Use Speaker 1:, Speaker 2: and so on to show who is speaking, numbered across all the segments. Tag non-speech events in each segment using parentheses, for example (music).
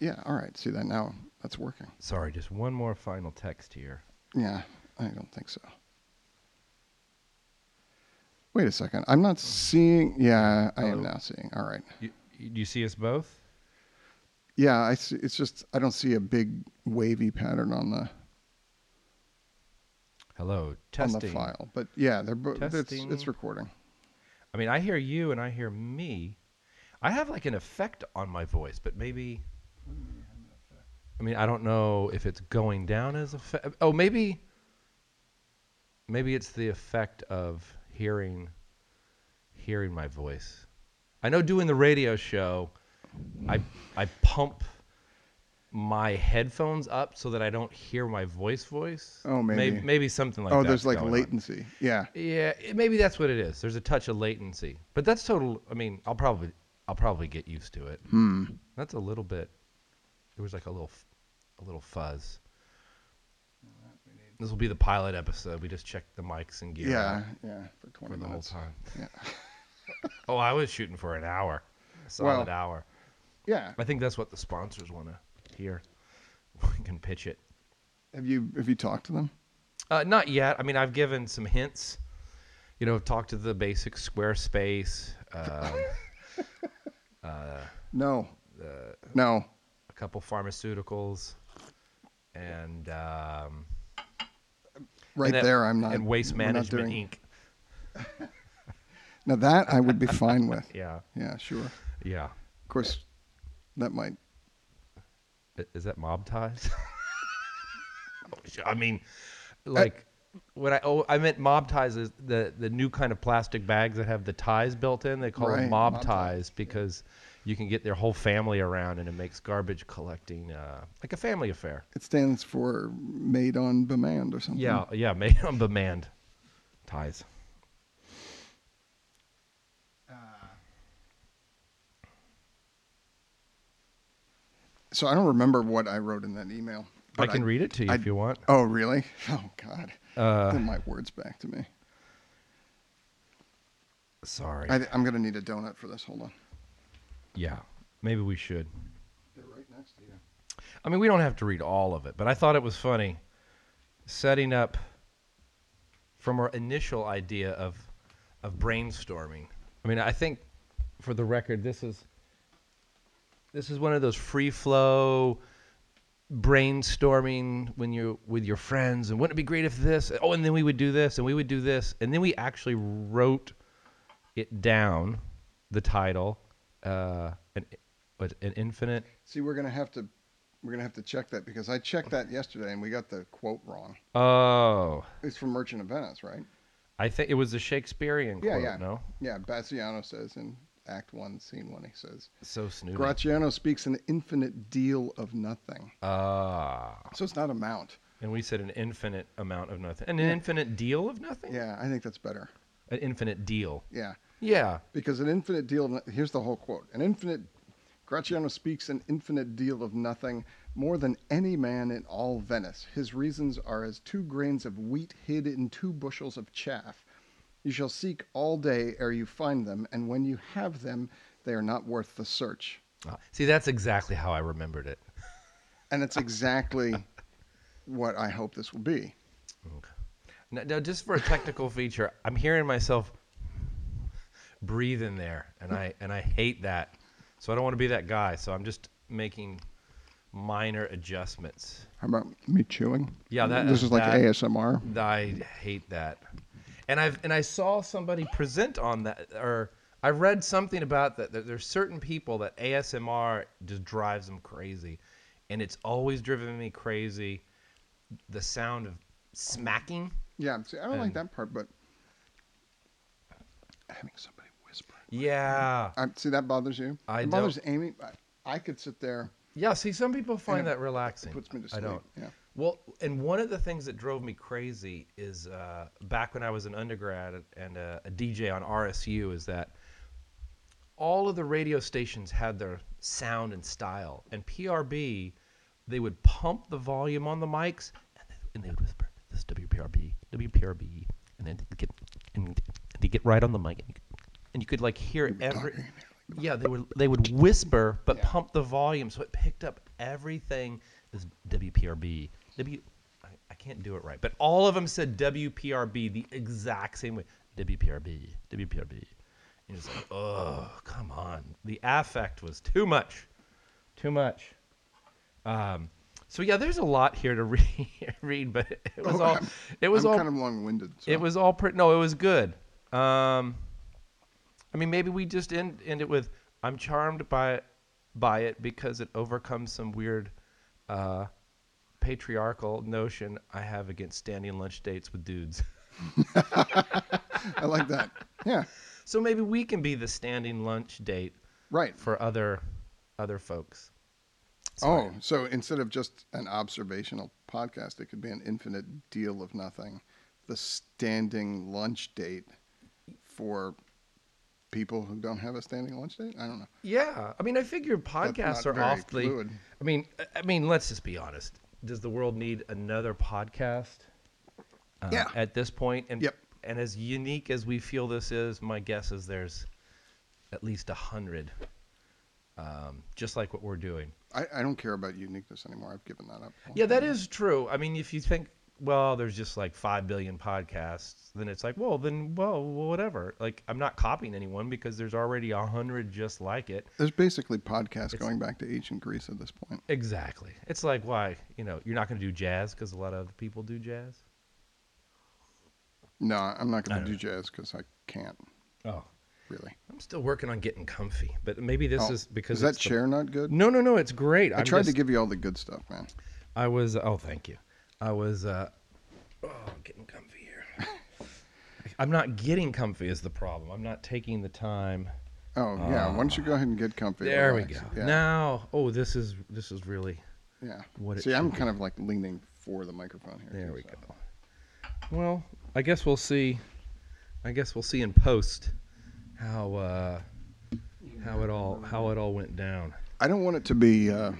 Speaker 1: Yeah, all right. See that now? That's working.
Speaker 2: Sorry, just one more final text here.
Speaker 1: Yeah, I don't think so. Wait a second. I'm not seeing. Yeah, I am
Speaker 2: Hello?
Speaker 1: now seeing. All right.
Speaker 2: You, you see us both?
Speaker 1: Yeah, I see. It's just I don't see a big wavy pattern on the
Speaker 2: Hello, testing.
Speaker 1: on the file. But yeah, they're bo- it's
Speaker 2: Testing.
Speaker 1: it's recording.
Speaker 2: I mean, I hear you and I hear me. I have like an effect on my voice, but maybe. I mean, I don't know if it's going down as a. Fe- oh, maybe. Maybe it's the effect of hearing, hearing my voice. I know doing the radio show, I I pump my headphones up so that I don't hear my voice voice.
Speaker 1: Oh,
Speaker 2: May-
Speaker 1: maybe.
Speaker 2: Maybe, something like
Speaker 1: oh,
Speaker 2: that.
Speaker 1: there's like
Speaker 2: going on.
Speaker 1: latency. Yeah.
Speaker 2: Yeah, it, maybe that's what it is. There's a touch of latency, but that's total. I mean, I'll probably I'll probably get used to it.
Speaker 1: Hmm.
Speaker 2: That's a little bit. It was like a little, f- a little fuzz. This will be the pilot episode. We just checked the mics and gear
Speaker 1: Yeah.
Speaker 2: out
Speaker 1: Yeah. For 20
Speaker 2: for the whole
Speaker 1: minutes.
Speaker 2: time.
Speaker 1: Yeah.
Speaker 2: (laughs) Oh, I was shooting for an hour, a solid
Speaker 1: Well-
Speaker 2: hour.
Speaker 1: Yeah.
Speaker 2: I think that's what the sponsors want to hear. (laughs) We can pitch it.
Speaker 1: Have you have you talked to them?
Speaker 2: Uh, not yet. I mean, I've given some hints. You know, I've talked to the basic Squarespace.
Speaker 1: (laughs)
Speaker 2: Um, uh,
Speaker 1: No.
Speaker 2: uh,
Speaker 1: No.
Speaker 2: a couple pharmaceuticals and um,
Speaker 1: Right
Speaker 2: and that-
Speaker 1: there, I'm not.
Speaker 2: and waste
Speaker 1: we're not
Speaker 2: management
Speaker 1: doing-
Speaker 2: inc
Speaker 1: Now that I would be
Speaker 2: (laughs)
Speaker 1: fine with.
Speaker 2: yeah
Speaker 1: Yeah, sure.
Speaker 2: yeah
Speaker 1: Of course, that might.
Speaker 2: I- is that mob ties (laughs) i mean
Speaker 1: Uh,
Speaker 2: like when i oh i meant mob ties is the the new kind of plastic bags that have the ties built in they call
Speaker 1: Right,
Speaker 2: them mob,
Speaker 1: mob ties,
Speaker 2: ties because you can get their whole family around and it makes garbage collecting uh, like a family affair
Speaker 1: It stands for made on demand or something.
Speaker 2: yeah yeah (laughs) made on demand ties
Speaker 1: So I don't remember what I wrote in that email.
Speaker 2: i
Speaker 1: but
Speaker 2: can read it to you
Speaker 1: I-
Speaker 2: if you want
Speaker 1: Oh, really? (laughs) Oh, God.
Speaker 2: uh,
Speaker 1: Then my words back to me.
Speaker 2: sorry
Speaker 1: I, I'm going to need a donut for this. Hold on.
Speaker 2: Yeah, maybe we should.
Speaker 1: They're right next to you.
Speaker 2: I mean, we don't have to read all of it, but I thought it was funny setting up from our initial idea of of brainstorming. I mean, I think for the record, this is this is one of those free flow brainstorming when you're with your friends and wouldn't it be great if this oh and then we would do this and we would do this and then we actually wrote it down the title uh an, what, an infinite
Speaker 1: See, we're going to have to. We're gonna have to check that because I checked that yesterday and we got the quote wrong.
Speaker 2: Oh,
Speaker 1: It's from Merchant of Venice, right?
Speaker 2: I think it was a Shakespearean
Speaker 1: Yeah,
Speaker 2: quote.
Speaker 1: yeah.
Speaker 2: No,
Speaker 1: Yeah, Bassiano says in Act One, Scene One, he says,
Speaker 2: so snooty.
Speaker 1: Graziano speaks an infinite deal of nothing.
Speaker 2: Ah,
Speaker 1: So it's not amount.
Speaker 2: and we said an infinite amount of nothing, and an infinite deal of nothing.
Speaker 1: Yeah, I think that's better.
Speaker 2: An infinite deal.
Speaker 1: Yeah,
Speaker 2: Yeah.
Speaker 1: because an infinite deal. of no- Here's the whole quote: An infinite. Graziano speaks an infinite deal of nothing more than any man in all Venice. His reasons are as two grains of wheat hid in two bushels of chaff. You shall seek all day ere you find them, and when you have them, they are not worth the search.
Speaker 2: Ah, See, that's exactly how I remembered it.
Speaker 1: And it's
Speaker 2: (laughs)
Speaker 1: exactly what I hope this will be.
Speaker 2: Okay. Now, now, just for a technical feature, I'm hearing myself breathe in there, and I and I hate that. So I don't want to be that guy. So I'm just making minor adjustments.
Speaker 1: How about me chewing?
Speaker 2: Yeah, that-
Speaker 1: this is like
Speaker 2: that- Mm.
Speaker 1: ASMR.
Speaker 2: I hate that. And I've and I saw somebody present on that, or I read something about that. that there's certain people that ASMR just drives them crazy, and it's always driven me crazy. The sound of smacking.
Speaker 1: Yeah, see, I don't like
Speaker 2: And-
Speaker 1: that part, but having somebody whisper.
Speaker 2: Yeah,
Speaker 1: I, see, that bothers you.
Speaker 2: I
Speaker 1: it
Speaker 2: don't-
Speaker 1: bothers Amy. I, I could sit there.
Speaker 2: yeah. See, some people find
Speaker 1: it-
Speaker 2: that relaxing.
Speaker 1: It puts me to
Speaker 2: I
Speaker 1: sleep.
Speaker 2: don't.
Speaker 1: Yeah.
Speaker 2: Well, and one of the things that drove me crazy is uh, back when I was an undergrad and uh, a, a DJ on RSU is that all of the radio stations had their sound and style, and PRB, they would pump the volume on the mics, and they, and they would whisper, "This is WPRB, WPRB," and then they get and they get right on the mic, and you could like hear every. yeah, they would they would whisper but
Speaker 1: Yeah.
Speaker 2: pump the volume so it picked up everything as WPRB. W I, I can't do it right, but all of them said WPRB the exact same way. WPRB, WPRB. And it's like, oh, come on. The affect was too much. Too much. Um so yeah, there's a lot here to (laughs) read, read but it was
Speaker 1: Oh, (laughs)
Speaker 2: all
Speaker 1: I'm-
Speaker 2: it was
Speaker 1: I'm
Speaker 2: all
Speaker 1: kind of long-winded. So.
Speaker 2: it was all pretty. No, it was good. Um, I mean, maybe we just end end it with I'm charmed by by it because it overcomes some weird uh, patriarchal notion I have against standing lunch dates with dudes. (laughs)
Speaker 1: I like that. Yeah,
Speaker 2: So maybe we can be the standing lunch date
Speaker 1: right.
Speaker 2: for other other folks.
Speaker 1: Oh, so instead of just an observational podcast, it could be an infinite deal of nothing. The standing lunch date for people who don't have a standing lunch date? I don't know.
Speaker 2: Yeah, I mean, I figure podcasts
Speaker 1: not
Speaker 2: are
Speaker 1: very
Speaker 2: awfully.
Speaker 1: fluid.
Speaker 2: I mean, uh, I- I mean, let's just be honest. Does the world need another podcast? uh,
Speaker 1: Yeah.
Speaker 2: At this point, and
Speaker 1: Yep.
Speaker 2: and as unique as we feel this is, my guess is there's at least a hundred, um, just like what we're doing.
Speaker 1: I, I don't care about uniqueness anymore. I've given that up.
Speaker 2: Yeah, that is true. I mean, if you think, well, there's just like five billion podcasts, then it's like, well, then, well, whatever. Like, I'm not copying anyone because there's already a hundred just like it.
Speaker 1: There's basically podcasts going back to ancient Greece at this point.
Speaker 2: Exactly. It's like why you know you're not going to do jazz because a lot of other people do jazz.
Speaker 1: No, I'm not going
Speaker 2: I
Speaker 1: to do jazz because I can't
Speaker 2: Oh,
Speaker 1: really.
Speaker 2: I'm still working on getting comfy, but maybe this
Speaker 1: Oh,
Speaker 2: is because
Speaker 1: is that
Speaker 2: it's the-
Speaker 1: chair not good?
Speaker 2: No, no, no. It's great.
Speaker 1: I tried to give you all the good stuff, man.
Speaker 2: I was. Oh, thank you. I was. Uh, oh, getting comfy
Speaker 1: (laughs)
Speaker 2: here. I'm not getting comfy is the problem. I'm not taking the time.
Speaker 1: Oh yeah, why don't you go ahead and get comfy?
Speaker 2: Ah, There we go.
Speaker 1: relax. Yeah,
Speaker 2: Now, oh, this is this is really.
Speaker 1: yeah.
Speaker 2: what it
Speaker 1: See, I'm
Speaker 2: should
Speaker 1: kind of like leaning for the microphone here.
Speaker 2: There
Speaker 1: too,
Speaker 2: we
Speaker 1: so.
Speaker 2: go. Well, I guess we'll see. I guess we'll see in post how uh, how it all how it all went down.
Speaker 1: I don't want it to be. Uh,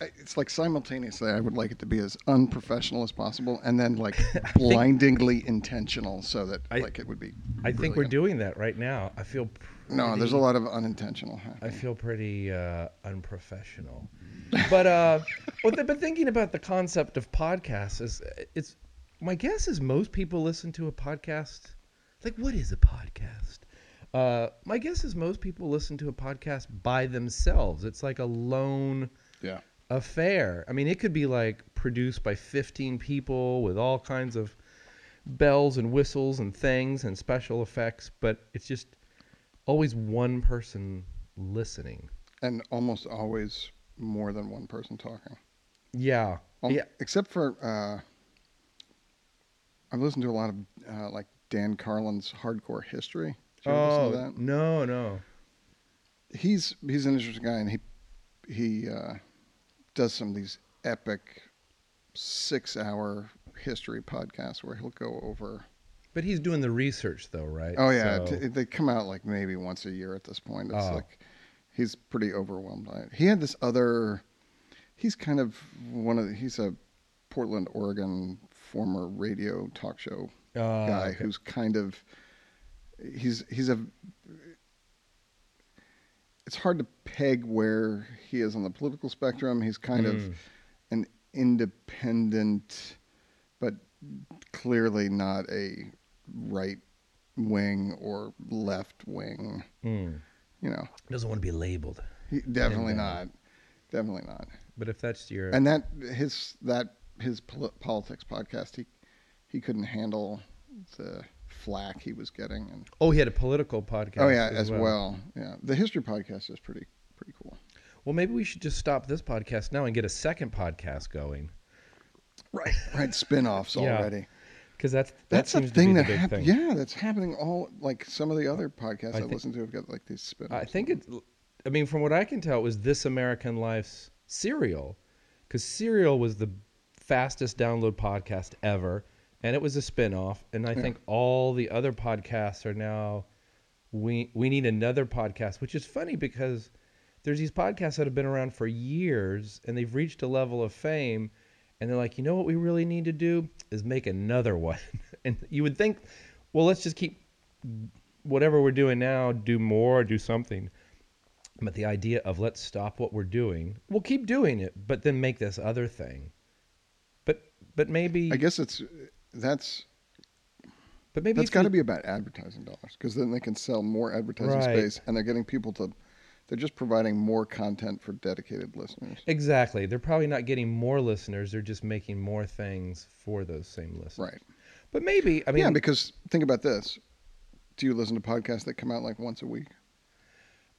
Speaker 1: I- it's like simultaneously, I would like it to be as unprofessional as possible, and then
Speaker 2: (laughs)
Speaker 1: like blindingly intentional, so that
Speaker 2: I-
Speaker 1: like it would be.
Speaker 2: I think we're doing that right now. I feel pretty,
Speaker 1: No, there's a lot of unintentional.
Speaker 2: I
Speaker 1: Happening.
Speaker 2: feel pretty uh, unprofessional. But uh, (laughs) but, th- but thinking about the concept of podcasts is uh, it's my guess is most people listen to a podcast. Like, what is a podcast? Uh, my guess is most people listen to a podcast by themselves. It's like a lone
Speaker 1: Yeah.
Speaker 2: affair. I mean, it could be like produced by 15 people with all kinds of bells and whistles and things and special effects, but it's just always one person listening.
Speaker 1: and almost always more than one person talking.
Speaker 2: Yeah.
Speaker 1: Um,
Speaker 2: yeah.
Speaker 1: Except for uh, I've listened to a lot of uh, like Dan Carlin's hardcore history. Did you ever listen to
Speaker 2: Oh, no, no.
Speaker 1: that? He's he's an interesting guy, and he he uh, does some of these epic six hour history podcasts where he'll go over.
Speaker 2: But he's doing the research though, right?
Speaker 1: Oh yeah,
Speaker 2: So-
Speaker 1: t- they come out like maybe once a year at this point. It's
Speaker 2: Oh.
Speaker 1: like he's pretty overwhelmed by it. He had this other. He's kind of one of the, he's a Portland, Oregon former radio talk show
Speaker 2: Oh,
Speaker 1: guy
Speaker 2: okay.
Speaker 1: who's kind of he's he's a it's hard to peg where he is on the political spectrum. He's kind
Speaker 2: Mm.
Speaker 1: of an independent but clearly not a right wing or left wing,
Speaker 2: Hmm.
Speaker 1: you know.
Speaker 2: doesn't want to be labeled.
Speaker 1: He, definitely not.
Speaker 2: then-
Speaker 1: Definitely not.
Speaker 2: But if that's your
Speaker 1: And that his that his pol- politics podcast he he couldn't handle the flack he was getting and
Speaker 2: Oh, he had a political podcast.
Speaker 1: Oh yeah, as well. Yeah, the history podcast is pretty pretty cool.
Speaker 2: Well, maybe we should just stop this podcast now and get a second podcast going.
Speaker 1: Right, (laughs) right. Spin-offs
Speaker 2: Yeah.
Speaker 1: already.
Speaker 2: Because that's that
Speaker 1: That's
Speaker 2: seems
Speaker 1: a thing
Speaker 2: to be
Speaker 1: that
Speaker 2: the big
Speaker 1: happened.
Speaker 2: thing.
Speaker 1: Yeah, that's happening. All like some of the other podcasts I,
Speaker 2: think-
Speaker 1: listen to have got like these spin-offs.
Speaker 2: I think it. I mean, from what I can tell, it was This American Life's Serial, because Serial was the fastest download podcast ever, and it was a spin-off. And I think all the other podcasts are now. We we need another podcast, which is funny because there's these podcasts that have been around for years, and they've reached a level of fame. And they're like, you know what we really need (laughs) to do is make another one. and you would think, well, let's just keep whatever we're doing now, do more, or do something. But the idea of let's stop what we're doing, we'll keep doing it, but then make this other thing. But but maybe
Speaker 1: I guess it's that's
Speaker 2: but maybe
Speaker 1: that's
Speaker 2: if
Speaker 1: got to
Speaker 2: you-
Speaker 1: be about advertising dollars because then they can sell more advertising
Speaker 2: Right.
Speaker 1: space, and they're getting people to. They're just providing more content for dedicated listeners.
Speaker 2: exactly. They're probably not getting more listeners. They're just making more things for those same listeners.
Speaker 1: Right.
Speaker 2: But maybe I mean
Speaker 1: yeah, because think about this. Do you listen to podcasts that come out like once a week?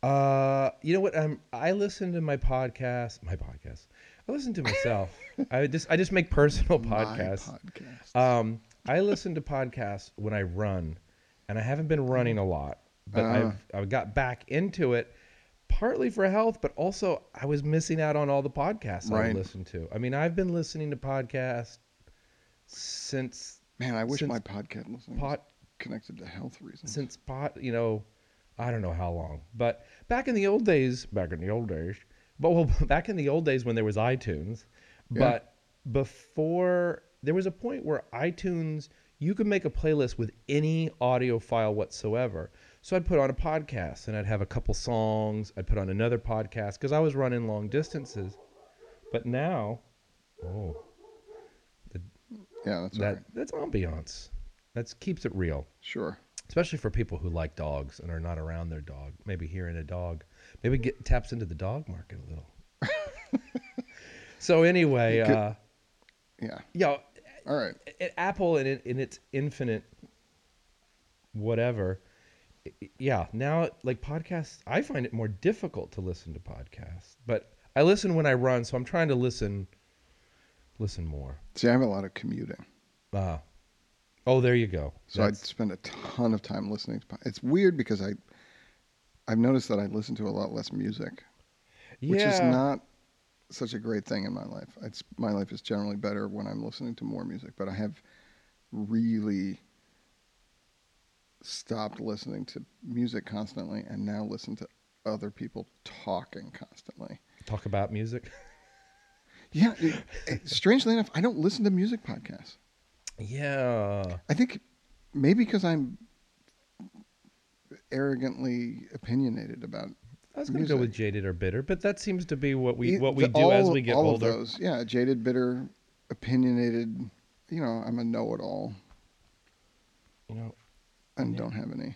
Speaker 2: Uh, you know what? Um, I listen to my podcast. My podcast. I listen
Speaker 1: (laughs)
Speaker 2: to myself. I just I just make personal
Speaker 1: My
Speaker 2: podcasts.
Speaker 1: podcasts.
Speaker 2: Um, I listen to podcasts when I run, and I haven't been running a lot, but I've I got back into it partly for health, but also I was missing out on all the podcasts I
Speaker 1: Right.
Speaker 2: would listen to. I mean, I've been listening to podcasts since
Speaker 1: Man, I wish
Speaker 2: since
Speaker 1: my podcast listening was
Speaker 2: pod
Speaker 1: connected to health reasons.
Speaker 2: since pot you know i don't know how long but back in the old days back in the old days but well (laughs) back in the old days when there was itunes but before there was a point where itunes you could make a playlist with any audio file whatsoever so i'd put on a podcast and i'd have a couple songs i'd put on another podcast because i was running long distances but now oh
Speaker 1: Yeah, that's
Speaker 2: that
Speaker 1: all right.
Speaker 2: that's ambiance that keeps it real
Speaker 1: Sure.
Speaker 2: especially for people who like dogs and are not around their dog. Maybe hearing a dog, maybe get, taps into the dog market a little.
Speaker 1: (laughs)
Speaker 2: so anyway,
Speaker 1: You could-
Speaker 2: uh,
Speaker 1: Yeah.
Speaker 2: you know,
Speaker 1: All right.
Speaker 2: a- a- Apple in, it- in its infinite whatever, i- i- yeah. Now, like podcasts, I find it more difficult to listen to podcasts, but I listen when I run, so I'm trying to listen, listen more.
Speaker 1: See, I have a lot of commuting,
Speaker 2: Uh, oh, there you go.
Speaker 1: so I'd spend a ton of time listening to. Pod- it's weird because I, I've noticed that I listen to a lot less music, which is not such a great thing in my life. It's my life is generally better when I'm listening to more music, but I have really stopped listening to music constantly and now listen to other people talking constantly.
Speaker 2: talk about music. (laughs)
Speaker 1: Yeah, it- it- strangely enough, I don't listen to music podcasts.
Speaker 2: Yeah.
Speaker 1: I think maybe because I'm arrogantly opinionated about
Speaker 2: I was going to go with
Speaker 1: music.
Speaker 2: jaded or bitter, but that seems to be what we
Speaker 1: it-
Speaker 2: what we
Speaker 1: E, the-
Speaker 2: do as
Speaker 1: all-
Speaker 2: we get
Speaker 1: all
Speaker 2: older.
Speaker 1: Of those. Yeah, jaded, bitter, opinionated. You know, I'm a know-it-all
Speaker 2: You know.
Speaker 1: and don't have any.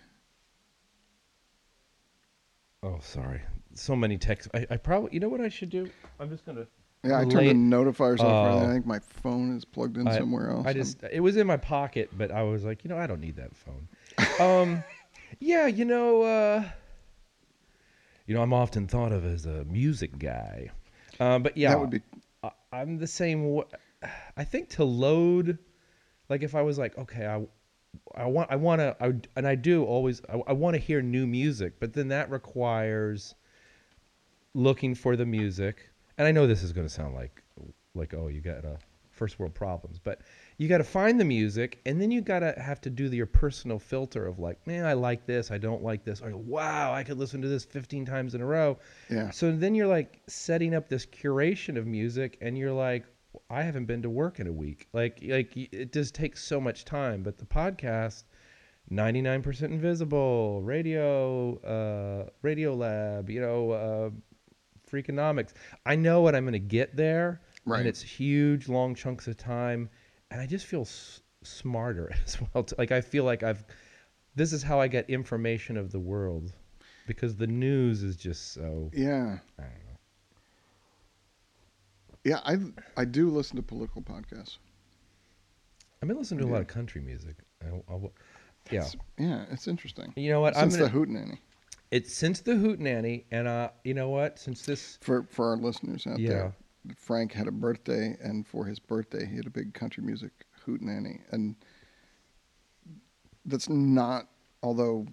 Speaker 2: Oh, sorry. So many texts. I, I probably. You know what I should do? I'm just going to.
Speaker 1: Yeah, I
Speaker 2: Relate-
Speaker 1: turned the notifiers off. right
Speaker 2: Oh.
Speaker 1: now. I think my phone is plugged in
Speaker 2: I-
Speaker 1: somewhere else.
Speaker 2: I just. It was in my pocket, but I was like, you know, I don't need that phone. Um, (laughs) yeah, you know. Uh, you know, I'm often thought of as a music guy, uh, but yeah,
Speaker 1: That would be.
Speaker 2: I, I'm the same. w- I think to load, like if I was like, okay, I, I want, I want to, I, and I do always, I, I want to hear new music, but then that requires looking for the music. And I know this is going to sound like, like, oh, you got a first world problems, but you got to find the music, and then you got to have to do the, your personal filter of like, man, I like this, I don't like this, or wow, I could listen to this 15 times in a row.
Speaker 1: Yeah.
Speaker 2: So then you're like setting up this curation of music, and you're like, I haven't been to work in a week. Like, like y- it just takes so much time. But the podcast, 99% invisible, radio, uh, radio lab, you know, uh, Freakonomics. I know what I'm going to get there,
Speaker 1: Right.
Speaker 2: and it's huge, long chunks of time, and I just feel s- smarter (laughs) as well. T- Like I feel like I've. This is how I get information of the world, because the news is just so.
Speaker 1: Yeah,
Speaker 2: I don't know.
Speaker 1: yeah. I I do listen to political podcasts.
Speaker 2: I've been listening to a
Speaker 1: Yeah.
Speaker 2: lot of country music. I, I, will- yeah.
Speaker 1: It's- yeah, it's interesting.
Speaker 2: You know what?
Speaker 1: Since
Speaker 2: I'm gonna,
Speaker 1: the hootenanny,
Speaker 2: it's since the hootenanny, and uh, you know what? Since this,
Speaker 1: for for our listeners out
Speaker 2: Yeah.
Speaker 1: there, Frank had a birthday, and for his birthday, he had a big country music hootenanny, and that's not. Although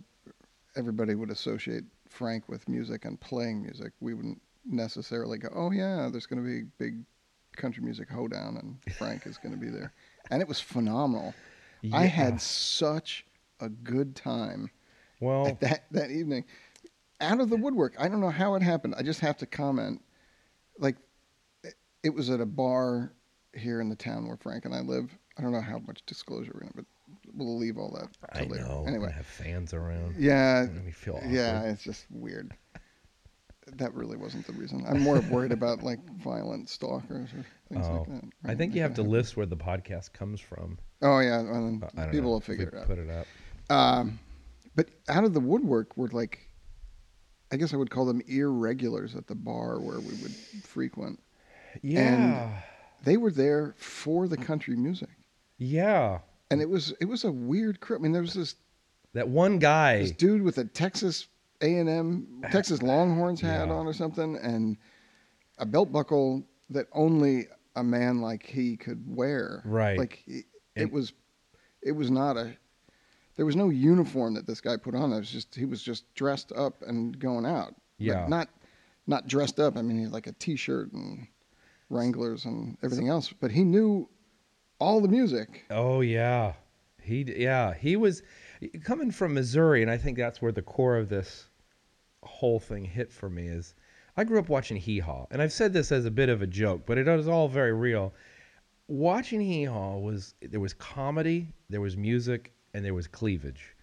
Speaker 1: everybody would associate Frank with music and playing music, we wouldn't necessarily go, "Oh yeah, there's going to be a big country music hoedown, and Frank is going to be there," and it was phenomenal. I
Speaker 2: Yeah.
Speaker 1: had such a good time
Speaker 2: well,
Speaker 1: at that that evening out of the woodwork i don't know how it happened i just have to comment like it- it was at a bar here in the town where frank and i live i don't know how much disclosure we're in it but we'll leave all that
Speaker 2: I
Speaker 1: till later.
Speaker 2: know. we're gonna
Speaker 1: Anyway,
Speaker 2: have fans around.
Speaker 1: yeah,
Speaker 2: Make me feel awkward.
Speaker 1: yeah, it's just weird. That really wasn't the reason. I'm more worried about like violent stalkers or things
Speaker 2: Oh.
Speaker 1: like that.
Speaker 2: I think you have to list where the podcast comes from.
Speaker 1: Oh yeah, well, then
Speaker 2: Uh, I don't
Speaker 1: people
Speaker 2: know.
Speaker 1: will
Speaker 2: if we
Speaker 1: figure it out.
Speaker 2: Put it up.
Speaker 1: Um, but out of the woodwork were like, I guess I would call them irregulars at the bar where we would frequent.
Speaker 2: Yeah.
Speaker 1: They were there for the country music,
Speaker 2: yeah.
Speaker 1: and it was it was a weird crew. I mean, there was this
Speaker 2: That one guy.
Speaker 1: this dude with a Texas A and M Texas Longhorns hat
Speaker 2: (laughs) Yeah.
Speaker 1: on or something, and a belt buckle that only a man like he could wear.
Speaker 2: Right.
Speaker 1: Like it, it
Speaker 2: And-
Speaker 1: was, it was not a. There was no uniform that this guy put on. It was just he was just dressed up and going out. But
Speaker 2: Yeah.
Speaker 1: not, not dressed up. I mean, he had like a T-shirt and Wranglers and everything else. But he knew all the music.
Speaker 2: Oh yeah, he d- yeah he was coming from Missouri, and I think that's where the core of this whole thing hit for me is I grew up watching Hee Haw, and I've said this as a bit of a joke, but it is all very real. Watching Hee Haw was there was comedy, there was music, and there was cleavage.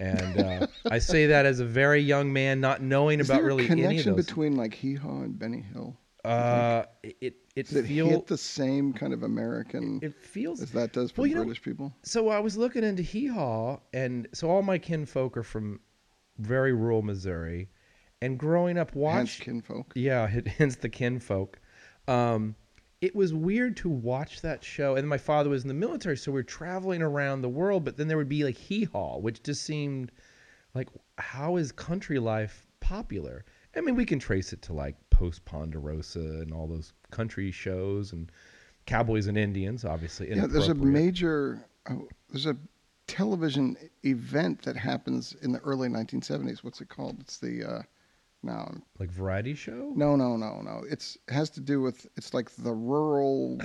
Speaker 2: And uh, I say that as a very young man, not knowing
Speaker 1: Is
Speaker 2: about
Speaker 1: there a
Speaker 2: really any of
Speaker 1: connection
Speaker 2: those.
Speaker 1: between like Hee Haw and Benny Hill?
Speaker 2: uh, it it
Speaker 1: Mm-hmm. Does it
Speaker 2: feels
Speaker 1: hit the same kind of American
Speaker 2: it feels
Speaker 1: as that does for
Speaker 2: Well, you know-
Speaker 1: British people?
Speaker 2: so I was looking into hee haw, and so all my kinfolk are from very rural Missouri, and growing up
Speaker 1: Hence
Speaker 2: watch
Speaker 1: kinfolk.
Speaker 2: yeah, (laughs) hence the kinfolk. Um, it was weird to watch that show, and my father was in the military, so we are traveling around the world. But then there would be like hee haw, which just seemed like how is country life popular? I mean, we can trace it to like post Ponderosa and all those country shows and cowboys and Indians, obviously.
Speaker 1: Yeah, there's a
Speaker 2: inappropriate.
Speaker 1: major, oh, there's a television event that happens in the early 1970s. What's it called? It's the, uh, no, I'm-
Speaker 2: like variety show.
Speaker 1: no, no, no, no. It's has to do with it's like the
Speaker 2: (gasps)
Speaker 1: rural,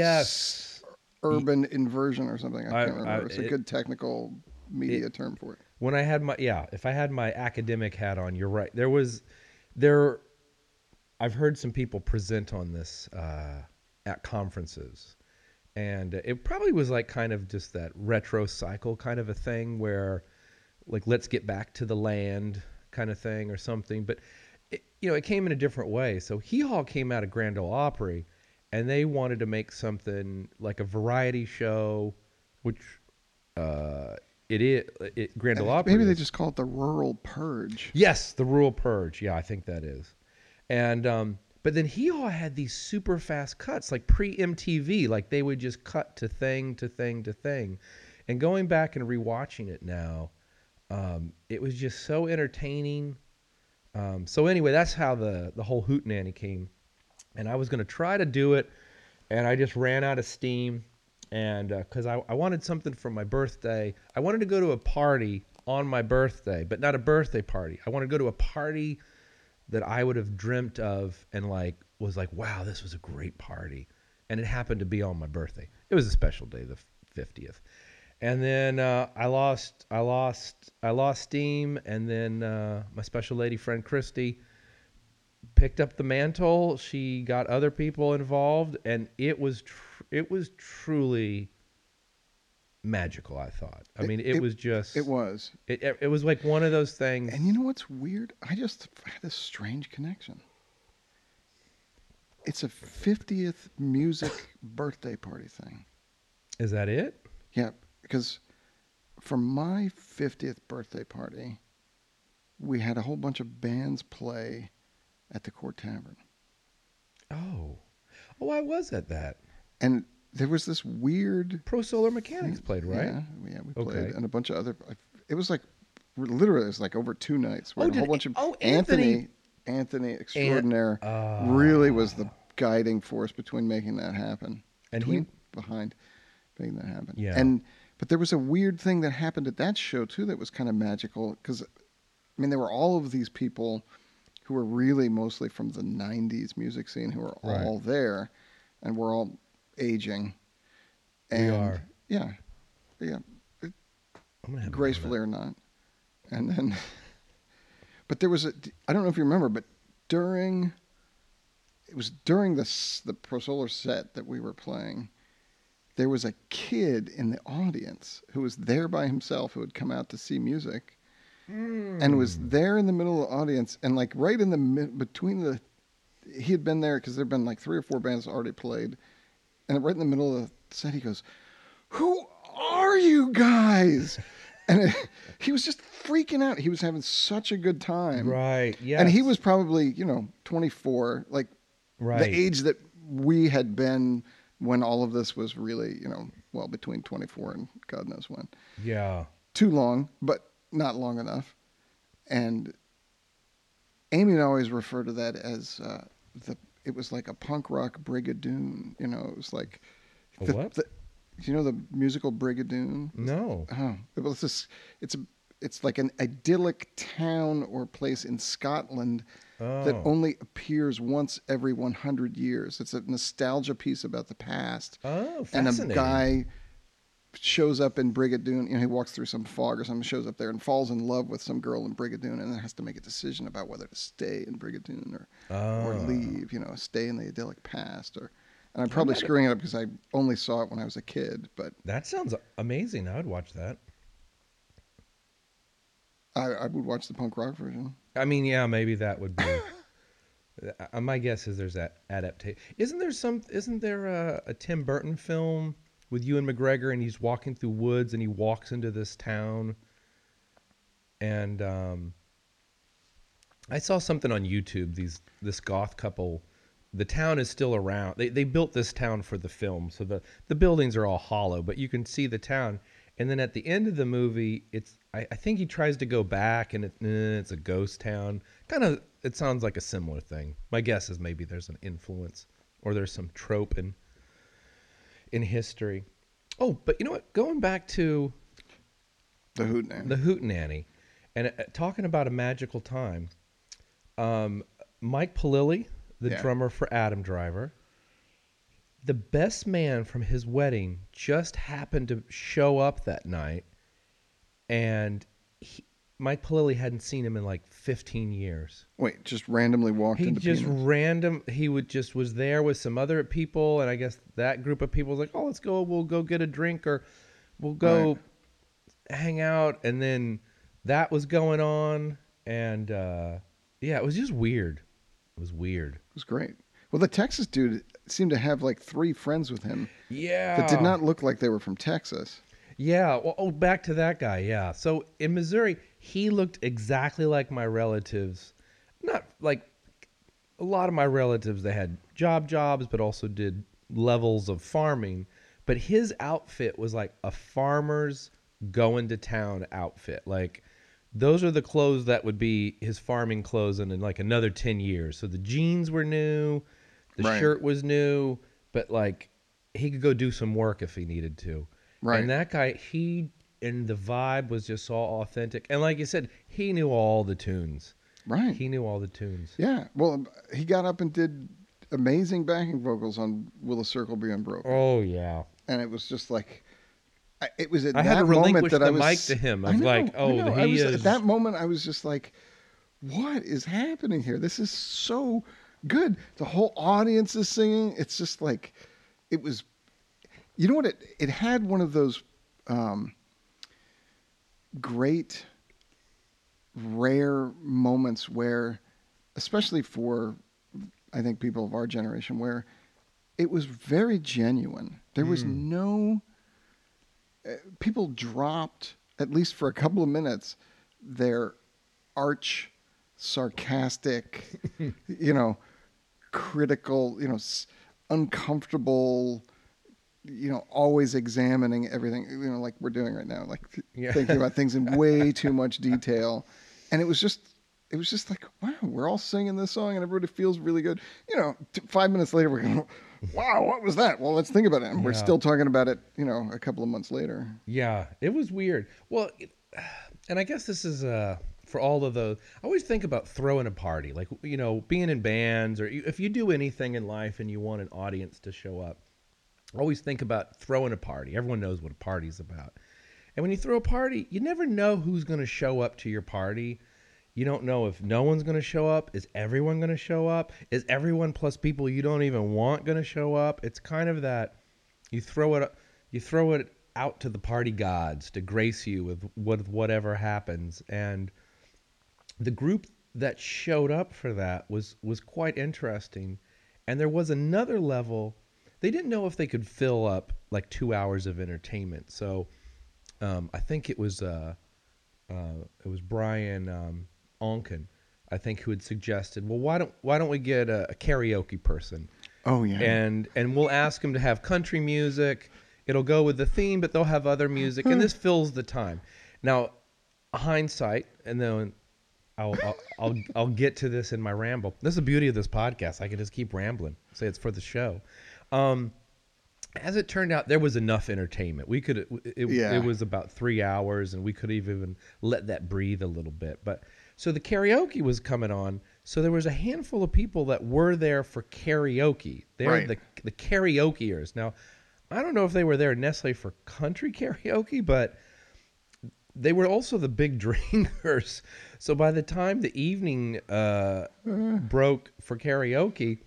Speaker 2: Yes.
Speaker 1: urban inversion or something. I
Speaker 2: I-
Speaker 1: can't remember.
Speaker 2: I-
Speaker 1: it's
Speaker 2: it-
Speaker 1: a good technical media term for it.
Speaker 2: When I had my yeah, if I had my academic hat on, you're right. There was there I've heard some people present on this uh, at conferences. And it probably was like kind of just that retro cycle kind of a thing where like let's get back to the land kind of thing or something, but it, you know, it came in a different way. So Hee Haw came out of Grand Ole Opry and they wanted to make something like a variety show which uh it is it Grand Ole Opry
Speaker 1: Maybe they
Speaker 2: is.
Speaker 1: just call it the rural purge.
Speaker 2: Yes, the rural purge. Yeah, I think that is. And um, but then Hee Haw had these super fast cuts, like pre MTV, like they would just cut to thing to thing to thing. And going back and rewatching it now, um, it was just so entertaining. Um, so anyway, that's how the the whole hootenanny came, and I was gonna try to do it, and I just ran out of steam, and because I, I wanted something for my birthday, I wanted to go to a party on my birthday, but not a birthday party. I wanted to go to a party that I would have dreamt of and like was like, wow, this was a great party, and it happened to be on my birthday. It was a special day, the fiftieth, and then uh, I lost, I lost, I lost steam, and then uh, my special lady friend Christy picked up the mantle. She got other people involved, and it was tr- it was truly magical. I thought. I mean, it,
Speaker 1: it-
Speaker 2: was just
Speaker 1: It was.
Speaker 2: It, it, it was like one of those things.
Speaker 1: And you know what's weird? I just had this strange connection. It's a 50th music birthday party thing.
Speaker 2: Is that it?
Speaker 1: Yeah, because for my 50th birthday party, we had a whole bunch of bands play at the Court Tavern.
Speaker 2: Oh, oh, I was at that.
Speaker 1: And there was this weird.
Speaker 2: Pro Solar Mechanics played right.
Speaker 1: Yeah, yeah we played.
Speaker 2: Okay.
Speaker 1: And a bunch of other. It was like, literally, it was like over two nights. where
Speaker 2: Oh,
Speaker 1: a whole
Speaker 2: did-
Speaker 1: bunch of.
Speaker 2: oh,
Speaker 1: Anthony. Anthony Extraordinaire.
Speaker 2: Ah.
Speaker 1: really was the guiding force between making that happen.
Speaker 2: And
Speaker 1: between,
Speaker 2: he-
Speaker 1: behind making that happen.
Speaker 2: Yeah.
Speaker 1: And but there was a weird thing that happened at that show too that was kind of magical because, I mean, there were all of these people who were really mostly from the '90s music scene who were
Speaker 2: Right.
Speaker 1: all there, and we're all aging.
Speaker 2: We
Speaker 1: And
Speaker 2: are.
Speaker 1: Yeah, yeah
Speaker 2: I'm gonna have to-
Speaker 1: gracefully or not. And then, (laughs) but there was a, I don't know if you remember, but during, it was during the, s- the Pro Solar set that we were playing, there was a kid in the audience who was there by himself who had come out to see music and was
Speaker 2: Mm.
Speaker 1: there in the middle of the audience and like right in the mid between the he had been there because there'd been like three or four bands already played and right in the middle of the set he goes who are you guys (laughs) and it- he was just freaking out he was having such a good time
Speaker 2: Right. Yeah.
Speaker 1: and he was probably you know 24 like
Speaker 2: right.
Speaker 1: the age that we had been when all of this was really, you know, well between 24 and God knows when.
Speaker 2: Yeah.
Speaker 1: Too long, but not long enough. And Amy would always refer to that as uh, the. It was like a punk rock brigadoon. You know, it was like
Speaker 2: A
Speaker 1: the,
Speaker 2: what?
Speaker 1: The, you know the musical brigadoon.
Speaker 2: No.
Speaker 1: Oh, it was this. It's a. It's like an idyllic town or place in Scotland
Speaker 2: Oh.
Speaker 1: that only appears once every 100 years. It's a nostalgia piece about the past.
Speaker 2: oh,
Speaker 1: And
Speaker 2: fascinating.
Speaker 1: a guy shows up in Brigadoon, you know, he walks through some fog or something, shows up there and falls in love with some girl in Brigadoon and then has to make a decision about whether to stay in Brigadoon or, or
Speaker 2: Ah.
Speaker 1: leave, you know, stay in the idyllic past or. And I'm probably screwing it up because I only saw it when I was a kid, but
Speaker 2: That sounds amazing. I would watch that.
Speaker 1: I, I would watch the punk rock version.
Speaker 2: I mean, yeah, maybe that would be. (coughs) Uh, My guess is there's that adaptation. Isn't there some? Isn't there a, a Tim Burton film with Ewan McGregor and he's walking through woods and he walks into this town? And um, I saw something on YouTube. These this goth couple. The town is still around. They they built this town for the film, so the the buildings are all hollow, but you can see the town. And then at the end of the movie, it's I, I think he tries to go back, and it, eh, it's a ghost town. Kind of, it sounds like a similar thing. My guess is maybe there's an influence, or there's some trope in in history. Oh, but you know what? Going back to
Speaker 1: The Hootenanny.
Speaker 2: the Hootenanny, and uh, talking about a magical time. Um, Mike Palilli, the
Speaker 1: Yeah.
Speaker 2: drummer for Adam Driver, the best man from his wedding just happened to show up that night, and he, Mike Palilli hadn't seen him in like 15 years.
Speaker 1: Wait, just randomly walked
Speaker 2: He
Speaker 1: into
Speaker 2: just
Speaker 1: Peanuts.
Speaker 2: random. He would just was there with some other people, and I guess that group of people was like, "Oh, let's go. We'll go get a drink, or we'll go hang out." And then that was going on, and uh, yeah, it was just weird. It was weird.
Speaker 1: It was great. Well, the Texas dude seemed to have like three friends with him
Speaker 2: Yeah,
Speaker 1: that did not look like they were from Texas.
Speaker 2: Yeah. Well, oh, back to that guy. Yeah. So in Missouri, he looked exactly like my relatives. Not like a lot of my relatives, they had job jobs, but also did levels of farming. But his outfit was like a farmer's going to town outfit. Like those are the clothes that would be his farming clothes in, in like another 10 years. So the jeans were new, the
Speaker 1: Right.
Speaker 2: shirt was new, but like he could go do some work if he needed to.
Speaker 1: Right.
Speaker 2: And that guy, he and the vibe was just so authentic. And like you said, he knew all the tunes.
Speaker 1: Right.
Speaker 2: He knew all the tunes.
Speaker 1: yeah. Well, he got up and did amazing backing vocals on "Will the Circle Be Unbroken,"
Speaker 2: Oh yeah.
Speaker 1: and it was just like, I- it was at
Speaker 2: I
Speaker 1: that
Speaker 2: had to
Speaker 1: moment
Speaker 2: relinquish
Speaker 1: that I
Speaker 2: the
Speaker 1: was
Speaker 2: mic to him. I
Speaker 1: I
Speaker 2: was
Speaker 1: know,
Speaker 2: like,
Speaker 1: I
Speaker 2: oh,
Speaker 1: know.
Speaker 2: he
Speaker 1: I was,
Speaker 2: is-
Speaker 1: At that moment, I was just like, what is happening here? This is so good. The whole audience is singing. It's just like, it was. You know what? It it had one of those um, great, rare moments where, especially for, I think people of our generation, where it was very genuine. There was no. uh, People dropped at least for a couple of minutes their arch, sarcastic,
Speaker 2: (laughs)
Speaker 1: you know, critical, you know, s- uncomfortable, you know, always examining everything, you know, like we're doing right now, like th-
Speaker 2: Yeah.
Speaker 1: thinking about things
Speaker 2: (laughs)
Speaker 1: in way too much detail. And it was just, it was just like, wow, we're all singing this song and everybody feels really good. You know, t- five minutes later, we're going, wow, what was that? Well, let's think about it. And we're
Speaker 2: Yeah.
Speaker 1: still talking about it, you know, a couple of months later.
Speaker 2: Yeah, it was weird. Well, it- and I guess this is uh for all of those. I always think about throwing a party, like you know, being in bands or you- if you do anything in life and you want an audience to show up. I Always think about throwing a party. Everyone knows what a party's about. And when you throw a party, you never know who's going to show up to your party. You don't know if no one's going to show up. Is everyone going to show up? Is everyone plus people you don't even want going to show up? It's kind of that you throw it up. you throw it out to the party gods to grace you with with whatever happens and the group that showed up for that was was quite interesting and there was another level they didn't know if they could fill up like two hours of entertainment so um, i think it was uh, uh, it was brian um, onken i think who had suggested well why don't why don't we get a, a karaoke person
Speaker 1: Oh yeah.
Speaker 2: and and we'll ask them to have country music. It'll go with the theme, but they'll have other music,
Speaker 1: Hmm.
Speaker 2: and this fills the time. Now, hindsight, and then I'll I'll, I'll I'll get to this in my ramble. This is the beauty of this podcast. I can just keep rambling. Say it's for the show. Um, as it turned out, there was enough entertainment. We could it,
Speaker 1: Yeah.
Speaker 2: it was about three hours, and we could have even let that breathe a little bit. But so the karaoke was coming on, so there was a handful of people that were there for karaoke. They're
Speaker 1: Right.
Speaker 2: the the karaokeers. Now, I don't know if they were there necessarily for country (laughs) karaoke, but they were also the big (laughs) drinkers. So by the time the evening uh,
Speaker 1: Mm.
Speaker 2: broke for karaoke,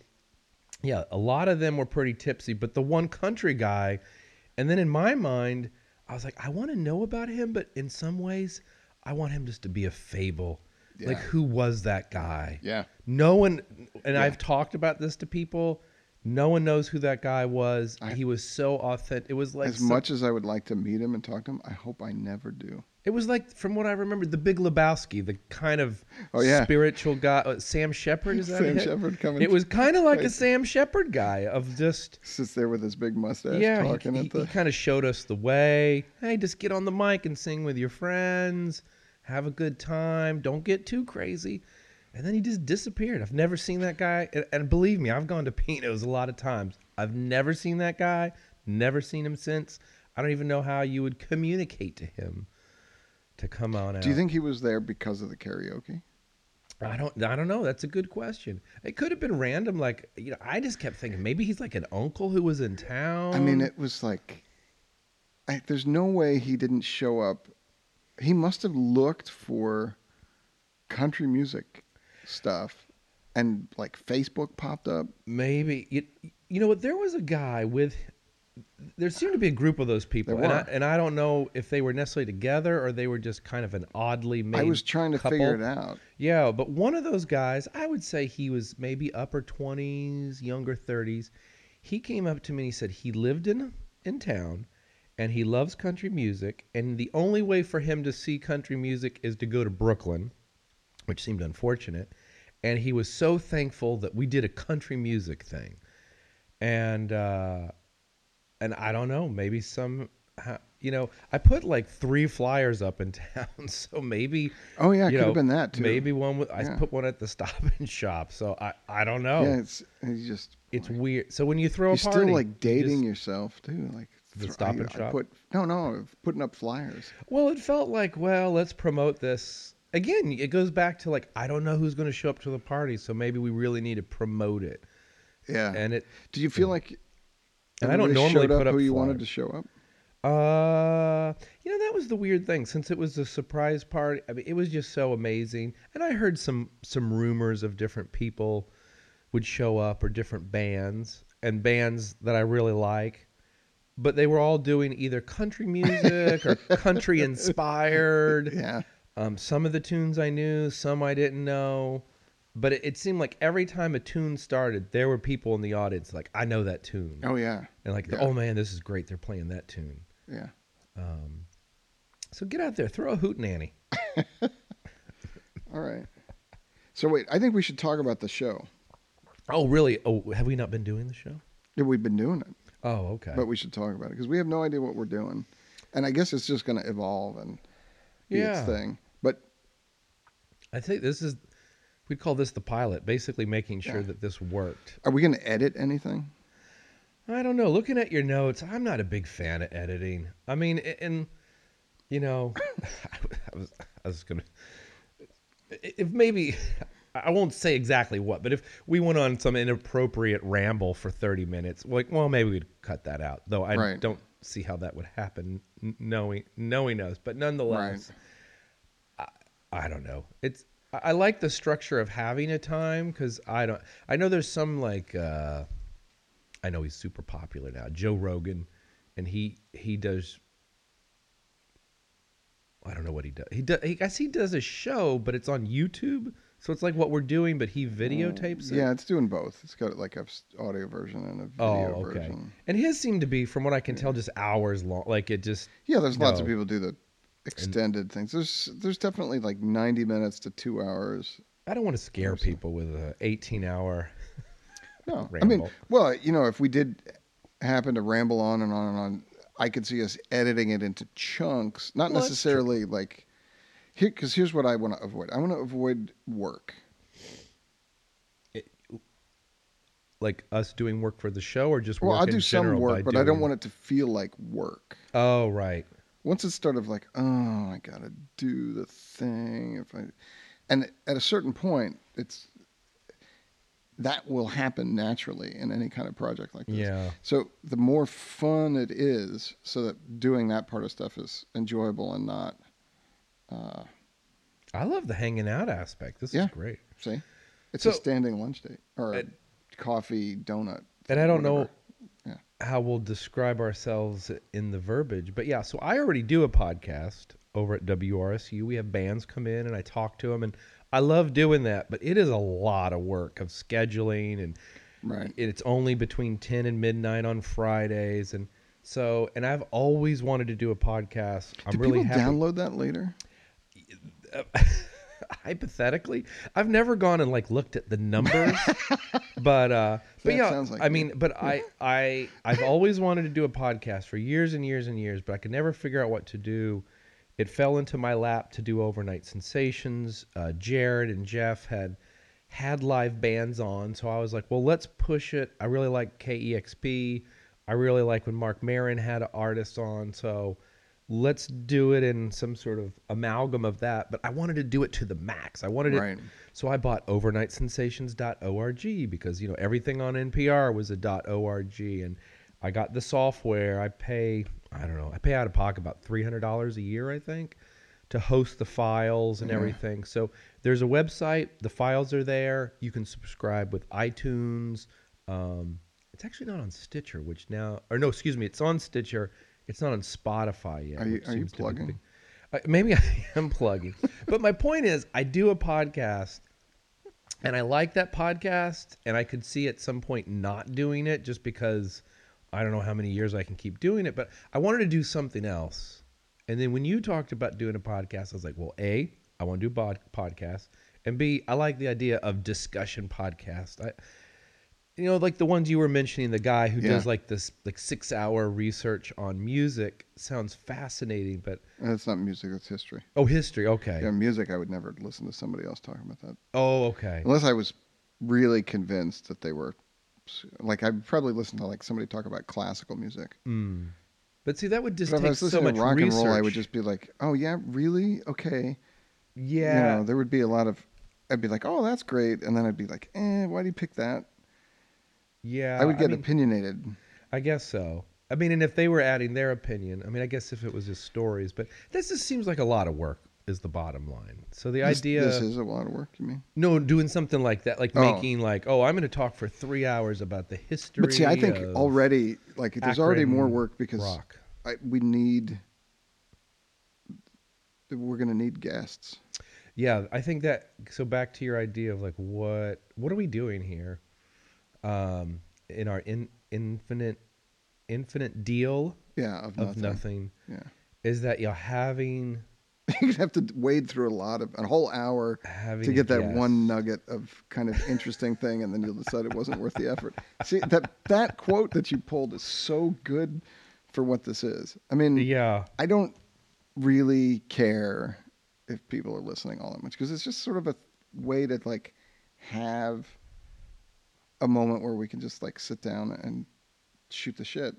Speaker 2: yeah, a lot of them were pretty tipsy, but the one country guy, and then in my mind, I was like, I want to know about him, but in some ways, I want him just to be a fable. Like,
Speaker 1: Yeah.
Speaker 2: who was that guy?
Speaker 1: yeah.
Speaker 2: No one, and I've talked about this to people. No one knows who that guy was. he was so authentic. It was like
Speaker 1: As
Speaker 2: some-
Speaker 1: much as I would like to meet him and talk to him, I hope I never do. (laughs)
Speaker 2: It was like, from what I remember, the Big Lebowski, the kind of
Speaker 1: Oh, yeah.
Speaker 2: spiritual guy. uh, Sam Shepard is that
Speaker 1: Sam
Speaker 2: it?
Speaker 1: Shepard coming.
Speaker 2: It was kind of like a Sam Shepard guy of just
Speaker 1: sits there with his big mustache
Speaker 2: yeah. he-
Speaker 1: talking
Speaker 2: he,
Speaker 1: at the
Speaker 2: kind of showed us the way. Hey, just get on the mic and sing with your friends, have a good time. Don't get too crazy. And then he just disappeared. I've never seen that guy. And, and believe me, I've gone to Pino's a lot of times. I've never seen that guy. Never seen him since. I don't even know how you would communicate to him to come on out.
Speaker 1: Do you think he was there because of the karaoke?
Speaker 2: I don't. I don't know. That's a good question. It could have been random. Like you know, I just kept thinking maybe he's like an uncle who was in town.
Speaker 1: I mean, it was like, I, there's no way he didn't show up. He must have looked for country music stuff, and like Facebook popped up.
Speaker 2: maybe you, you know what? There was a guy with. There seemed to be a group of those people,
Speaker 1: There
Speaker 2: and I,
Speaker 1: were.
Speaker 2: and I don't know if they were necessarily together or they were just kind of an oddly made.
Speaker 1: I was trying to
Speaker 2: couple.
Speaker 1: figure it out.
Speaker 2: Yeah, but one of those guys, I would say he was maybe upper 20s, younger 30s. He came up to me and he said he lived in in town and he loves country music and the only way for him to see country music is to go to Brooklyn, which seemed unfortunate, and he was so thankful that we did a country music thing. And uh and I don't know, maybe some ha- you know, I put like three flyers up in (laughs) town, so maybe
Speaker 1: Oh yeah, it
Speaker 2: you
Speaker 1: could
Speaker 2: know,
Speaker 1: have been that too.
Speaker 2: Maybe one. With, I
Speaker 1: Yeah.
Speaker 2: put one at the (laughs) Stop and Shop, so I I don't know.
Speaker 1: Yeah, it's it's just
Speaker 2: oh. it's weird. So when you throw
Speaker 1: you're
Speaker 2: a party,
Speaker 1: still like
Speaker 2: you
Speaker 1: dating
Speaker 2: just-
Speaker 1: yourself too. Like
Speaker 2: The
Speaker 1: thro-
Speaker 2: Stop
Speaker 1: I-
Speaker 2: and
Speaker 1: I
Speaker 2: Shop?
Speaker 1: Put, no, no, putting up flyers.
Speaker 2: well, it felt like well, let's promote this again. It goes back to like I don't know who's going to show up to the party, so maybe we really need to promote it.
Speaker 1: Yeah.
Speaker 2: And it,
Speaker 1: Do you feel like?
Speaker 2: And I don't
Speaker 1: everybody
Speaker 2: normally
Speaker 1: showed up
Speaker 2: put up
Speaker 1: who you wanted
Speaker 2: flyers.
Speaker 1: to show up.
Speaker 2: uh, you know, that was the weird thing since it was a surprise party. I mean, it was just so amazing, and I heard some some rumors of different people would show up or different bands and bands that I really like. but they were all doing either country music
Speaker 1: (laughs)
Speaker 2: or country inspired.
Speaker 1: Yeah.
Speaker 2: Um, some of the tunes I knew, some I didn't know. But it, it seemed like every time a tune started, there were people in the audience like, I know that tune.
Speaker 1: Oh yeah.
Speaker 2: and like,
Speaker 1: yeah.
Speaker 2: oh man, this is great. They're playing that tune.
Speaker 1: Yeah.
Speaker 2: Um, so get out there, throw a hootenanny.
Speaker 1: All right. So wait, I think we should talk about the show.
Speaker 2: Oh, really? Oh, have we not been doing the show?
Speaker 1: Yeah, We've been doing it,
Speaker 2: Oh, okay.
Speaker 1: but we should talk about it because we have no idea what we're doing, and I guess it's just going to evolve and be
Speaker 2: Yeah.
Speaker 1: its thing. But
Speaker 2: I think this is, we call this the pilot, basically making sure
Speaker 1: Yeah.
Speaker 2: that this worked.
Speaker 1: are we going to edit anything?
Speaker 2: I don't know. Looking at your notes, I'm not a big fan of editing. I mean, a- and you know, (laughs) I was I was gonna if maybe I won't say exactly what, but if we went on some inappropriate ramble for 30 minutes, like, well, maybe we'd cut that out. Though I
Speaker 1: Right.
Speaker 2: don't see how that would happen, n- knowing knowing us. But nonetheless, I, I don't know. It's I I like the structure of having a time because I don't. I know there's some like. uh I know he's super popular now. Joe Rogan and he he does. I don't know what he does. He does. He, I guess he does a show, but it's on YouTube, so it's like what we're doing, but he videotapes it.
Speaker 1: Yeah, it's doing both. It's got like a s- audio version and a video
Speaker 2: Oh, okay.
Speaker 1: version.
Speaker 2: And his seemed to be, from what I can tell, just hours long. Like it just
Speaker 1: Yeah, there's lots of
Speaker 2: No.
Speaker 1: people do the extended things. There's there's definitely like 90 minutes to two hours.
Speaker 2: I don't want to scare people with a 18 hour.
Speaker 1: No, I mean,
Speaker 2: Ramble.
Speaker 1: well, you know, if we did happen to ramble on and on and on, I could see us editing it into chunks, not
Speaker 2: Well, that's
Speaker 1: necessarily like here. Because here's what I want to avoid. I want to avoid work.
Speaker 2: Like us doing work for the show or just
Speaker 1: Well,
Speaker 2: work
Speaker 1: I'll
Speaker 2: in
Speaker 1: do some
Speaker 2: general by
Speaker 1: work, but I don't
Speaker 2: doing-
Speaker 1: want it to feel like work.
Speaker 2: Oh, right.
Speaker 1: once it's started like oh i gotta do the thing if i and at a certain point it's that will happen naturally in any kind of project like this
Speaker 2: Yeah.
Speaker 1: so the more fun it is so that doing that part of stuff is enjoyable and not uh
Speaker 2: I love the hanging out aspect. This
Speaker 1: Yeah.
Speaker 2: is great.
Speaker 1: see it's a
Speaker 2: So-
Speaker 1: standing lunch date or a
Speaker 2: Uh,
Speaker 1: coffee donut
Speaker 2: And I don't know
Speaker 1: whatever.
Speaker 2: how we'll describe ourselves in the verbiage, but yeah. So I already do a podcast over at WRSU. We have bands come in and I talk to them, and I love doing that. But it is a lot of work of scheduling and
Speaker 1: right
Speaker 2: and it's only between 10 and midnight on Fridays. And so, and I've always wanted to do a podcast. I'm
Speaker 1: do
Speaker 2: really
Speaker 1: people
Speaker 2: happy.
Speaker 1: download that later
Speaker 2: (laughs) Hypothetically, I've never gone and like looked at
Speaker 1: (laughs)
Speaker 2: the numbers, but, uh, but
Speaker 1: That
Speaker 2: yeah,
Speaker 1: sounds like
Speaker 2: I
Speaker 1: you.
Speaker 2: mean, but I, I, I've always wanted to do a podcast for years and years and years, but I could never figure out what to do. It fell into my lap to do overnight sensations. Uh, Jared and Jeff had, had live bands on, so I was like, well, let's push it. I really like KEXP. I really like when Mark Marin had an artist on, so let's do it in some sort of amalgam of that. But I wanted to do it to the max. I wanted
Speaker 1: Right.
Speaker 2: it. So I bought overnightsensations.org because, you know, everything on NPR was a .org and I got the software. I pay, I don't know, I pay out of pocket about $300 a year, I think to host the files and everything. So there's a website. The files are there. You can subscribe with iTunes. Um, it's actually not on Stitcher, which now, or no, excuse me, it's on Stitcher. It's not on Spotify yet.
Speaker 1: Are you-
Speaker 2: which
Speaker 1: are you
Speaker 2: seems to be the
Speaker 1: plugging?
Speaker 2: big- Uh, maybe (laughs) I am plugging. but my point is, I do a podcast and I like that podcast, and I could see at some point not doing it just because I don't know how many years I can keep doing it, but I wanted to do something else. And then when you talked about doing a podcast, I was like, well, A, I want to do bod- podcast, and B, I like the idea of discussion podcast. I you know, like the ones you were mentioning, the guy who
Speaker 1: Yeah.
Speaker 2: does like this like 6-hour research on music sounds fascinating, but
Speaker 1: and it's not music it's history
Speaker 2: oh, history, okay.
Speaker 1: yeah music i would never listen to somebody else talking about that
Speaker 2: Oh, okay.
Speaker 1: unless I was really convinced that they were like I'd probably listen to like somebody talk about classical music.
Speaker 2: Mm. But see, that would just
Speaker 1: But if I
Speaker 2: take
Speaker 1: was
Speaker 2: so
Speaker 1: listening
Speaker 2: much
Speaker 1: to rock
Speaker 2: research.
Speaker 1: and roll, I would just be like, "Oh yeah, really? Okay."
Speaker 2: yeah.
Speaker 1: You know, there would be a lot of. I'd be like, "Oh, that's great," and then I'd be like, "Eh, why do you pick that?"
Speaker 2: Yeah,
Speaker 1: I would get
Speaker 2: mean,
Speaker 1: opinionated.
Speaker 2: I guess so. I mean, and if they were adding their opinion, I mean, I guess if it was just stories, but this just seems like a lot of work. Is the bottom line. So the
Speaker 1: This-
Speaker 2: idea,
Speaker 1: This is a lot of work. You mean?
Speaker 2: no, doing something like that, like
Speaker 1: Oh.
Speaker 2: making like, oh, I'm going to talk for three hours about the history.
Speaker 1: But see, I think
Speaker 2: of
Speaker 1: already like there's already more
Speaker 2: Akron
Speaker 1: work because
Speaker 2: rock.
Speaker 1: I, we need. We're gonna need guests.
Speaker 2: Yeah, I think that. So back to your idea of like, what what are we doing here? Um, in our in, infinite infinite deal
Speaker 1: Yeah, of
Speaker 2: of
Speaker 1: nothing. (laughs)
Speaker 2: nothing
Speaker 1: Yeah.
Speaker 2: is that you're having
Speaker 1: you'd have to wade through a lot of a whole hour
Speaker 2: having
Speaker 1: to
Speaker 2: a
Speaker 1: get that
Speaker 2: guest.
Speaker 1: one nugget of kind of interesting thing and then you'll decide it wasn't worth the effort see that that quote that you pulled is so good for what this is i mean
Speaker 2: Yeah.
Speaker 1: i don't really care if people are listening all that much because it's just sort of a way to like have a moment where we can just like sit down and shoot the shit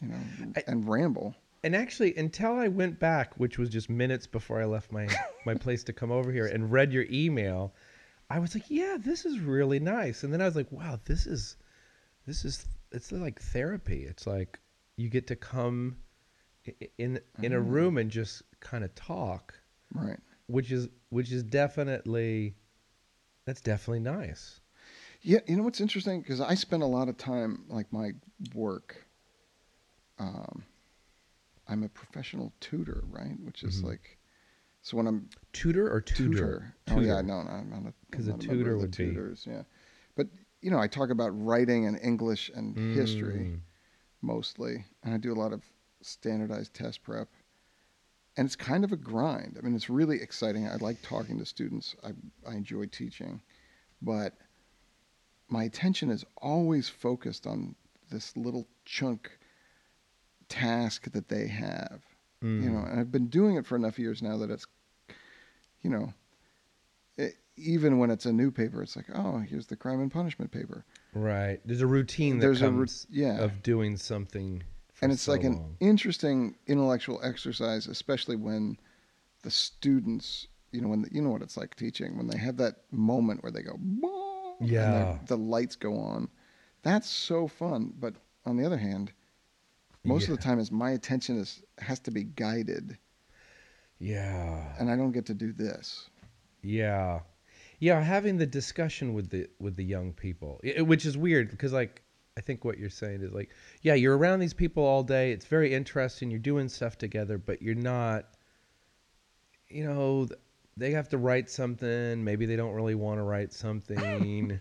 Speaker 1: you know
Speaker 2: I-
Speaker 1: and ramble
Speaker 2: And actually, until I went back, which was just minutes before I left my my place to come over here and read your email, I was like, "Yeah, this is really nice." And then I was like, "Wow, this is this is it's like therapy. It's like you get to come i- i- in in a
Speaker 1: Mm.
Speaker 2: room and just kind of talk,
Speaker 1: right
Speaker 2: which is which is definitely that's definitely nice."
Speaker 1: Yeah, you know what's interesting because I spend a lot of time like my work um, I'm a professional tutor, right? Which is like, so when I'm
Speaker 2: Tutor or Mm-hmm. tutor?
Speaker 1: tutor, oh yeah, no, I'm not a
Speaker 2: 'Cause
Speaker 1: I'm
Speaker 2: a
Speaker 1: not member
Speaker 2: tutor
Speaker 1: of the
Speaker 2: would be-
Speaker 1: tutors, yeah. But you know, I talk about writing and English and
Speaker 2: Mm.
Speaker 1: history mostly, and I do a lot of standardized test prep. And it's kind of a grind. I mean, it's really exciting. I like talking to students. I I enjoy teaching, but my attention is always focused on this little chunk task that they have.
Speaker 2: Mm,
Speaker 1: You know, and I've been doing it for enough years now that it's, you know, it, even when it's a new paper, it's like, oh, here's the crime and punishment paper,
Speaker 2: Right. There's a routine that
Speaker 1: There's a rou-
Speaker 2: comes
Speaker 1: yeah.
Speaker 2: of doing something for
Speaker 1: and it's
Speaker 2: so
Speaker 1: like an
Speaker 2: long.
Speaker 1: interesting intellectual exercise, especially when the students, you know, when the, you know what it's like teaching when they have that moment where they go, "Whoa," and their-
Speaker 2: Yeah.
Speaker 1: the lights go on. That's so fun, but on the other hand, most of the time is my attention is has to be guided,
Speaker 2: Yeah.
Speaker 1: and I don't get to do this.
Speaker 2: Yeah. Yeah, having the discussion with the with the young people, i- which is weird because like I think what you're saying is like, yeah, you're around these people all day. It's very interesting. You're doing stuff together, but you're not you know, th- they have to write something. Maybe they don't really want to write something.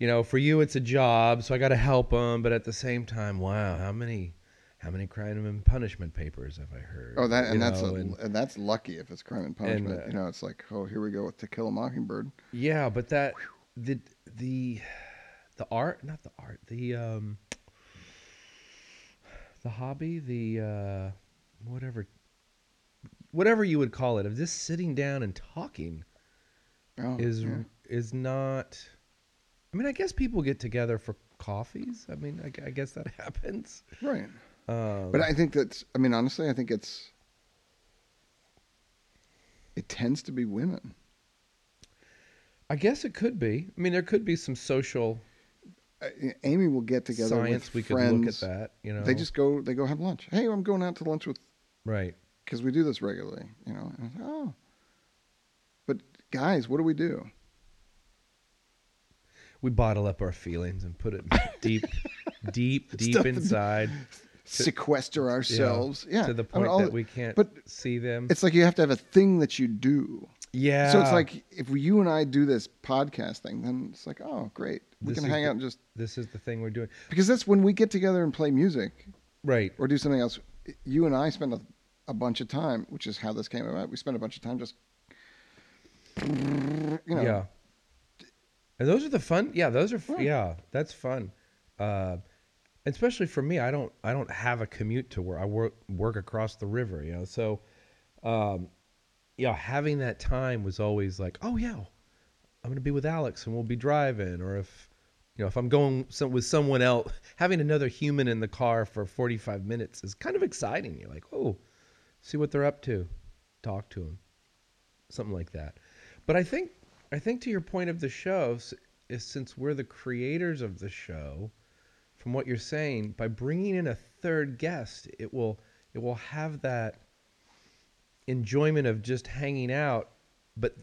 Speaker 2: you know, for you it's a job, so I got to help them, but at the same time, wow, how many how many crime and punishment papers have I heard?
Speaker 1: Oh, that
Speaker 2: You
Speaker 1: and that's
Speaker 2: know,
Speaker 1: a,
Speaker 2: and-
Speaker 1: and, that's lucky if it's crime and punishment.
Speaker 2: uh,
Speaker 1: you know, it's like, oh, here we go with To Kill a Mockingbird.
Speaker 2: Yeah, but that the the the art, not the art, the um the hobby, the uh whatever whatever you would call it of just sitting down and talking
Speaker 1: Oh,
Speaker 2: is
Speaker 1: yeah.
Speaker 2: is not I mean, I guess people get together for coffees. I mean, I, gu- I guess that (laughs) happens.
Speaker 1: right.
Speaker 2: Um,
Speaker 1: But I think that's. I mean, honestly, I think it's. It tends to be women.
Speaker 2: I guess it could be. I mean, there could be some social
Speaker 1: Uh, Amy will get together
Speaker 2: science
Speaker 1: with
Speaker 2: we could
Speaker 1: friends.
Speaker 2: look at that, you know.
Speaker 1: They just go. They go have lunch. Hey, I'm going out to lunch with
Speaker 2: right.
Speaker 1: because we do this regularly. You know. And I was like, oh. But guys, what do we do?
Speaker 2: we bottle up our feelings and
Speaker 1: (laughs)
Speaker 2: put it deep, deep, deep
Speaker 1: Stuff in-
Speaker 2: inside
Speaker 1: Sequester ourselves. Yeah.
Speaker 2: to
Speaker 1: I
Speaker 2: the
Speaker 1: mean,
Speaker 2: point
Speaker 1: all
Speaker 2: that
Speaker 1: the-
Speaker 2: we can't
Speaker 1: But
Speaker 2: see them.
Speaker 1: it's like you have to have a thing that you do.
Speaker 2: yeah.
Speaker 1: So it's like if we, you and I do this podcast thing, then it's like, oh, great, we
Speaker 2: This
Speaker 1: can
Speaker 2: is
Speaker 1: hang
Speaker 2: the-
Speaker 1: out and just
Speaker 2: this is the thing we're doing.
Speaker 1: because that's when we get together and play music
Speaker 2: Right.
Speaker 1: or do something else. You and I spend a, a bunch of time, which is how this came about. We spent a bunch of time just, you know,
Speaker 2: Yeah. And those are the fun. Yeah, those are. f- Yeah, that's fun. Uh, especially for me, I don't. I don't have a commute to where I work. Work across the river. You know, so, um, yeah, having that time was always like, oh yeah, I'm gonna be with Alex and we'll be driving. Or if, you know, if I'm going some, with someone else, having another human in the car for 45 minutes is kind of exciting. You're like, oh, see what they're up to, talk to them something like that. But I think I think to your point of the show s- is since we're the creators of the show, from what you're saying, by bringing in a third guest, it will it will have that enjoyment of just hanging out, but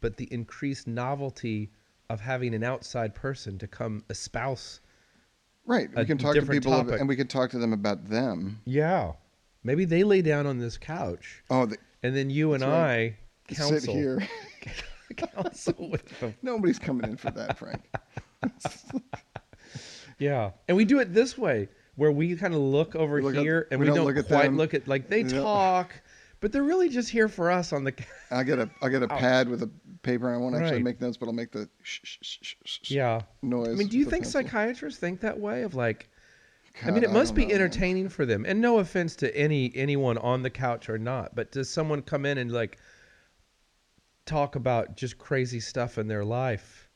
Speaker 2: but the increased novelty of having an outside person to come espouse.
Speaker 1: right. We
Speaker 2: A
Speaker 1: can talk to
Speaker 2: different
Speaker 1: people ab-
Speaker 2: topic.
Speaker 1: and we can talk to them about them.
Speaker 2: Yeah, maybe they lay down on this couch,
Speaker 1: Oh, the,
Speaker 2: and then you and
Speaker 1: right.
Speaker 2: I counsel
Speaker 1: sit here.
Speaker 2: (laughs)
Speaker 1: (laughs)
Speaker 2: counsel with them.
Speaker 1: Nobody's coming in for that,
Speaker 2: (laughs)
Speaker 1: Frank.
Speaker 2: Yeah, and we do it this way, where we kind of look over
Speaker 1: We look at-
Speaker 2: here and we, don't,
Speaker 1: look at
Speaker 2: quite
Speaker 1: them.
Speaker 2: look at like they
Speaker 1: We don't-
Speaker 2: talk, but they're really just here for us on the. ca-
Speaker 1: I get a I get a pad with a paper, and I won't actually
Speaker 2: Right.
Speaker 1: make notes, but I'll make the sh- sh- sh- sh- sh- sh-
Speaker 2: (laughs) Yeah.
Speaker 1: noise.
Speaker 2: I mean, do you
Speaker 1: with a
Speaker 2: think
Speaker 1: pencil.
Speaker 2: psychiatrists think that way of like? I
Speaker 1: God,
Speaker 2: mean, it must
Speaker 1: don't
Speaker 2: be
Speaker 1: know, man.
Speaker 2: entertaining for them, and no offense to any anyone on the couch or not, but does someone come in and like talk about just crazy stuff in their life?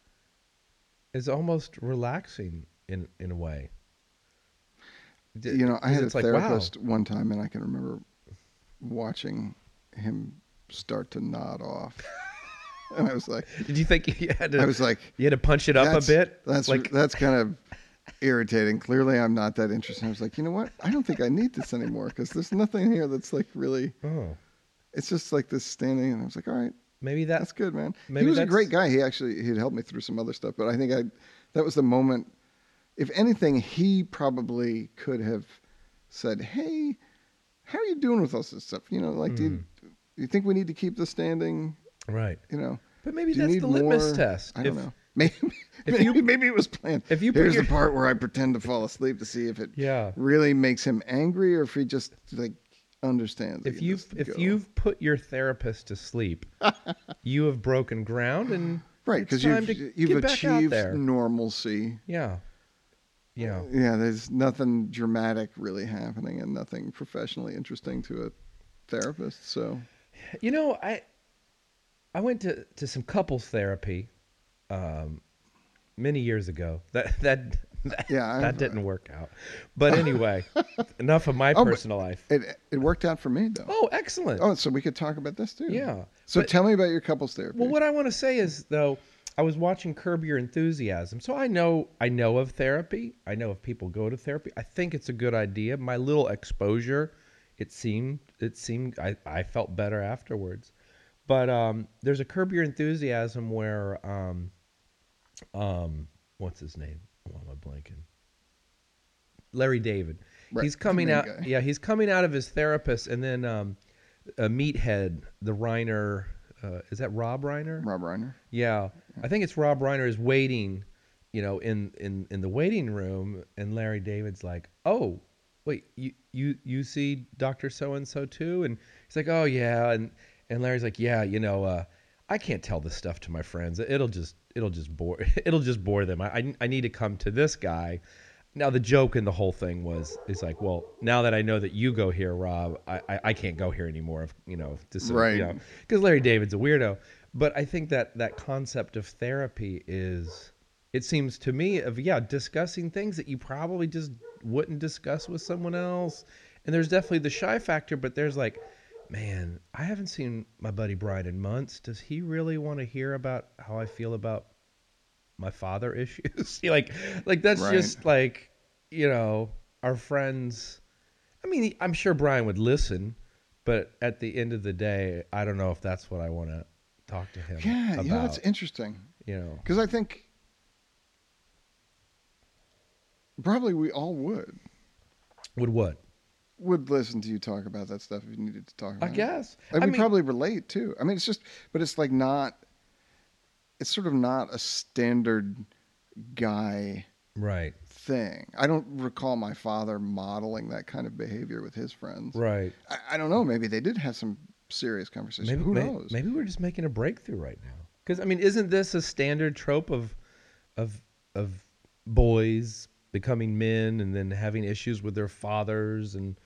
Speaker 2: Is almost relaxing in in a way. D-
Speaker 1: you know, I
Speaker 2: 'cause
Speaker 1: had a
Speaker 2: it's like, wow.
Speaker 1: therapist one time, and I can remember watching him start to nod
Speaker 2: (laughs)
Speaker 1: off, and I was like,
Speaker 2: Did you think (laughs) you had to?
Speaker 1: I was like,
Speaker 2: You had to punch it up a
Speaker 1: that's-
Speaker 2: bit.
Speaker 1: That's
Speaker 2: like
Speaker 1: that's kind of irritating. Clearly, I'm not that interested. I was like, you know what? I don't think I need this anymore because there's nothing here that's like really.
Speaker 2: oh,
Speaker 1: It's just like this standing, and I was like, all right,
Speaker 2: maybe that.
Speaker 1: that's good, man.
Speaker 2: Maybe
Speaker 1: he was a
Speaker 2: that's-
Speaker 1: great guy. He actually he'd helped me through some other stuff, but I think I that was the moment. If anything, he probably could have said, "Hey, how are you doing with all this stuff? You know, like, do, you,
Speaker 2: Hmm.
Speaker 1: do you think we need to keep the standing?
Speaker 2: Right.
Speaker 1: You know,
Speaker 2: But maybe
Speaker 1: do you
Speaker 2: that's
Speaker 1: need
Speaker 2: the litmus
Speaker 1: more?
Speaker 2: test.
Speaker 1: I don't
Speaker 2: If-
Speaker 1: know. (laughs) Maybe,
Speaker 2: if
Speaker 1: maybe,
Speaker 2: you-
Speaker 1: maybe it was planned.
Speaker 2: if you put
Speaker 1: Here's
Speaker 2: your-
Speaker 1: the part where I pretend to fall asleep to see if it
Speaker 2: Yeah.
Speaker 1: really makes him angry or if he just like understands.
Speaker 2: If
Speaker 1: he
Speaker 2: you've
Speaker 1: lets it
Speaker 2: if
Speaker 1: go.
Speaker 2: you've put your therapist
Speaker 1: (laughs)
Speaker 2: to sleep, you have broken
Speaker 1: (sighs)
Speaker 2: ground and
Speaker 1: right because
Speaker 2: it's time
Speaker 1: you've
Speaker 2: to
Speaker 1: you've
Speaker 2: get back out
Speaker 1: achieved
Speaker 2: there.
Speaker 1: normalcy.
Speaker 2: yeah. Yeah.
Speaker 1: Yeah, there's nothing dramatic really happening and nothing professionally interesting to a therapist. So
Speaker 2: You know, I I went to, to some couples therapy um, many years ago. (laughs) That that that,
Speaker 1: Yeah, I've-
Speaker 2: that didn't work out.
Speaker 1: (laughs)
Speaker 2: But anyway, enough of my
Speaker 1: Oh, but-
Speaker 2: personal life.
Speaker 1: it it worked out for me though.
Speaker 2: Oh, excellent.
Speaker 1: Oh, so we could talk about this too.
Speaker 2: Yeah,
Speaker 1: So
Speaker 2: but-
Speaker 1: tell me about your couples therapy.
Speaker 2: Well, what I want to say is though, I was watching Curb Your Enthusiasm, so I know I know of therapy. I know if people go to therapy. I think it's a good idea. My little exposure, it seemed it seemed I, I felt better afterwards. But um, there's a Curb Your Enthusiasm where um, um, what's his name? Why am I blanking? Larry David.
Speaker 1: Right,
Speaker 2: He's
Speaker 1: the
Speaker 2: coming
Speaker 1: main
Speaker 2: out.
Speaker 1: guy.
Speaker 2: Yeah, he's coming out of his therapist, and then um, a meathead, the Reiner. Uh, is that Rob Reiner?
Speaker 1: Rob Reiner.
Speaker 2: Yeah, I think it's Rob Reiner is waiting, you know, in in in the waiting room, and Larry David's like, "Oh, wait, you you you see Doctor So and So too?" And he's like, "Oh yeah," and and Larry's like, "Yeah, you know, uh, I can't tell this stuff to my friends. It'll just it'll just bore (laughs) it'll just bore them. I, I I need to come to this guy." Now the joke in the whole thing was is like, well, now that I know that you go here, Rob, I, I, I can't go here anymore. If, you know, this is,
Speaker 1: Right.
Speaker 2: You know, because Larry David's a weirdo. But I think that that concept of therapy is, it seems to me, of yeah, discussing things that you probably just wouldn't discuss with someone else. And there's definitely the shy factor, but there's like, man, I haven't seen my buddy Brian in months. Does he really want to hear about how I feel about my father (laughs) issues? like, like that's
Speaker 1: Right.
Speaker 2: just like, you know, our friends. I mean, I'm sure Brian would listen, but at the end of the day, I don't know if that's what I want to talk to him
Speaker 1: Yeah,
Speaker 2: about.
Speaker 1: you know, it's interesting
Speaker 2: you know,
Speaker 1: because I think probably we all would
Speaker 2: would what?
Speaker 1: would listen to you talk about that stuff if you needed to talk
Speaker 2: I
Speaker 1: about it.
Speaker 2: guess.
Speaker 1: Mm-hmm. Like
Speaker 2: I
Speaker 1: we
Speaker 2: mean,
Speaker 1: probably relate too. I mean, it's just, but it's like not. It's sort of not a standard guy
Speaker 2: right,
Speaker 1: thing. I don't recall my father modeling that kind of behavior with his friends.
Speaker 2: right.
Speaker 1: I, I don't know. Maybe they did have some serious conversation.
Speaker 2: Maybe,
Speaker 1: Who
Speaker 2: may-
Speaker 1: knows?
Speaker 2: Maybe we're just making a breakthrough right now. Because I mean, isn't this a standard trope of, of, of boys becoming men and then having issues with their fathers and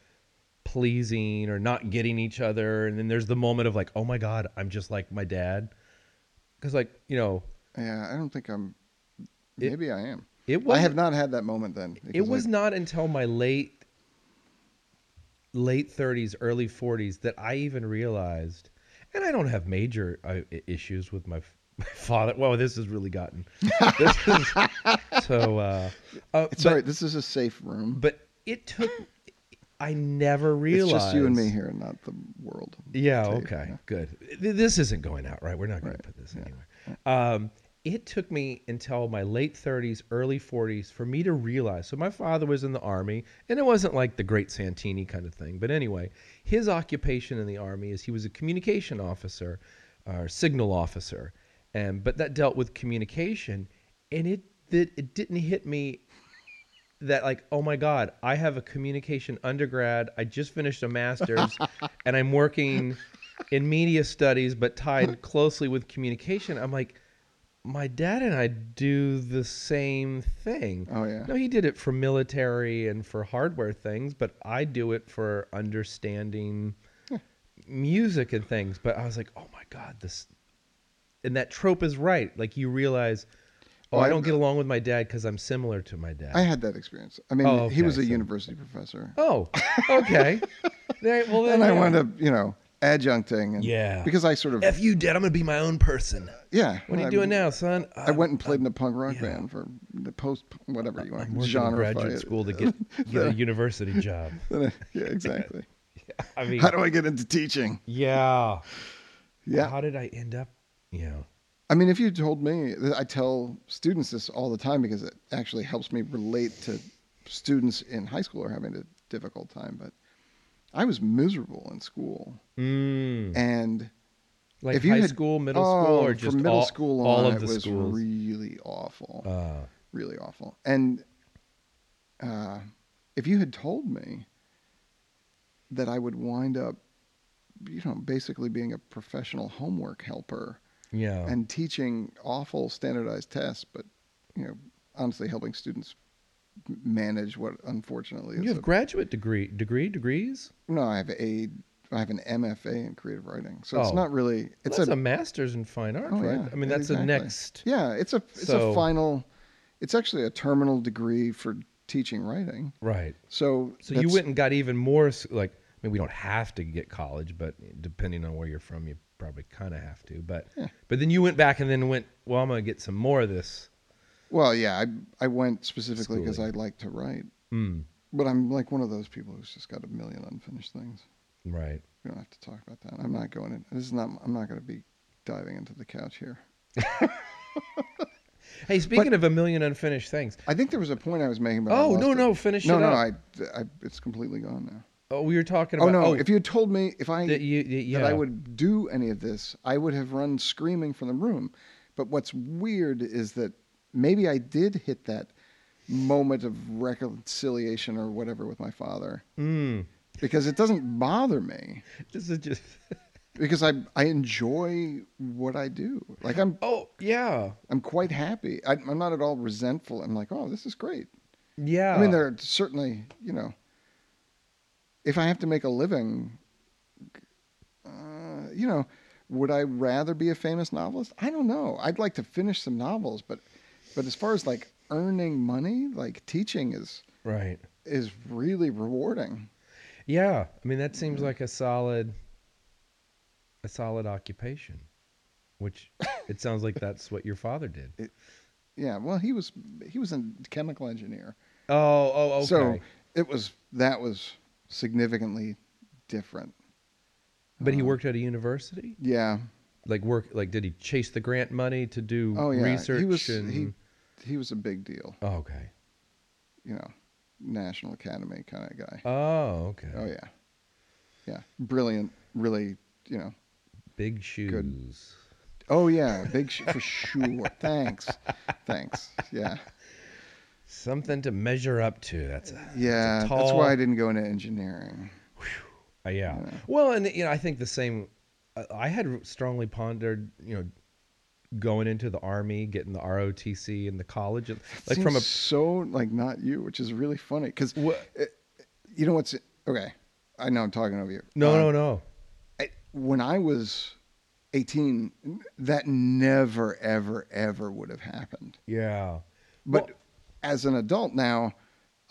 Speaker 2: pleasing or not getting each other, and then there's the moment of like, oh my god, I'm just like my dad. Because like you know,
Speaker 1: Yeah, I don't think I'm.
Speaker 2: It-
Speaker 1: Maybe I am.
Speaker 2: it was
Speaker 1: I have not had that moment then.
Speaker 2: it
Speaker 1: because,
Speaker 2: was
Speaker 1: like,
Speaker 2: not until my late late 30s early 40s that i even realized and i don't have major uh, i- issues with my, f- (laughs) my father well this has really gotten this is,
Speaker 1: (laughs)
Speaker 2: so uh, uh
Speaker 1: it's
Speaker 2: but,
Speaker 1: all right. This is a safe room.
Speaker 2: but it took i never
Speaker 1: It's
Speaker 2: realized
Speaker 1: just you and me here, not the world.
Speaker 2: yeah.
Speaker 1: tape,
Speaker 2: Okay. Good. Th- This isn't going out, right? We're not going to put this anywhere. Um, it took me until my late 30s, early 40s for me to realize. So my father was in the army, and it wasn't like the great Santini kind of thing. But anyway, his occupation in the army is he was a communication officer, or signal officer, and but that dealt with communication, and it that it didn't hit me that like oh my god i have a communication undergrad i just finished a master's and i'm working in media studies but tied closely with communication i'm like my dad and i do the same thing
Speaker 1: Oh, yeah.
Speaker 2: no he did it for military and for hardware things but i do it for understanding music and things but i was like oh my god this and that trope is right like you realize oh
Speaker 1: Oh,
Speaker 2: i
Speaker 1: I-
Speaker 2: don't get along with my dad because i'm similar to my dad
Speaker 1: I had that experience. I mean,
Speaker 2: Oh,
Speaker 1: he was
Speaker 2: okay,
Speaker 1: a
Speaker 2: so-
Speaker 1: university professor.
Speaker 2: Oh,
Speaker 1: (laughs)
Speaker 2: okay. there, well, then
Speaker 1: and I
Speaker 2: yeah.
Speaker 1: wound up, you know, adjuncting. And,
Speaker 2: Yeah.
Speaker 1: Because I sort of,
Speaker 2: F you, Dad. I'm gonna be my own person.
Speaker 1: yeah.
Speaker 2: What are you
Speaker 1: I-
Speaker 2: doing now, son?
Speaker 1: I went and played in a punk rock
Speaker 2: yeah.
Speaker 1: band for the post, whatever you want,
Speaker 2: I'm working in
Speaker 1: genre.
Speaker 2: graduate school
Speaker 1: (laughs)
Speaker 2: to get, get a university job.
Speaker 1: yeah,
Speaker 2: (laughs)
Speaker 1: exactly.
Speaker 2: I mean,
Speaker 1: How do I get into teaching?
Speaker 2: yeah.
Speaker 1: Yeah.
Speaker 2: How did I end up? Yeah.
Speaker 1: I mean, if you told me, I tell students this all the time because it actually helps me relate to students in high school who are having a difficult time. But I was miserable in school,
Speaker 2: Mm.
Speaker 1: and
Speaker 2: Like
Speaker 1: if you
Speaker 2: high
Speaker 1: had-
Speaker 2: school, middle
Speaker 1: oh,
Speaker 2: school, or
Speaker 1: from
Speaker 2: just
Speaker 1: middle
Speaker 2: all,
Speaker 1: school on,
Speaker 2: all of
Speaker 1: it
Speaker 2: the
Speaker 1: was
Speaker 2: schools.
Speaker 1: really awful,
Speaker 2: uh,
Speaker 1: really awful. And uh, if you had told me that I would wind up, you know, basically being a professional homework helper
Speaker 2: yeah.
Speaker 1: and teaching awful standardized tests, but you know, honestly helping students m- manage what unfortunately is
Speaker 2: you have
Speaker 1: a-
Speaker 2: graduate degree, degree, degrees.
Speaker 1: no, I have a I have an MFA in creative writing, so it's
Speaker 2: Oh.
Speaker 1: not really it's
Speaker 2: that's
Speaker 1: a,
Speaker 2: a, master's in fine art,
Speaker 1: Oh,
Speaker 2: right?
Speaker 1: yeah,
Speaker 2: I mean, that's the
Speaker 1: exactly.
Speaker 2: next.
Speaker 1: yeah, it's a it's
Speaker 2: So-
Speaker 1: a final, it's actually a terminal degree for teaching writing.
Speaker 2: Right.
Speaker 1: So
Speaker 2: So you
Speaker 1: that's-
Speaker 2: went and got even more s- like I mean we don't have to get college, but depending on where you're from, you probably kind of have to. But
Speaker 1: Yeah.
Speaker 2: but then you went back and then went, well, I'm gonna get some more of this.
Speaker 1: Well, yeah, I I went specifically because I
Speaker 2: Schooling.
Speaker 1: like to write,
Speaker 2: Mm,
Speaker 1: but I'm like one of those people who's just got a million unfinished things.
Speaker 2: right.
Speaker 1: We don't have to talk about that. I'm not going in. This is not. I'm not going to be diving into the couch here.
Speaker 2: Hey, speaking of a million unfinished things.
Speaker 1: I think there was a point I was making. But I
Speaker 2: Oh
Speaker 1: lost
Speaker 2: no
Speaker 1: it.
Speaker 2: no finish
Speaker 1: no
Speaker 2: it
Speaker 1: no!
Speaker 2: up.
Speaker 1: I, I it's completely gone now.
Speaker 2: oh, we were talking
Speaker 1: Oh
Speaker 2: about
Speaker 1: no! if you had told me if I
Speaker 2: that you, that- yeah.
Speaker 1: that I would do any of this, I would have run screaming from the room. But what's weird is that maybe I did hit that moment of reconciliation or whatever with my father
Speaker 2: Mm,
Speaker 1: because it doesn't bother me
Speaker 2: this is just (laughs)
Speaker 1: because I I enjoy what I do. Like I'm
Speaker 2: oh yeah
Speaker 1: I'm quite happy. I, I'm not at all resentful. I'm like, oh, this is great.
Speaker 2: yeah.
Speaker 1: I mean, there are certainly, you know, if I have to make a living, uh, you know, would I rather be a famous novelist? I don't know. I'd like to finish some novels, but but as far as like earning money, like teaching is
Speaker 2: right.
Speaker 1: is really rewarding.
Speaker 2: Yeah, I mean that seems like a solid, a solid occupation, which it sounds like that's what your father
Speaker 1: (laughs)
Speaker 2: did.
Speaker 1: Yeah. Well, he was he was a chemical engineer,
Speaker 2: Oh, oh, okay.
Speaker 1: so it was that was significantly different.
Speaker 2: but
Speaker 1: Um,
Speaker 2: he worked at a university.
Speaker 1: Yeah.
Speaker 2: Like work, like did he chase the grant money to do
Speaker 1: Oh yeah.
Speaker 2: research?
Speaker 1: he was
Speaker 2: and,
Speaker 1: he he was a big deal.
Speaker 2: oh, okay.
Speaker 1: you know, National Academy kind of guy.
Speaker 2: Oh, okay.
Speaker 1: Oh yeah, yeah, brilliant, really, you know.
Speaker 2: Big shoes.
Speaker 1: Oh yeah, big sh- for sure. Thanks, thanks. Yeah,
Speaker 2: Something to measure up to. That's uh, a,
Speaker 1: yeah.
Speaker 2: That's, a
Speaker 1: That's why I
Speaker 2: tall-
Speaker 1: didn't go into engineering.
Speaker 2: Uh, yeah.
Speaker 1: Yeah.
Speaker 2: Well, and you know, I think the same. I- I had strongly pondered, you know, going into the army, getting the ROTC in the college, and- like from a
Speaker 1: Seems so like not you, which is really funny because
Speaker 2: Wha-
Speaker 1: you know what's okay. I know I'm talking over you.
Speaker 2: no,
Speaker 1: Uh,
Speaker 2: no, no.
Speaker 1: I, when I was 18, that never, ever, ever would have happened.
Speaker 2: Yeah.
Speaker 1: But
Speaker 2: Well-
Speaker 1: as an adult now,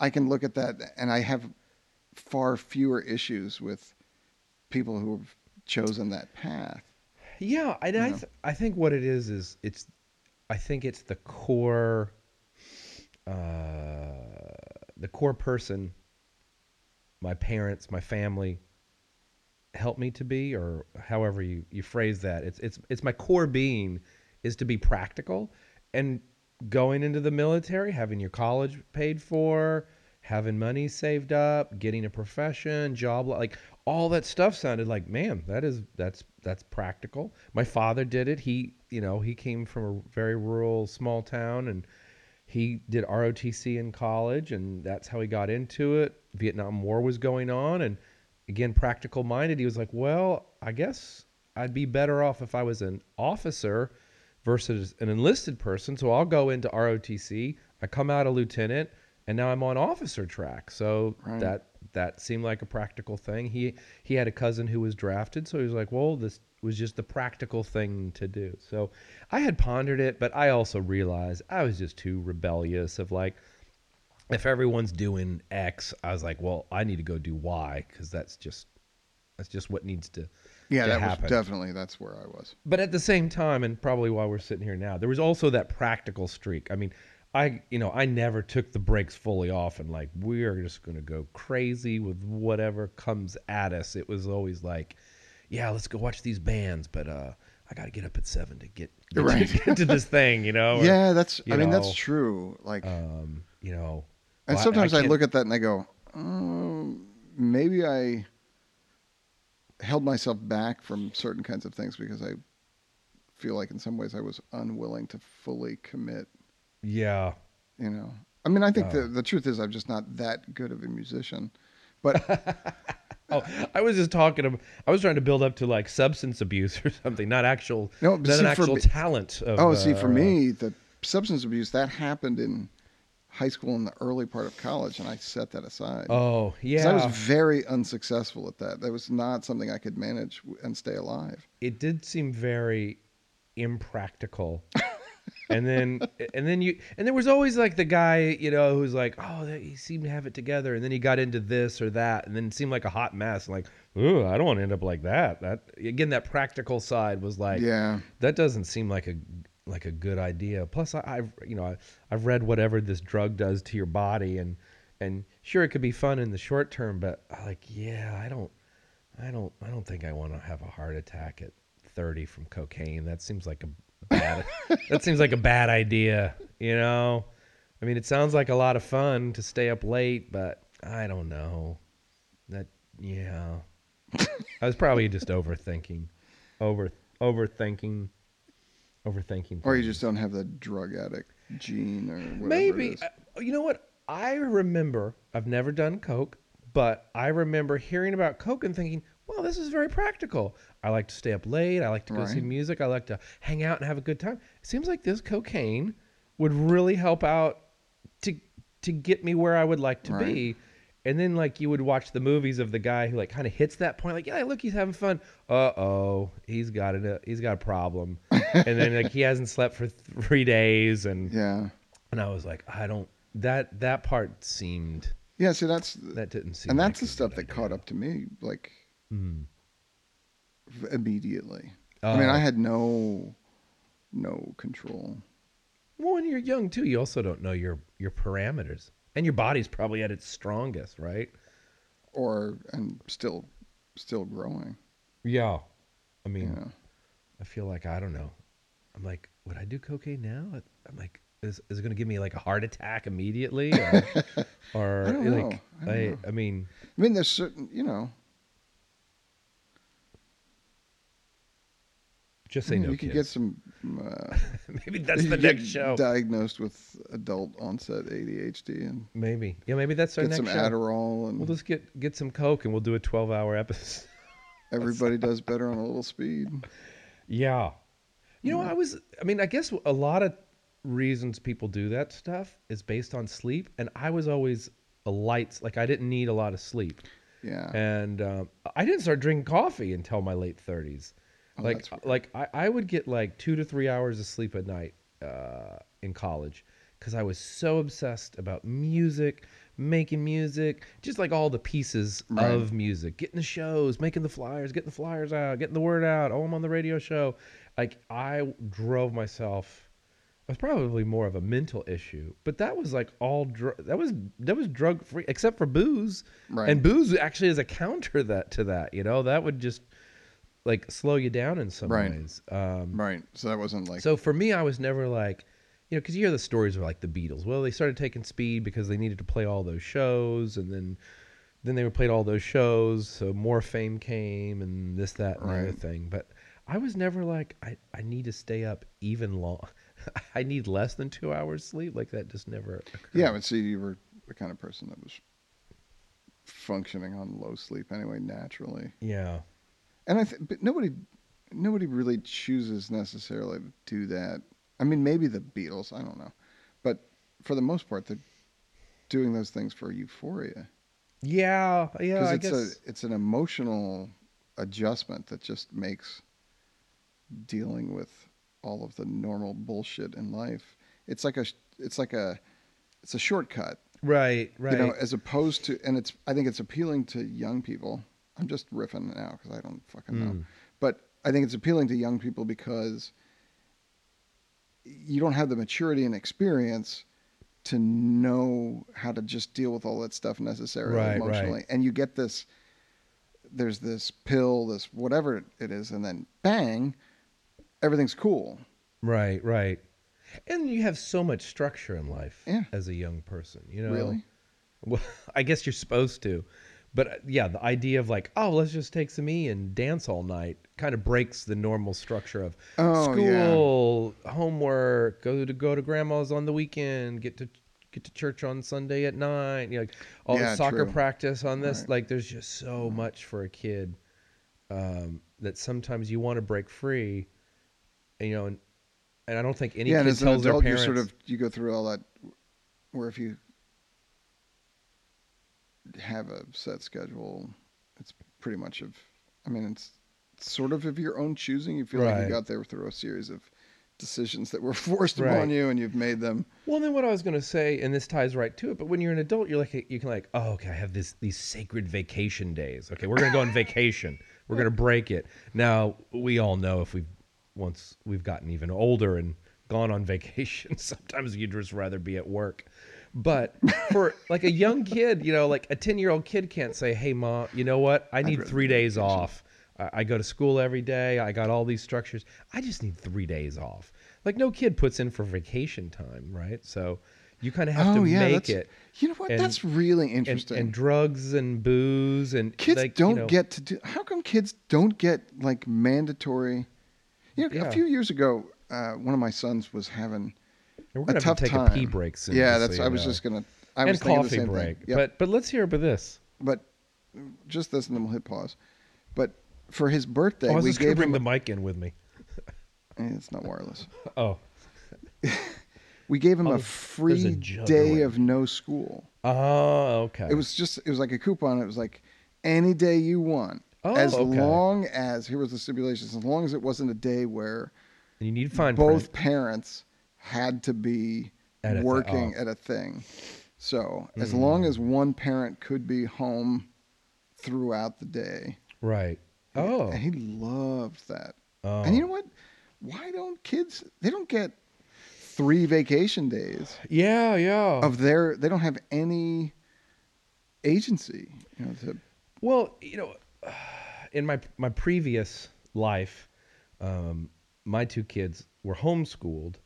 Speaker 1: I can look at that and I have far fewer issues with people who have chosen that path.
Speaker 2: Yeah, and I,
Speaker 1: Yeah.
Speaker 2: th- I think what it is is it's, I think it's the core, uh, the core person. My parents, my family, helped me to be, or however you you phrase that. It's it's it's my core being, is to be practical, and going into the military, having your college paid for, having money saved up, getting a profession, job, like all that stuff sounded like, man, that is that's that's practical. My father did it. He, you know, he came from a very rural small town and he did ROTC in college and that's how he got into it. Vietnam War was going on and again practical minded, he was like, "Well, I guess I'd be better off if I was an officer versus an enlisted person. So I'll go into ROTC. I come out a lieutenant, and now I'm on officer track. So
Speaker 1: Right.
Speaker 2: that that seemed like a practical thing. He he had a cousin who was drafted, so he was like, "Well, this was just the practical thing to do." So I had pondered it, but I also realized I was just too rebellious. Of like, if everyone's doing X, I was like, "Well, I need to go do Y because that's just that's just what needs to."
Speaker 1: Yeah,
Speaker 2: to
Speaker 1: that
Speaker 2: happen.
Speaker 1: was definitely that's where I was.
Speaker 2: But at the same time, and probably why we're sitting here now, there was also that practical streak. I mean, I you know I never took the brakes fully off and like we are just gonna go crazy with whatever comes at us. It was always like, yeah, let's go watch these bands, but uh, I gotta get up at seven to get, get,
Speaker 1: (laughs) Right.
Speaker 2: to, get to this thing, you know. or,
Speaker 1: yeah, that's.
Speaker 2: Oh, you
Speaker 1: I mean,
Speaker 2: know,
Speaker 1: that's true. Like,
Speaker 2: um, you know.
Speaker 1: and
Speaker 2: well,
Speaker 1: sometimes I,
Speaker 2: can't-
Speaker 1: look at that and I go, um, maybe I held myself back from certain kinds of things because I feel like in some ways I was unwilling to fully commit.
Speaker 2: Yeah.
Speaker 1: You know, I mean, I think
Speaker 2: Oh.
Speaker 1: the the truth is I'm just not that good of a musician,
Speaker 2: (laughs)
Speaker 1: but
Speaker 2: Oh, I was just talking. ab- I was trying to build up to like substance abuse (laughs) or something, not actual.
Speaker 1: No, but
Speaker 2: not an
Speaker 1: see, for
Speaker 2: actual
Speaker 1: me-
Speaker 2: talent. Of,
Speaker 1: oh, see, for
Speaker 2: uh,
Speaker 1: me, the substance abuse that happened in high school and the early part of college, and I set that aside.
Speaker 2: Oh
Speaker 1: 'Cause
Speaker 2: yeah,
Speaker 1: I was very unsuccessful at that. That was not something I could manage w- and stay alive.
Speaker 2: it did seem very impractical. (laughs) and then and then you and there was always like the guy you know who's like oh that- he seemed to have it together and then he got into this or that and then it seemed like a hot mess and like ooh I don't want to end up like that that again that practical side was like
Speaker 1: yeah.
Speaker 2: that doesn't seem like a like a good idea. Plus, I, I've you know I, I've read whatever this drug does to your body, and and sure it could be fun in the short term, but I like yeah, I don't, I don't, I don't think I want to have a heart attack at thirty from cocaine. That seems like a
Speaker 1: (laughs)
Speaker 2: bad, that seems like a bad idea. You know, I mean, it sounds like a lot of fun to stay up late, but I don't know. That yeah, I was probably just overthinking, over overthinking, overthinking.
Speaker 1: Or you
Speaker 2: things.
Speaker 1: just don't have the drug addict gene or whatever. It
Speaker 2: maybe
Speaker 1: is.
Speaker 2: uh, you know what I remember. I've never done coke, but I remember hearing about coke and thinking, "Well, this is very practical. I like to stay up late. I like to go see
Speaker 1: Right.
Speaker 2: music. I like to hang out and have a good time." It seems like this cocaine would really help out to to get me where I would like to
Speaker 1: Right.
Speaker 2: be. And then like you would watch the movies of the guy who like kind of hits that point, like yeah, look, he's having fun. Uh oh, he's got a he's got
Speaker 1: (laughs)
Speaker 2: a problem. and then like he hasn't slept for three days, and
Speaker 1: Yeah.
Speaker 2: and I was like, I don't that that part seemed
Speaker 1: Yeah. See, that's
Speaker 2: that didn't seem
Speaker 1: and
Speaker 2: like
Speaker 1: that's the
Speaker 2: a
Speaker 1: stuff
Speaker 2: good
Speaker 1: that
Speaker 2: idea.
Speaker 1: caught up to me like
Speaker 2: Mm.
Speaker 1: v- immediately. I mean,
Speaker 2: Oh.
Speaker 1: I had no no control.
Speaker 2: Well, when you're young too, you also don't know your your parameters, and your body's probably at its strongest, right?
Speaker 1: Or and still still growing.
Speaker 2: Yeah, I
Speaker 1: You
Speaker 2: mean,
Speaker 1: know.
Speaker 2: I feel like I don't know. I'm like, would I do cocaine now? I'm like, is, is it going to give me like a heart attack immediately? (laughs) Or, or,
Speaker 1: I don't
Speaker 2: like,
Speaker 1: know. I
Speaker 2: I,
Speaker 1: don't
Speaker 2: I, mean,
Speaker 1: I mean, there's certain you know
Speaker 2: just
Speaker 1: I
Speaker 2: say
Speaker 1: mean,
Speaker 2: no
Speaker 1: you
Speaker 2: kids.
Speaker 1: could
Speaker 2: (laughs)
Speaker 1: get some. Uh,
Speaker 2: maybe that's (laughs)
Speaker 1: you
Speaker 2: the
Speaker 1: could get
Speaker 2: next show.
Speaker 1: Diagnosed with adult onset ADHD and
Speaker 2: Maybe, yeah, maybe that's our
Speaker 1: get
Speaker 2: next
Speaker 1: some
Speaker 2: show.
Speaker 1: Adderall and
Speaker 2: We'll just get get some coke and we'll do a 12 hour episode. (laughs)
Speaker 1: everybody does better on a little speed.
Speaker 2: Yeah. You know, I was, I mean, I guess a lot of reasons people do that stuff is based on sleep. And I was always a lights, like I didn't need a lot of sleep.
Speaker 1: Yeah.
Speaker 2: And um, I didn't start drinking coffee until my late 30s.
Speaker 1: Oh,
Speaker 2: like,
Speaker 1: that's weird.
Speaker 2: like I, I would get like two to three hours of sleep at night uh, in college because I was so obsessed about music, making music, just like all the pieces
Speaker 1: Right.
Speaker 2: of music, getting the shows, making the flyers, getting the flyers out, getting the word out. Oh, I'm on the radio show. Like I drove myself. It was probably more of a mental issue, but that was like all dr- that was that was drug free except for booze.
Speaker 1: Right.
Speaker 2: And booze actually is a counter that to that, you know. That would just like slow you down in some
Speaker 1: Right.
Speaker 2: ways. Um
Speaker 1: Right. So that wasn't like
Speaker 2: so for me, I was never like, you know, because you hear the stories of like the Beatles. Well, they started taking speed because they needed to play all those shows, and then then they played all those shows, so more fame came, and this, that, and the other
Speaker 1: Right.
Speaker 2: thing. But I was never like, I I need to stay up even long. (laughs) I need less than two hours sleep. Like that just never. Occurred.
Speaker 1: Yeah, but see, you were the kind of person that was functioning on low sleep anyway, naturally.
Speaker 2: Yeah.
Speaker 1: And I, th- but nobody, nobody really chooses necessarily to do that. I mean, maybe the Beatles, I don't know, but for the most part, they're doing those things for euphoria
Speaker 2: Yeah. Yeah.
Speaker 1: because
Speaker 2: I
Speaker 1: it's
Speaker 2: guess.
Speaker 1: a, it's an emotional adjustment that just makes dealing with all of the normal bullshit in life. It's like a, sh- it's like a, it's a shortcut.
Speaker 2: right. Right.
Speaker 1: you know, as opposed to, and it's, I think it's appealing to young people. I'm just riffing now because I don't fucking
Speaker 2: Mm.
Speaker 1: know, but I think it's appealing to young people because you don't have the maturity and experience to know how to just deal with all that stuff necessarily
Speaker 2: Right, right.
Speaker 1: emotionally, and you get this. There's this pill, this whatever it is, and then bang, everything's cool.
Speaker 2: Right, right. And you have so much structure in life
Speaker 1: Yeah.
Speaker 2: as a young person, you know. (laughs)
Speaker 1: Really?
Speaker 2: Well, I guess you're supposed to. But uh, yeah, the idea of like, oh, let's just take some E and dance all night kind of breaks the normal structure of
Speaker 1: Oh, yeah.
Speaker 2: school, homework, go to go to grandma's on the weekend, get to get to church on Sunday at night, you know, like all
Speaker 1: Yeah,
Speaker 2: the soccer
Speaker 1: true.
Speaker 2: practice on this. Like, there's just so much for a kid um, that sometimes you want to break free, and, you know, and, and I don't think any
Speaker 1: yeah, and
Speaker 2: kid
Speaker 1: as an
Speaker 2: tells their
Speaker 1: adult, you
Speaker 2: parents.
Speaker 1: sort of you go through all that. Where if you have a set schedule, it's pretty much of. I mean, it's sort of of your own choosing. You feel like
Speaker 2: Right.
Speaker 1: you got there through a series of decisions that were (laughs) forced
Speaker 2: Right.
Speaker 1: upon you, and you've made them.
Speaker 2: Well, then what I was going to say, and this ties right to it, but when you're an adult, you're like, you can like, oh, okay, I have this these sacred vacation days. Okay, we're going to go on vacation. We're going to break it. Now we all know if we've once we've gotten even older and gone on (laughs) vacation, sometimes you'd just rather be at work. But
Speaker 1: (laughs)
Speaker 2: for like a young kid, you know, like a ten year old kid can't say, hey, mom, you know what? I need
Speaker 1: rather
Speaker 2: three
Speaker 1: be on
Speaker 2: days
Speaker 1: vacation."
Speaker 2: off. I I go to school every day. I got all these structures. I just need three days off. Like no kid puts in for vacation time, right? So you kind of have to make
Speaker 1: Oh, that's,
Speaker 2: it.
Speaker 1: You know what?
Speaker 2: and-
Speaker 1: that's really
Speaker 2: And,
Speaker 1: interesting.
Speaker 2: and drugs and booze and
Speaker 1: kids
Speaker 2: like, you
Speaker 1: don't
Speaker 2: know-
Speaker 1: get to do how come kids don't get like mandatory you know
Speaker 2: Yeah.
Speaker 1: a few years ago uh, one of my sons was having
Speaker 2: And we're
Speaker 1: a
Speaker 2: gonna have
Speaker 1: tough
Speaker 2: to take
Speaker 1: time
Speaker 2: a pee break soon.
Speaker 1: yeah
Speaker 2: just so
Speaker 1: that's
Speaker 2: you
Speaker 1: i was
Speaker 2: know.
Speaker 1: just gonna i
Speaker 2: and
Speaker 1: was thinking the
Speaker 2: coffee
Speaker 1: same
Speaker 2: break.
Speaker 1: thing Yep.
Speaker 2: But but let's hear about this.
Speaker 1: but just this and then we'll hit pause but for his birthday
Speaker 2: Oh, I was
Speaker 1: we
Speaker 2: just gonna
Speaker 1: gave
Speaker 2: bring
Speaker 1: him
Speaker 2: the mic in with me.
Speaker 1: eh, it's not wireless
Speaker 2: Oh,
Speaker 1: we gave him
Speaker 2: Oh,
Speaker 1: a
Speaker 2: there's a
Speaker 1: free
Speaker 2: jug
Speaker 1: day
Speaker 2: going.
Speaker 1: of no school
Speaker 2: oh, okay.
Speaker 1: it was just it was like a coupon it was like any day you want
Speaker 2: Oh,
Speaker 1: as
Speaker 2: okay.
Speaker 1: long as here was the stipulations as long as it wasn't a day where
Speaker 2: and you need fine
Speaker 1: both
Speaker 2: print.
Speaker 1: parents had to be
Speaker 2: At a th- oh. Hmm.
Speaker 1: working at a thing. So as long as one parent could be home throughout the day,
Speaker 2: right. Oh,
Speaker 1: and he loved that.
Speaker 2: oh.
Speaker 1: And you know what? Why don't kids? They don't get three vacation days
Speaker 2: yeah, yeah.
Speaker 1: of their. They don't have any agency. You know, to,
Speaker 2: Well, you know, in my my previous life, um, my two kids were homeschooled,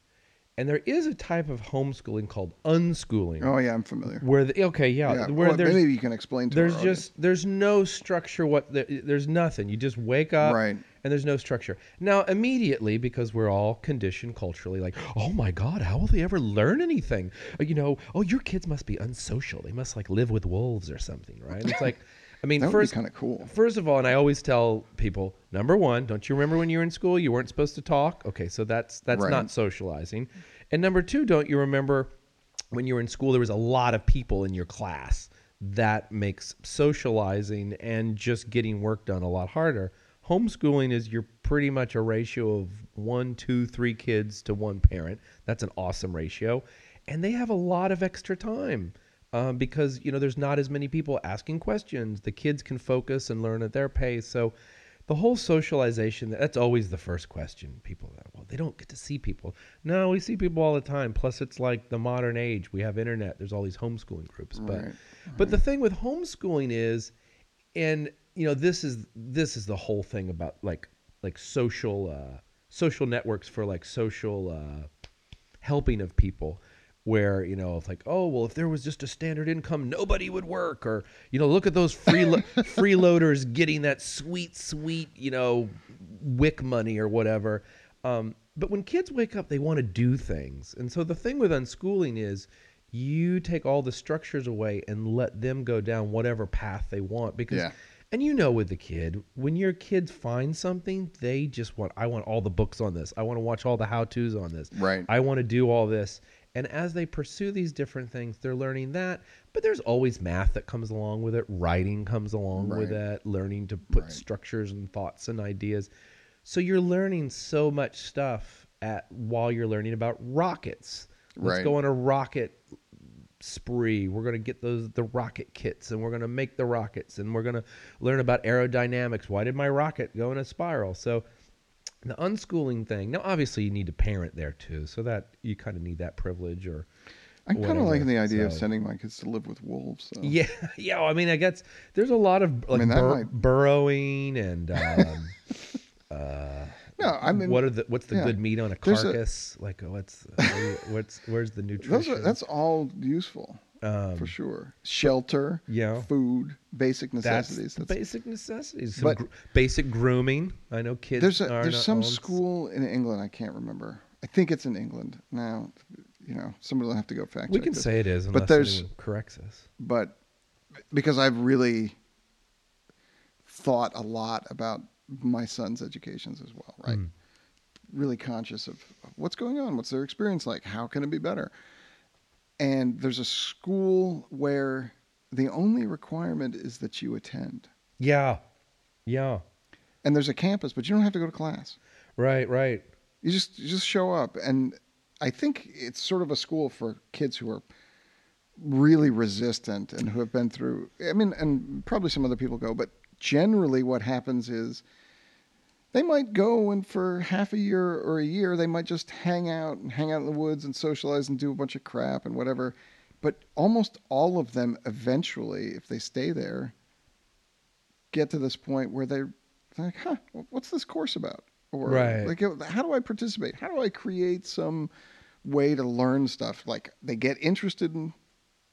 Speaker 2: and there is a type of homeschooling called unschooling,
Speaker 1: oh yeah, I'm familiar.
Speaker 2: where the, okay, yeah,
Speaker 1: Yeah,
Speaker 2: where
Speaker 1: well,
Speaker 2: there's
Speaker 1: maybe you can explain to
Speaker 2: there's
Speaker 1: our audience.
Speaker 2: just there's no structure. What the, there's nothing. You just wake up,
Speaker 1: Right.
Speaker 2: And there's no structure. Now immediately, because we're all conditioned culturally, like, oh my God, how will they ever learn anything? Uh, You know, oh your kids must be unsocial. They must like live with wolves or something, right? It's like, I
Speaker 1: (laughs)
Speaker 2: mean,
Speaker 1: that would
Speaker 2: first
Speaker 1: be kind of cool.
Speaker 2: First of all, and I always tell people, number one, don't you remember when you were in school you weren't supposed to talk? Okay, so that's that's
Speaker 1: Right.
Speaker 2: not socializing. And number two, don't you remember when you were in school there was a lot of people in your class? That makes socializing and just getting work done a lot harder. Homeschooling is you're pretty much a ratio of one, two, three kids to one parent. That's an awesome ratio. And they have a lot of extra time um, because you know there's not as many people asking questions. The kids can focus and learn at their pace. So the whole socialization that's always the first question people well they don't get to see people no we see people all the time plus it's like the modern age we have internet there's all these homeschooling groups but
Speaker 1: Right,
Speaker 2: but the thing with homeschooling is and you know this is this is the whole thing about like like social uh social networks for like social uh helping of people where you know it's like oh well if there was just a standard income nobody would work or you know look at those free freeloaders getting that sweet sweet you know wic money or whatever um, but when kids wake up they want to do things and so the thing with unschooling is you take all the structures away and let them go down whatever path they want because
Speaker 1: Yeah.
Speaker 2: and you know with the kid when your kids find something they just want i want all the books on this i want to watch all the how to's on this
Speaker 1: Right.
Speaker 2: I want to do all this. And as they pursue these different things, they're learning that. But there's always math that comes along with it, writing comes along with
Speaker 1: Right.
Speaker 2: it, learning to put
Speaker 1: Right.
Speaker 2: structures and thoughts and ideas. So you're learning so much stuff at while you're learning about rockets. Let's
Speaker 1: Right.
Speaker 2: go on a rocket spree. We're going to get those the rocket kits and we're going to make the rockets and we're going to learn about aerodynamics. Why did my rocket go in a spiral? So the unschooling thing. Now obviously you need a parent there too. So that you kind of need that privilege or
Speaker 1: I'm kind of liking the
Speaker 2: whatever,
Speaker 1: idea of
Speaker 2: so-
Speaker 1: sending my kids to live with wolves. Though.
Speaker 2: yeah, (laughs) yeah. I mean, I guess there's a lot of like
Speaker 1: Oh. mean, that
Speaker 2: bur-
Speaker 1: might-
Speaker 2: burrowing and um, uh,
Speaker 1: No, (laughs) I mean-
Speaker 2: what are the what's the
Speaker 1: yeah.
Speaker 2: good meat on a
Speaker 1: There's a-
Speaker 2: carcass? like, what's what's where's the nutrition?
Speaker 1: Those are, that's all useful.
Speaker 2: Um,
Speaker 1: for sure. Shelter,
Speaker 2: yeah.
Speaker 1: food, basic
Speaker 2: that's
Speaker 1: necessities.
Speaker 2: the
Speaker 1: That's-
Speaker 2: basic necessities. Some
Speaker 1: But-
Speaker 2: gr- basic grooming. I know kids.
Speaker 1: there's a,
Speaker 2: are
Speaker 1: there's
Speaker 2: not
Speaker 1: some
Speaker 2: old.
Speaker 1: school in England I can't remember. I think it's in England. Now, you know, somebody will have to go fact
Speaker 2: We
Speaker 1: check
Speaker 2: can
Speaker 1: this.
Speaker 2: say it is, unless
Speaker 1: but there's-
Speaker 2: anyone corrects us.
Speaker 1: but because I've really thought a lot about my son's educations as well, right? Really conscious of what's going on, what's their experience like, how can it be better? And there's a school where the only requirement is that you attend.
Speaker 2: Yeah, yeah.
Speaker 1: And there's a campus, but you don't have to go to class.
Speaker 2: Right, right.
Speaker 1: You just you just show up and I think it's sort of a school for kids who are really resistant and who have been through I mean and probably some other people go but generally what happens is they might go and for half a year or a year they might just hang out and hang out in the woods and socialize and do a bunch of crap and whatever but almost all of them eventually if they stay there get to this point where they're like huh what's this course about or
Speaker 2: Right.
Speaker 1: like how do i participate how do i create some way to learn stuff like they get interested in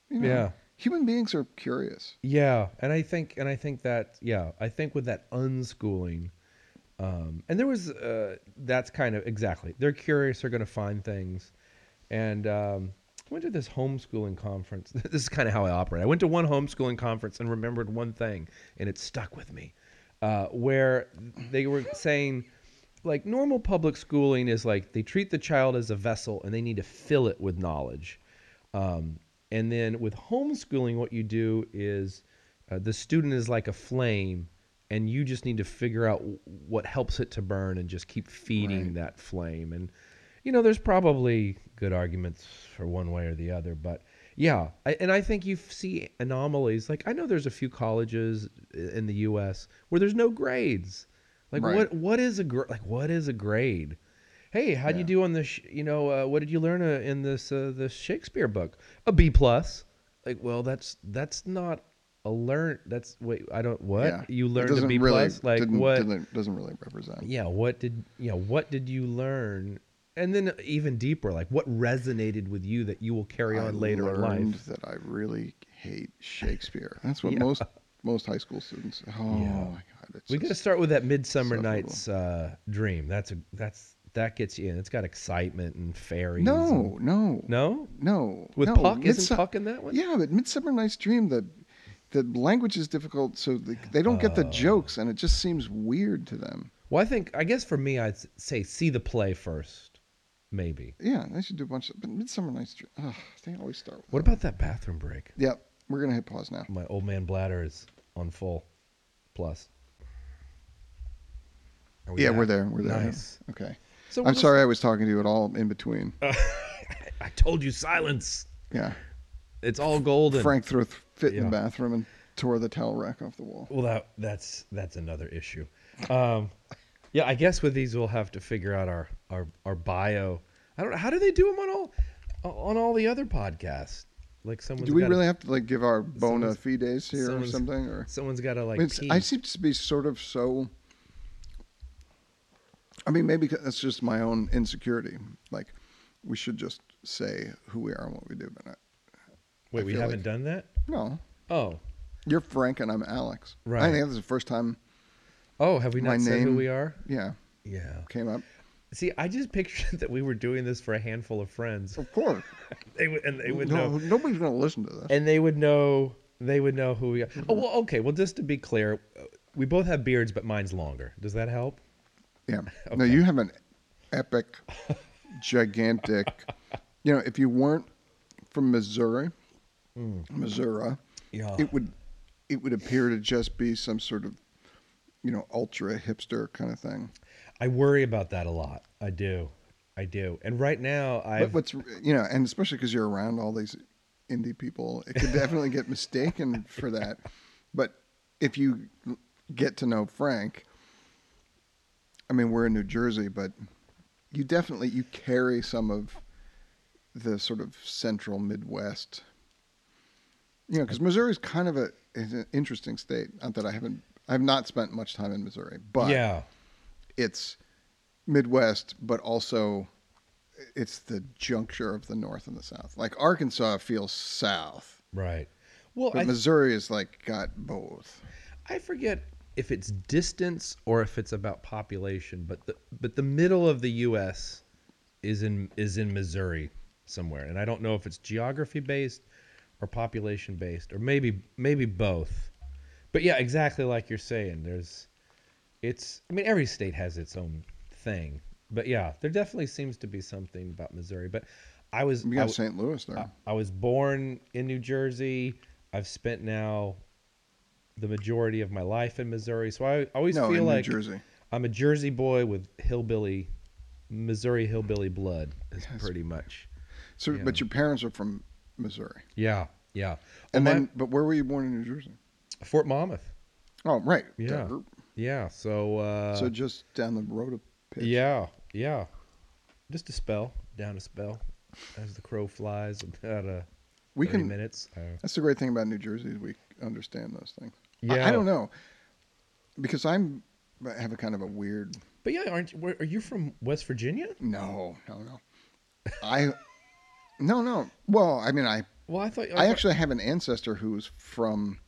Speaker 1: you know,
Speaker 2: Yeah.
Speaker 1: human beings are curious
Speaker 2: Yeah, and I think and I think that yeah, I think with that unschooling, um, and there was uh, that's kind of exactly they're curious, they're going to find things, and um, I went to this homeschooling conference. (laughs) this is kind of how I operate. I went to one homeschooling conference and remembered one thing, and it stuck with me, uh, where they were saying. Like normal public schooling is like they treat the child as a vessel and they need to fill it with knowledge. Um, and then with homeschooling, what you do is uh, the student is like a flame, and you just need to figure out w- what helps it to burn and just keep feeding
Speaker 1: Right.
Speaker 2: that flame. And, you know, there's probably good arguments for one way or the other, but yeah. I, and I think you f- see anomalies. Like, I know there's a few colleges i- in the U.S. where there's no grades. Like,
Speaker 1: Right.
Speaker 2: what, what is a gr- like what is a grade? hey how'd you
Speaker 1: Yeah.
Speaker 2: do on this sh- you know uh, what did you learn uh, in this uh, this shakespeare book a b plus like well that's that's not a learn that's wait i don't what
Speaker 1: Yeah.
Speaker 2: you
Speaker 1: It
Speaker 2: learned a
Speaker 1: doesn't
Speaker 2: b
Speaker 1: really-
Speaker 2: plus like
Speaker 1: didn't-
Speaker 2: what
Speaker 1: didn't- doesn't really represent
Speaker 2: yeah what did you know what did you learn and then uh, even deeper like what resonated with you that you will carry
Speaker 1: I
Speaker 2: on later in
Speaker 1: learned
Speaker 2: life
Speaker 1: that I really hate
Speaker 2: (laughs)
Speaker 1: Shakespeare. That's what
Speaker 2: Yeah.
Speaker 1: most most high school students. Oh
Speaker 2: Yeah.
Speaker 1: my god, it's
Speaker 2: we got to
Speaker 1: just,
Speaker 2: start with that midsummer
Speaker 1: Sufferable.
Speaker 2: nights uh, dream that's a that's that gets you in it's got excitement and fairies and-
Speaker 1: no, no,
Speaker 2: no
Speaker 1: no.
Speaker 2: with
Speaker 1: no.
Speaker 2: puck
Speaker 1: Midsu-
Speaker 2: isn't puck in that one
Speaker 1: Yeah, but Midsummer Night's Dream, the the language is difficult, so the, they don't get the
Speaker 2: Oh.
Speaker 1: jokes, and it just seems weird to them.
Speaker 2: Well, I think I guess for me, I'd s- say see the play first, maybe.
Speaker 1: Yeah, they should do a bunch of. But Midsummer Night's Dream, ugh, they always start. With
Speaker 2: What about that bathroom break?
Speaker 1: Yeah, we're gonna hit pause now.
Speaker 2: My old man bladder is on full, plus. Are we
Speaker 1: Yeah,
Speaker 2: back?
Speaker 1: we're there. We're there.
Speaker 2: Oh, Nice. Uh,
Speaker 1: Okay.
Speaker 2: So we're
Speaker 1: I'm
Speaker 2: just-
Speaker 1: sorry I was talking to you at all in between.
Speaker 2: I told you silence.
Speaker 1: yeah.
Speaker 2: It's all golden.
Speaker 1: Frank threw a th- fit in
Speaker 2: Yeah.
Speaker 1: the bathroom and tore the towel rack off the wall.
Speaker 2: Well, that that's that's another issue. Um, yeah, I guess with these we'll have to figure out our our, our bio. I don't know how do they do them on all on all the other podcasts. Like someone's
Speaker 1: Do we
Speaker 2: gotta-
Speaker 1: really have to like give our bona
Speaker 2: someone's-
Speaker 1: fides here or
Speaker 2: someone's-
Speaker 1: something? Or
Speaker 2: someone's got to
Speaker 1: I,
Speaker 2: like.
Speaker 1: mean, it's-
Speaker 2: pee.
Speaker 1: I seem to be sort of so. I mean, maybe 'cause that's just my own insecurity. Like, we should just say who we are and what we do. But not,
Speaker 2: Wait, we
Speaker 1: feel
Speaker 2: haven't
Speaker 1: like-
Speaker 2: done that.
Speaker 1: no,
Speaker 2: Oh,
Speaker 1: you're Frank and I'm Alex. I
Speaker 2: Right.
Speaker 1: think this is the first time.
Speaker 2: oh, have we
Speaker 1: My
Speaker 2: not said who
Speaker 1: name-
Speaker 2: we are?
Speaker 1: Yeah,
Speaker 2: Yeah.
Speaker 1: came up.
Speaker 2: See, I just pictured (laughs) that we were doing this for a handful of friends.
Speaker 1: Of
Speaker 2: (laughs)
Speaker 1: course,
Speaker 2: They would, and they would
Speaker 1: Oh. no,
Speaker 2: know,
Speaker 1: nobody's gonna listen to this.
Speaker 2: and they would know, they would know who we are. Oh, well, okay. Well, just to be clear, uh, we both have beards, but mine's longer. Does that help? (laughs)
Speaker 1: Yeah. No, you have an epic, gigantic. You know, if you weren't from Missouri,
Speaker 2: Hmm.
Speaker 1: Missouri,
Speaker 2: Yeah.
Speaker 1: it would it would appear to just be some sort of you know ultra hipster kind of thing.
Speaker 2: I worry about that a lot. I do. I do. And right now,
Speaker 1: But
Speaker 2: I've
Speaker 1: what's you know, and especially because you're around all these indie people, it could definitely get mistaken for that. But if you get to know Frank, I mean, we're in New Jersey, but you definitely you carry some of the sort of central Midwest. You know, because Missouri's kind of a is an interesting state. Not that I haven't, I've not spent much time in Missouri, but
Speaker 2: yeah.
Speaker 1: it's Midwest, but also it's the juncture of the North and the South. Like Arkansas feels South,
Speaker 2: Right. Well,
Speaker 1: But
Speaker 2: I,
Speaker 1: Missouri is like got both.
Speaker 2: I forget if it's distance or if it's about population, but the but the middle of the U.S. is in is in Missouri somewhere, and I don't know if it's geography based or population based or maybe maybe both. But yeah, exactly like you're saying. There's, it's. I mean, every state has its own thing, but yeah, there definitely seems to be something about Missouri. But I was
Speaker 1: We
Speaker 2: I
Speaker 1: got
Speaker 2: w-
Speaker 1: St. Louis there.
Speaker 2: I was born in New Jersey. I've spent now the majority of my life in Missouri, so I always
Speaker 1: no,
Speaker 2: feel
Speaker 1: in
Speaker 2: like
Speaker 1: New Jersey.
Speaker 2: I'm a Jersey boy with hillbilly, Missouri hillbilly blood. Is
Speaker 1: Yes.
Speaker 2: pretty much.
Speaker 1: So,
Speaker 2: yeah.
Speaker 1: but your parents are from Missouri,
Speaker 2: Yeah, yeah.
Speaker 1: and
Speaker 2: Well, Oh, my-
Speaker 1: then but where were you born in New Jersey?
Speaker 2: Fort Monmouth.
Speaker 1: Oh, right.
Speaker 2: Yeah.
Speaker 1: Denver.
Speaker 2: Yeah. So. Uh,
Speaker 1: so just down the road a pitch.
Speaker 2: yeah, yeah. Just a spell down a spell as the crow flies. About uh,
Speaker 1: we
Speaker 2: 30
Speaker 1: can.
Speaker 2: minutes. Uh,
Speaker 1: That's the great thing about New Jersey is we understand those things. I-
Speaker 2: yeah,
Speaker 1: I, don't know because I'm I have a kind of a weird
Speaker 2: But yeah, aren't you? Where, are you from West Virginia?
Speaker 1: no no no I no no well I mean I
Speaker 2: Well, I thought
Speaker 1: I
Speaker 2: thought-
Speaker 1: actually have an ancestor who's from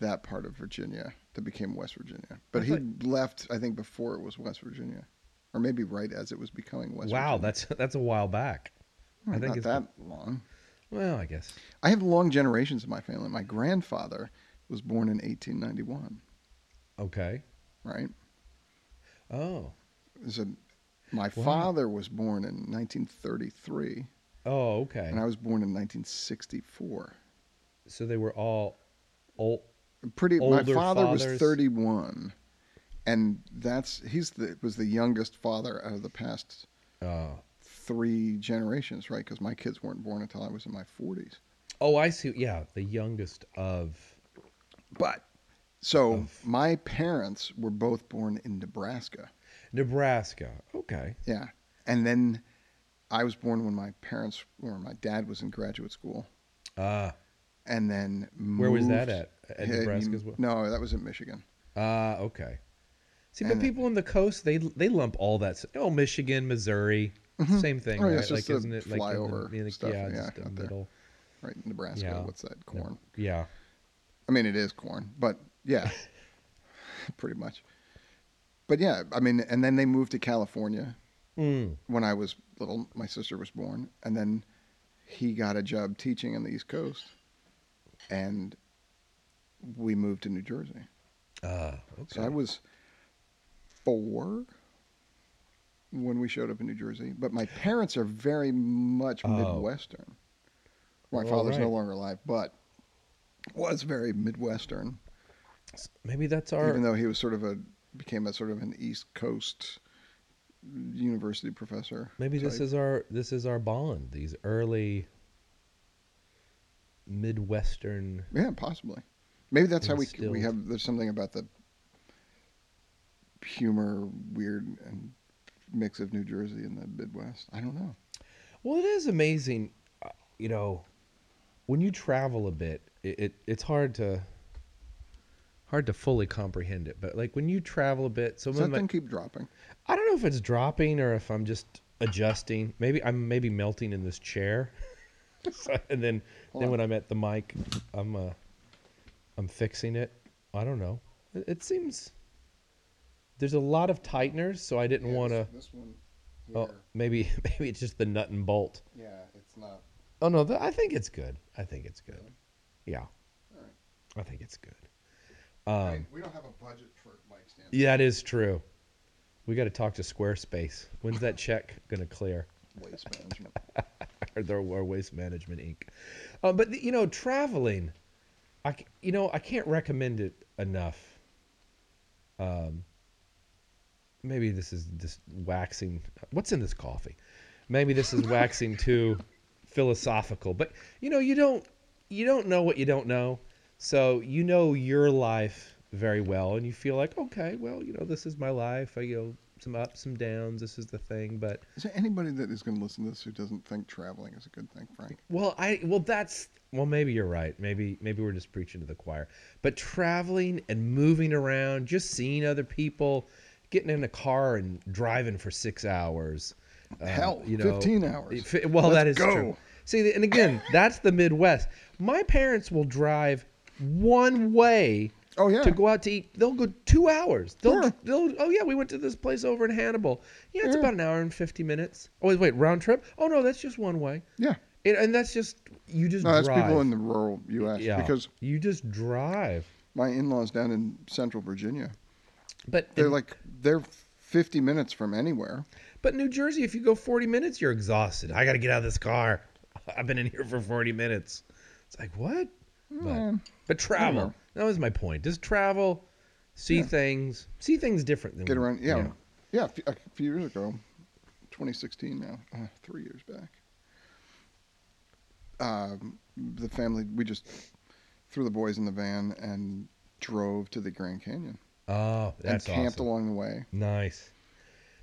Speaker 1: that part of Virginia that became West Virginia, but
Speaker 2: I
Speaker 1: he left I think before it was West Virginia, or maybe right as it was becoming West. Virginia.
Speaker 2: wow,
Speaker 1: Hmm,
Speaker 2: that's (laughs) that's a while back. I think
Speaker 1: not
Speaker 2: it's
Speaker 1: that long.
Speaker 2: Well, I guess.
Speaker 1: I have long generations in my family. My grandfather was born in 1891,
Speaker 2: Okay.
Speaker 1: right?
Speaker 2: Oh.
Speaker 1: So my
Speaker 2: Wow.
Speaker 1: father was born in 1933,
Speaker 2: Oh, okay.
Speaker 1: and I was born in 1964.
Speaker 2: So they were all old.
Speaker 1: pretty my
Speaker 2: older
Speaker 1: father was
Speaker 2: fathers.
Speaker 1: 31 and that's he's the was the youngest father out of the past
Speaker 2: Oh.
Speaker 1: three generations right because my kids weren't born until i was in my 40s
Speaker 2: Oh, I see. Yeah, the youngest of.
Speaker 1: but so
Speaker 2: Of-
Speaker 1: my parents were both born in nebraska
Speaker 2: Nebraska. Okay.
Speaker 1: yeah and then i was born when my parents or my dad was in graduate school
Speaker 2: Ah,
Speaker 1: and then
Speaker 2: where was that
Speaker 1: moved-
Speaker 2: at? At
Speaker 1: Yeah,
Speaker 2: Nebraska as well.
Speaker 1: no that was in michigan
Speaker 2: Ah, okay. See, but
Speaker 1: And it-
Speaker 2: people on the coast, they they lump all that. s- Oh, Michigan, Missouri,
Speaker 1: Mhm.
Speaker 2: same thing,
Speaker 1: Oh, yeah,
Speaker 2: right?
Speaker 1: it's just the flyover
Speaker 2: in the, in the,
Speaker 1: stuff,
Speaker 2: yeah,
Speaker 1: yeah,
Speaker 2: just the
Speaker 1: out there.
Speaker 2: middle.
Speaker 1: right nebraska
Speaker 2: Yeah.
Speaker 1: what's that corn
Speaker 2: Yeah.
Speaker 1: I mean, it is corn, but yeah, (laughs) pretty much. But yeah, I mean, and then they moved to California
Speaker 2: Mm.
Speaker 1: when I was little. My sister was born, and then he got a job teaching on the East Coast, and we moved to New Jersey.
Speaker 2: Ah, okay.
Speaker 1: So I was four when we showed up in New Jersey, but my parents are very much
Speaker 2: Oh.
Speaker 1: Midwestern. My
Speaker 2: Well,
Speaker 1: father's no
Speaker 2: right.
Speaker 1: longer alive, but was very Midwestern.
Speaker 2: S- Maybe that's our.
Speaker 1: even though he was sort of a became a sort of an East Coast university professor.
Speaker 2: Maybe this
Speaker 1: type.
Speaker 2: is our this is our bond. These early Midwestern.
Speaker 1: yeah, possibly. Maybe that's how we we
Speaker 2: Instilled.
Speaker 1: have. There's something about the humor, weird, and mix of New Jersey and the Midwest. I don't know.
Speaker 2: Well, it is amazing, uh, you know, when you travel a bit. It, it it's hard to hard to fully comprehend it, but like when you travel a bit, so
Speaker 1: Does that
Speaker 2: my,
Speaker 1: thing keep dropping?
Speaker 2: I don't know if it's dropping or if I'm just adjusting. Maybe I'm maybe melting in this chair, (laughs) So- and then
Speaker 1: Hold
Speaker 2: then
Speaker 1: on.
Speaker 2: when I'm at the mic, I'm uh, I'm fixing it. I don't know. It, it seems there's a lot of tighteners, so I didn't want to.
Speaker 1: This one.
Speaker 2: Oh, maybe (laughs) maybe it's just the nut and bolt.
Speaker 1: Yeah, it's not.
Speaker 2: Oh no, th- I think it's good. I think it's good. Yeah,
Speaker 1: Alright.
Speaker 2: I think it's good. Um,
Speaker 1: we don't have a budget for mic stands.
Speaker 2: yeah, that is true. We got to talk to Squarespace. When's that check gonna clear?
Speaker 1: Waste management.
Speaker 2: (laughs) or their or Waste Management Inc. Uh, but you know, traveling, I c- you know I can't recommend it enough. Um, maybe this is just waxing. What's in this coffee? Maybe this is waxing too philosophical. But you know, you don't you don't know what you don't know, so you know your life very well, and you feel like okay, well, you know, this is my life. I you know some ups, some downs. This is the thing, but
Speaker 1: Is there anybody that is going to listen to this who doesn't think traveling is a good thing, Frank?
Speaker 2: Well, I well that's well maybe you're right. Maybe maybe we're just preaching to the choir. But traveling and moving around, just seeing other people, getting in a car and driving for six hours. uh,
Speaker 1: Hell, 15 hours.
Speaker 2: fi- Well,
Speaker 1: Let's
Speaker 2: that is
Speaker 1: go.
Speaker 2: true. See, and again, that's the Midwest. My parents will drive one way
Speaker 1: Oh, yeah.
Speaker 2: to go out to eat. They'll go two hours. They'll,
Speaker 1: Yeah.
Speaker 2: they'll oh yeah, we went to this place over in Hannibal. Yeah, it's
Speaker 1: Yeah.
Speaker 2: about an hour and fifty minutes. Oh wait, wait, round trip? Oh no, that's just one way.
Speaker 1: Yeah.
Speaker 2: And, and that's just you just
Speaker 1: No, that's
Speaker 2: drive.
Speaker 1: people in the rural U.S.
Speaker 2: yeah,
Speaker 1: because
Speaker 2: you just drive.
Speaker 1: my in-laws down in Central Virginia,
Speaker 2: But
Speaker 1: they're
Speaker 2: in-
Speaker 1: like they're 50 minutes from anywhere.
Speaker 2: But New Jersey, if you go 40 minutes, you're exhausted. I got to get out of this car. (laughs) I've been in here for 40 minutes. It's like, what? But, but travel.
Speaker 1: know.
Speaker 2: That was my point. Just travel, see things, see things different than
Speaker 1: Get around. Yeah.
Speaker 2: Mm. Yeah.
Speaker 1: Yeah. a few- a few years ago, 2016 now, uh, three years back. Um, the family we just threw the boys in the van and drove to the Grand Canyon
Speaker 2: Oh, that's
Speaker 1: and camped
Speaker 2: awesome.
Speaker 1: along the way.
Speaker 2: Nice.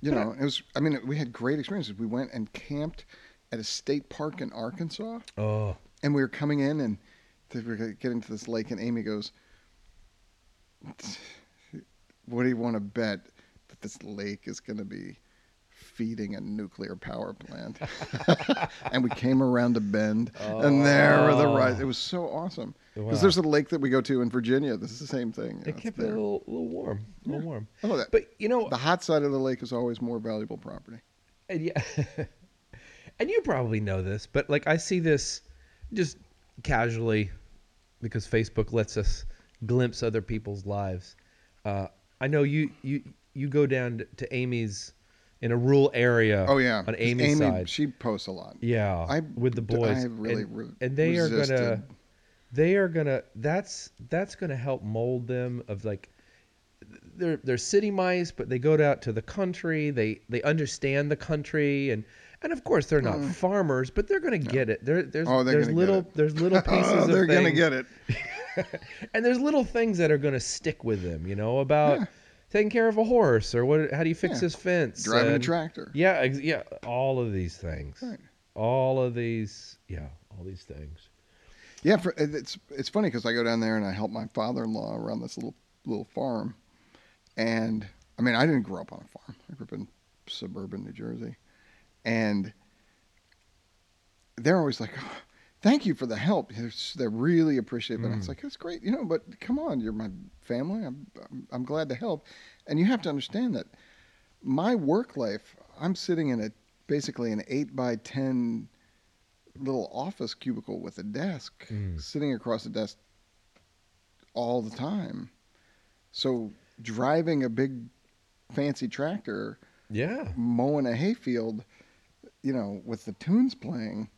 Speaker 1: You know, it was. I mean, we had great experiences. We went and camped at a state park in Arkansas.
Speaker 2: Oh,
Speaker 1: and we were coming in and th- we were getting to this lake and amy goes what do you want to bet that this lake is going to be feeding a nuclear power
Speaker 2: (laughs)
Speaker 1: plant and we came around a bend and there were the rise it was so awesome because
Speaker 2: Oh. Wow.
Speaker 1: there's a lake that we go to in virginia this is the same thing you know,
Speaker 2: it
Speaker 1: it's
Speaker 2: kept it a
Speaker 1: there.
Speaker 2: little, little warm. A little warm.
Speaker 1: I love that.
Speaker 2: But, you know,
Speaker 1: the hot side of the lake is always more valuable property
Speaker 2: and yeah, (laughs) and you probably know this, but like I see this just casually because Facebook lets us glimpse other people's lives. Uh, I know you you you go down to Amy's in a rural area.
Speaker 1: oh yeah
Speaker 2: on
Speaker 1: 'Cause
Speaker 2: Amy's side.
Speaker 1: she posts a lot
Speaker 2: yeah,
Speaker 1: I-
Speaker 2: with the
Speaker 1: d- I
Speaker 2: boys.
Speaker 1: really
Speaker 2: and,
Speaker 1: re-
Speaker 2: and they are gonna,
Speaker 1: resisted.
Speaker 2: they are gonna. That's that's gonna help mold them of like. They're, they're city mice, but they go out to the country. They they understand the country, and and of course they're not farmers, but they're gonna get it. There, there's
Speaker 1: Mm. Oh, they're
Speaker 2: there's
Speaker 1: gonna get
Speaker 2: little
Speaker 1: it. (laughs)
Speaker 2: there's little pieces.
Speaker 1: oh,
Speaker 2: of
Speaker 1: they're gonna
Speaker 2: things-
Speaker 1: get it
Speaker 2: and there's little things that are going to stick with them, you know, about taking care of a horse or what? How do you fix
Speaker 1: Yeah.
Speaker 2: this fence?
Speaker 1: driving a
Speaker 2: and-
Speaker 1: tractor
Speaker 2: Yeah, ex- yeah, all of these things.
Speaker 1: Right.
Speaker 2: All of these, yeah, all these things.
Speaker 1: Yeah, for, it- it's it's funny because I go down there and I help my father-in-law around this little little farm, and I mean I didn't grow up on a farm. I grew up in suburban New Jersey, and they're always like, "Oh, "Thank you for the help." They're, s- they're really appreciative, and it's like that's great, you know. But come on, you're my family. I'm, I'm I'm glad to help, and you have to understand that my work life. I'm sitting in a basically an eight by ten little office cubicle with a desk, sitting across the desk all the time. So driving a big fancy tractor,
Speaker 2: Yeah,
Speaker 1: mowing a hayfield, you know, with the tunes playing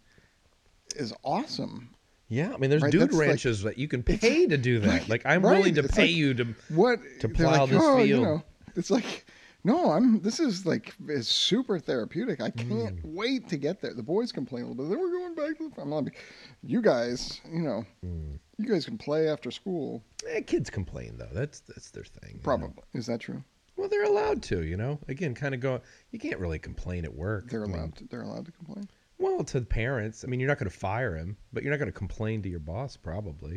Speaker 1: is awesome.
Speaker 2: yeah. I mean, there's
Speaker 1: Right,
Speaker 2: dude
Speaker 1: that's like-
Speaker 2: ranches that you can pay to do that. Like, I'm
Speaker 1: right,
Speaker 2: willing to
Speaker 1: it's
Speaker 2: pay
Speaker 1: like-
Speaker 2: you to.
Speaker 1: What
Speaker 2: To
Speaker 1: they're
Speaker 2: plow this
Speaker 1: "Oh,
Speaker 2: field."
Speaker 1: it's like no, I'm this is like it's super therapeutic. I can't
Speaker 2: Mm.
Speaker 1: wait to get there. The boys complain a little bit. Then we're going back to the farm. I'm like, you guys, you know, you guys can play after school.
Speaker 2: Eh, kids complain though. That's that's their thing. you know.
Speaker 1: Probably. Is that true?
Speaker 2: Well, they're allowed to, you know. Again, kind of go. You can't really complain at work.
Speaker 1: They're
Speaker 2: I mean,
Speaker 1: allowed to, they're allowed to complain.
Speaker 2: Well, to the parents. I mean, you're not going to fire him, but you're not going to complain to your boss, probably.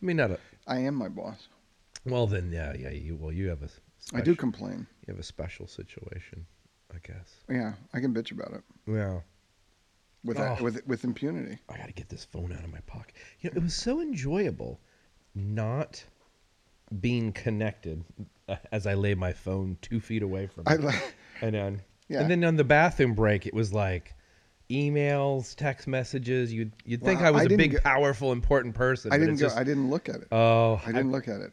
Speaker 2: I mean, not a.
Speaker 1: I am my boss.
Speaker 2: Well, then, yeah, yeah. You well, you have a. Special,
Speaker 1: I do complain.
Speaker 2: You have a special situation, I guess.
Speaker 1: Yeah, I can bitch about it
Speaker 2: Yeah.
Speaker 1: with
Speaker 2: Oh.
Speaker 1: with with impunity. (laughs)
Speaker 2: I got to get this phone out of my pocket. You know, it was so enjoyable, not being connected uh, as I lay my phone two feet away from.
Speaker 1: I
Speaker 2: it.
Speaker 1: li-
Speaker 2: and then
Speaker 1: Yeah.
Speaker 2: and then on the bathroom break it was like emails text messages you'd, you'd think
Speaker 1: Wow,
Speaker 2: i was
Speaker 1: I
Speaker 2: a
Speaker 1: didn't
Speaker 2: big
Speaker 1: go-
Speaker 2: powerful important person
Speaker 1: I
Speaker 2: but
Speaker 1: didn't
Speaker 2: it's
Speaker 1: go.
Speaker 2: just,
Speaker 1: I didn't look at it.
Speaker 2: oh
Speaker 1: I didn't look at it.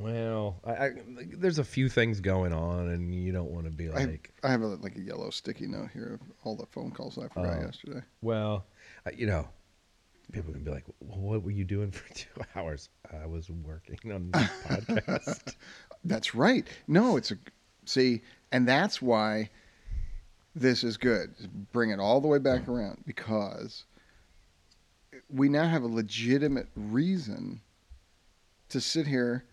Speaker 2: well I, I, there's a few things going on and you don't want to be
Speaker 1: I,
Speaker 2: like
Speaker 1: I have a, like a yellow sticky note here of all the phone calls I forgot
Speaker 2: Oh.
Speaker 1: yesterday.
Speaker 2: well I, you know people can be like well, what were you doing for (laughs) two hours i was working on (laughs) this podcast
Speaker 1: That's right. No, it's a see, and that's why this is good. Bring it all the way back around because we now have a legitimate reason to sit here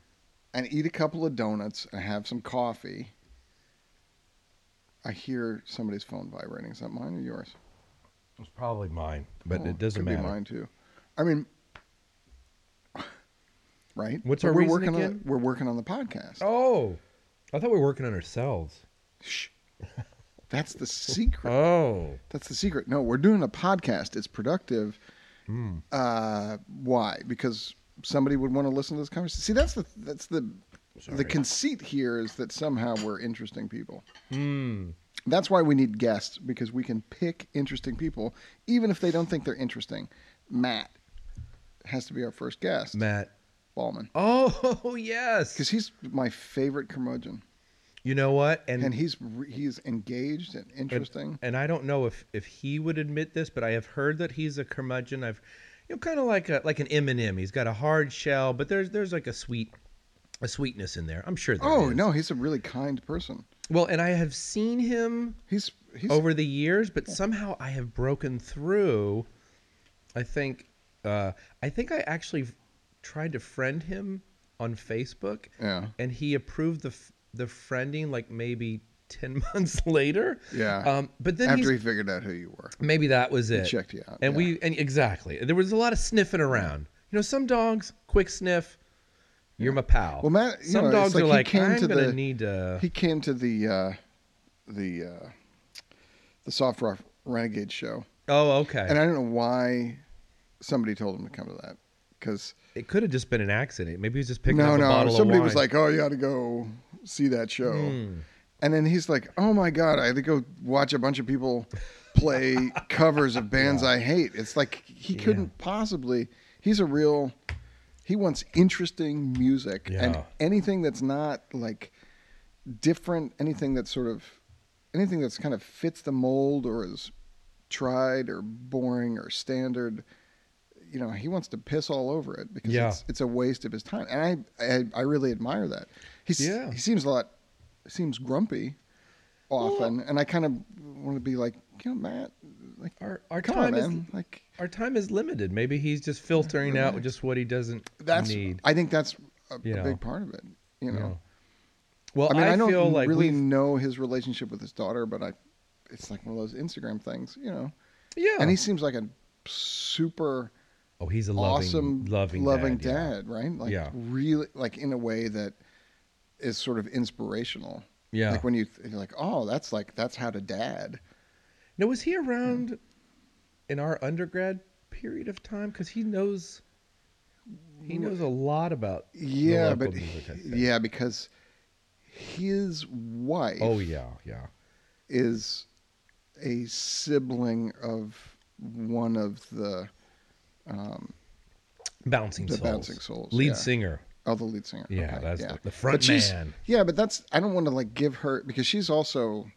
Speaker 1: and eat a couple of donuts and have some coffee. I hear somebody's phone vibrating. Is that mine or yours?
Speaker 2: it was probably mine but
Speaker 1: Oh,
Speaker 2: it doesn't
Speaker 1: could
Speaker 2: matter
Speaker 1: Be mine too. I mean, (sighs) right?
Speaker 2: What's
Speaker 1: But
Speaker 2: our
Speaker 1: we're
Speaker 2: reason
Speaker 1: working on?
Speaker 2: again?
Speaker 1: the- We're working on the podcast.
Speaker 2: oh i thought we were working on ourselves
Speaker 1: Shh. That's the secret.
Speaker 2: Oh,
Speaker 1: That's the secret. No, we're doing a podcast. It's productive.
Speaker 2: Hmm.
Speaker 1: Uh, why? Because somebody would want to listen to this conversation. See, that's the that's the the conceit here is that somehow we're interesting people.
Speaker 2: Hmm.
Speaker 1: That's why we need guests because we can pick interesting people, even if they don't think they're interesting. Matt has to be our first guest.
Speaker 2: Matt.
Speaker 1: Ballman,
Speaker 2: Oh (laughs) yes.
Speaker 1: because he's my favorite curmudgeon,
Speaker 2: You know what? And
Speaker 1: and he's re- he's engaged and interesting.
Speaker 2: and I don't know if if he would admit this, but I have heard that he's a curmudgeon. I've you know kind of like a like an M&M. He's got a hard shell, but there's there's like a sweet a sweetness in there. I'm sure there
Speaker 1: Oh
Speaker 2: is.
Speaker 1: no, he's a really kind person.
Speaker 2: Well, and I have seen him
Speaker 1: He's he's
Speaker 2: over the years, but somehow I have broken through. I think uh I think I actually tried to friend him on Facebook
Speaker 1: Yeah.
Speaker 2: and he approved the f- the friending like maybe 10 (laughs) months later.
Speaker 1: Yeah.
Speaker 2: Um but then he's
Speaker 1: after he figured out who you were.
Speaker 2: Maybe that was it.
Speaker 1: checked you out,
Speaker 2: And
Speaker 1: yeah.
Speaker 2: we and exactly. There was a lot of sniffing around. You know, some dogs quick sniff. You're my pal.
Speaker 1: Well, Matt, you
Speaker 2: some
Speaker 1: know, it's
Speaker 2: dogs
Speaker 1: like
Speaker 2: are
Speaker 1: he
Speaker 2: like,
Speaker 1: came
Speaker 2: I'm
Speaker 1: to
Speaker 2: gonna
Speaker 1: the-
Speaker 2: need to.
Speaker 1: He came to the uh, the uh, the soft rock renegade show,
Speaker 2: oh, okay.
Speaker 1: and I don't know why somebody told him to come to that because
Speaker 2: it could have just been an accident. Maybe he was just picking
Speaker 1: no,
Speaker 2: up a
Speaker 1: no,
Speaker 2: bottle
Speaker 1: somebody
Speaker 2: of wine.
Speaker 1: was
Speaker 2: Hmm.
Speaker 1: like, "Oh, you ought to go see that show," and then he's like, "Oh my god, I had to go watch a bunch of people
Speaker 2: (laughs)
Speaker 1: play covers of bands I hate." It's like he couldn't possibly. He's a real. He wants interesting music and
Speaker 2: Yeah.
Speaker 1: anything that's not like different, anything that's sort of anything that's kind of fits the mold or is tried or boring or standard. You know, he wants to piss all over it because
Speaker 2: Yeah.
Speaker 1: it's, it's a waste of his time, and I I, I really admire that. He's
Speaker 2: Yeah.
Speaker 1: he seems a lot seems grumpy often, and I kind of want to be like, you know, Matt, like,
Speaker 2: our our
Speaker 1: come on,
Speaker 2: time is
Speaker 1: man, like
Speaker 2: our time is limited. Maybe he's just filtering out just what he doesn't
Speaker 1: that's
Speaker 2: need.
Speaker 1: I think that's a,
Speaker 2: You
Speaker 1: a
Speaker 2: know.
Speaker 1: big part of it. You know,
Speaker 2: Well,
Speaker 1: I mean, I, don't
Speaker 2: feel like
Speaker 1: really
Speaker 2: we've-
Speaker 1: know his relationship with his daughter, but I, it's like one of those Instagram things, you know.
Speaker 2: yeah.
Speaker 1: And he seems like a super
Speaker 2: oh, he's a loving,
Speaker 1: awesome,
Speaker 2: loving, dad. yeah.
Speaker 1: right? Like
Speaker 2: Yeah.
Speaker 1: really, like in a way that is sort of inspirational.
Speaker 2: Yeah.
Speaker 1: Like when you th- you're like, oh, that's like that's how to dad.
Speaker 2: Now, was he around in our undergrad period of time? Because he knows he knows a lot about the
Speaker 1: Yeah,
Speaker 2: local
Speaker 1: but
Speaker 2: music, I
Speaker 1: he-
Speaker 2: think.
Speaker 1: yeah, because his wife
Speaker 2: Oh yeah, yeah.
Speaker 1: is a sibling of one of the
Speaker 2: Bouncing
Speaker 1: The
Speaker 2: Souls.
Speaker 1: Bouncing Souls,
Speaker 2: Lead
Speaker 1: yeah.
Speaker 2: singer.
Speaker 1: Oh, the lead singer.
Speaker 2: Yeah,
Speaker 1: Okay,
Speaker 2: that's
Speaker 1: yeah.
Speaker 2: The, the front
Speaker 1: but she's,
Speaker 2: man.
Speaker 1: Yeah, but that's I don't want to like give her because she's also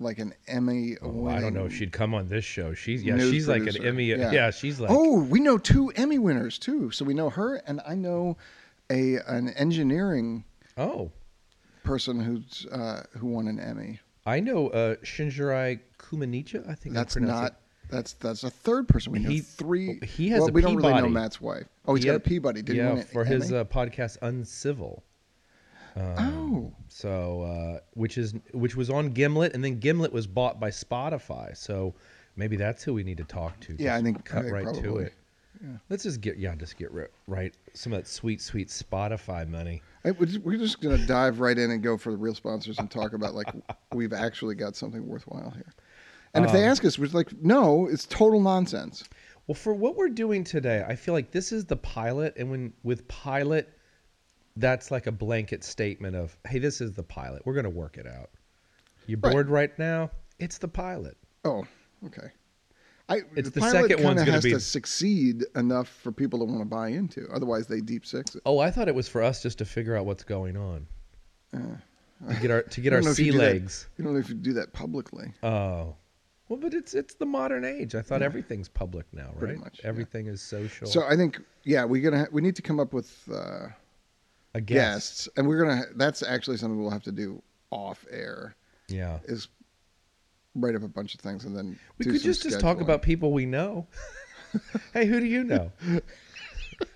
Speaker 1: like an Emmy.
Speaker 2: Oh, I don't know if she'd come on this show. She's yeah,
Speaker 1: news
Speaker 2: she's like an
Speaker 1: producer.
Speaker 2: Emmy. Yeah.
Speaker 1: Yeah.
Speaker 2: she's like
Speaker 1: Oh, we know two Emmy winners too. So we know her, and I know a an engineering
Speaker 2: oh.
Speaker 1: person who's uh, who won an Emmy.
Speaker 2: I know uh, Shinjirai Kumanicha. I think I
Speaker 1: That's
Speaker 2: pronounced it.
Speaker 1: not. That's that's a third person. We know
Speaker 2: He-
Speaker 1: three.
Speaker 2: he has
Speaker 1: Well,
Speaker 2: a
Speaker 1: we don't really know
Speaker 2: Peabody.
Speaker 1: Matt's wife. Oh, he's
Speaker 2: He
Speaker 1: got a
Speaker 2: had-
Speaker 1: Peabody. Did
Speaker 2: yeah,
Speaker 1: he win an
Speaker 2: for his
Speaker 1: Emmy?
Speaker 2: um, uh, podcast Uncivil.
Speaker 1: oh,
Speaker 2: So, uh, which is which was on Gimlet, and then Gimlet was bought by Spotify. So maybe that's who we need to talk to.
Speaker 1: Yeah,
Speaker 2: Just
Speaker 1: I think- I
Speaker 2: cut
Speaker 1: think
Speaker 2: right to
Speaker 1: probably.
Speaker 2: it. Let's just get yeah, just get ri- right some of that sweet, sweet Spotify money.
Speaker 1: Hey, we're just- we're just gonna dive right in and go for the real sponsors and talk about like (laughs) we've actually got something worthwhile here. And if
Speaker 2: Um,
Speaker 1: they ask us, we're like, no, it's total nonsense.
Speaker 2: Well, for what we're doing today, I feel like this is the pilot, and when with pilot, that's like a blanket statement of hey, this is the pilot. We're gonna work it out. You
Speaker 1: Right.
Speaker 2: bored right now? It's the pilot.
Speaker 1: Oh, okay. I,
Speaker 2: It's the
Speaker 1: pilot
Speaker 2: second one's
Speaker 1: kinda
Speaker 2: gonna
Speaker 1: has
Speaker 2: be-
Speaker 1: to succeed enough for people to want to buy into. Otherwise, they deep six it.
Speaker 2: Oh, I thought it was for us just to figure out what's going on. to get our to get
Speaker 1: Uh, (laughs) I
Speaker 2: our
Speaker 1: don't know if you
Speaker 2: sea
Speaker 1: do that-
Speaker 2: legs.
Speaker 1: You don't know if you do that publicly.
Speaker 2: Oh. Well, but it's it's the modern age. I thought everything's public now, right?
Speaker 1: Pretty much, yeah.
Speaker 2: Everything is social.
Speaker 1: So I think, yeah, we're gonna ha- we need to come up with uh,
Speaker 2: I guess.
Speaker 1: guests, and we're gonna. That's actually something we'll have to do off air.
Speaker 2: Yeah.
Speaker 1: Is write up a bunch of things and then
Speaker 2: We
Speaker 1: do
Speaker 2: could
Speaker 1: some
Speaker 2: just just talk
Speaker 1: scheduling.
Speaker 2: about people
Speaker 1: (laughs)
Speaker 2: we know. hey, who do you know?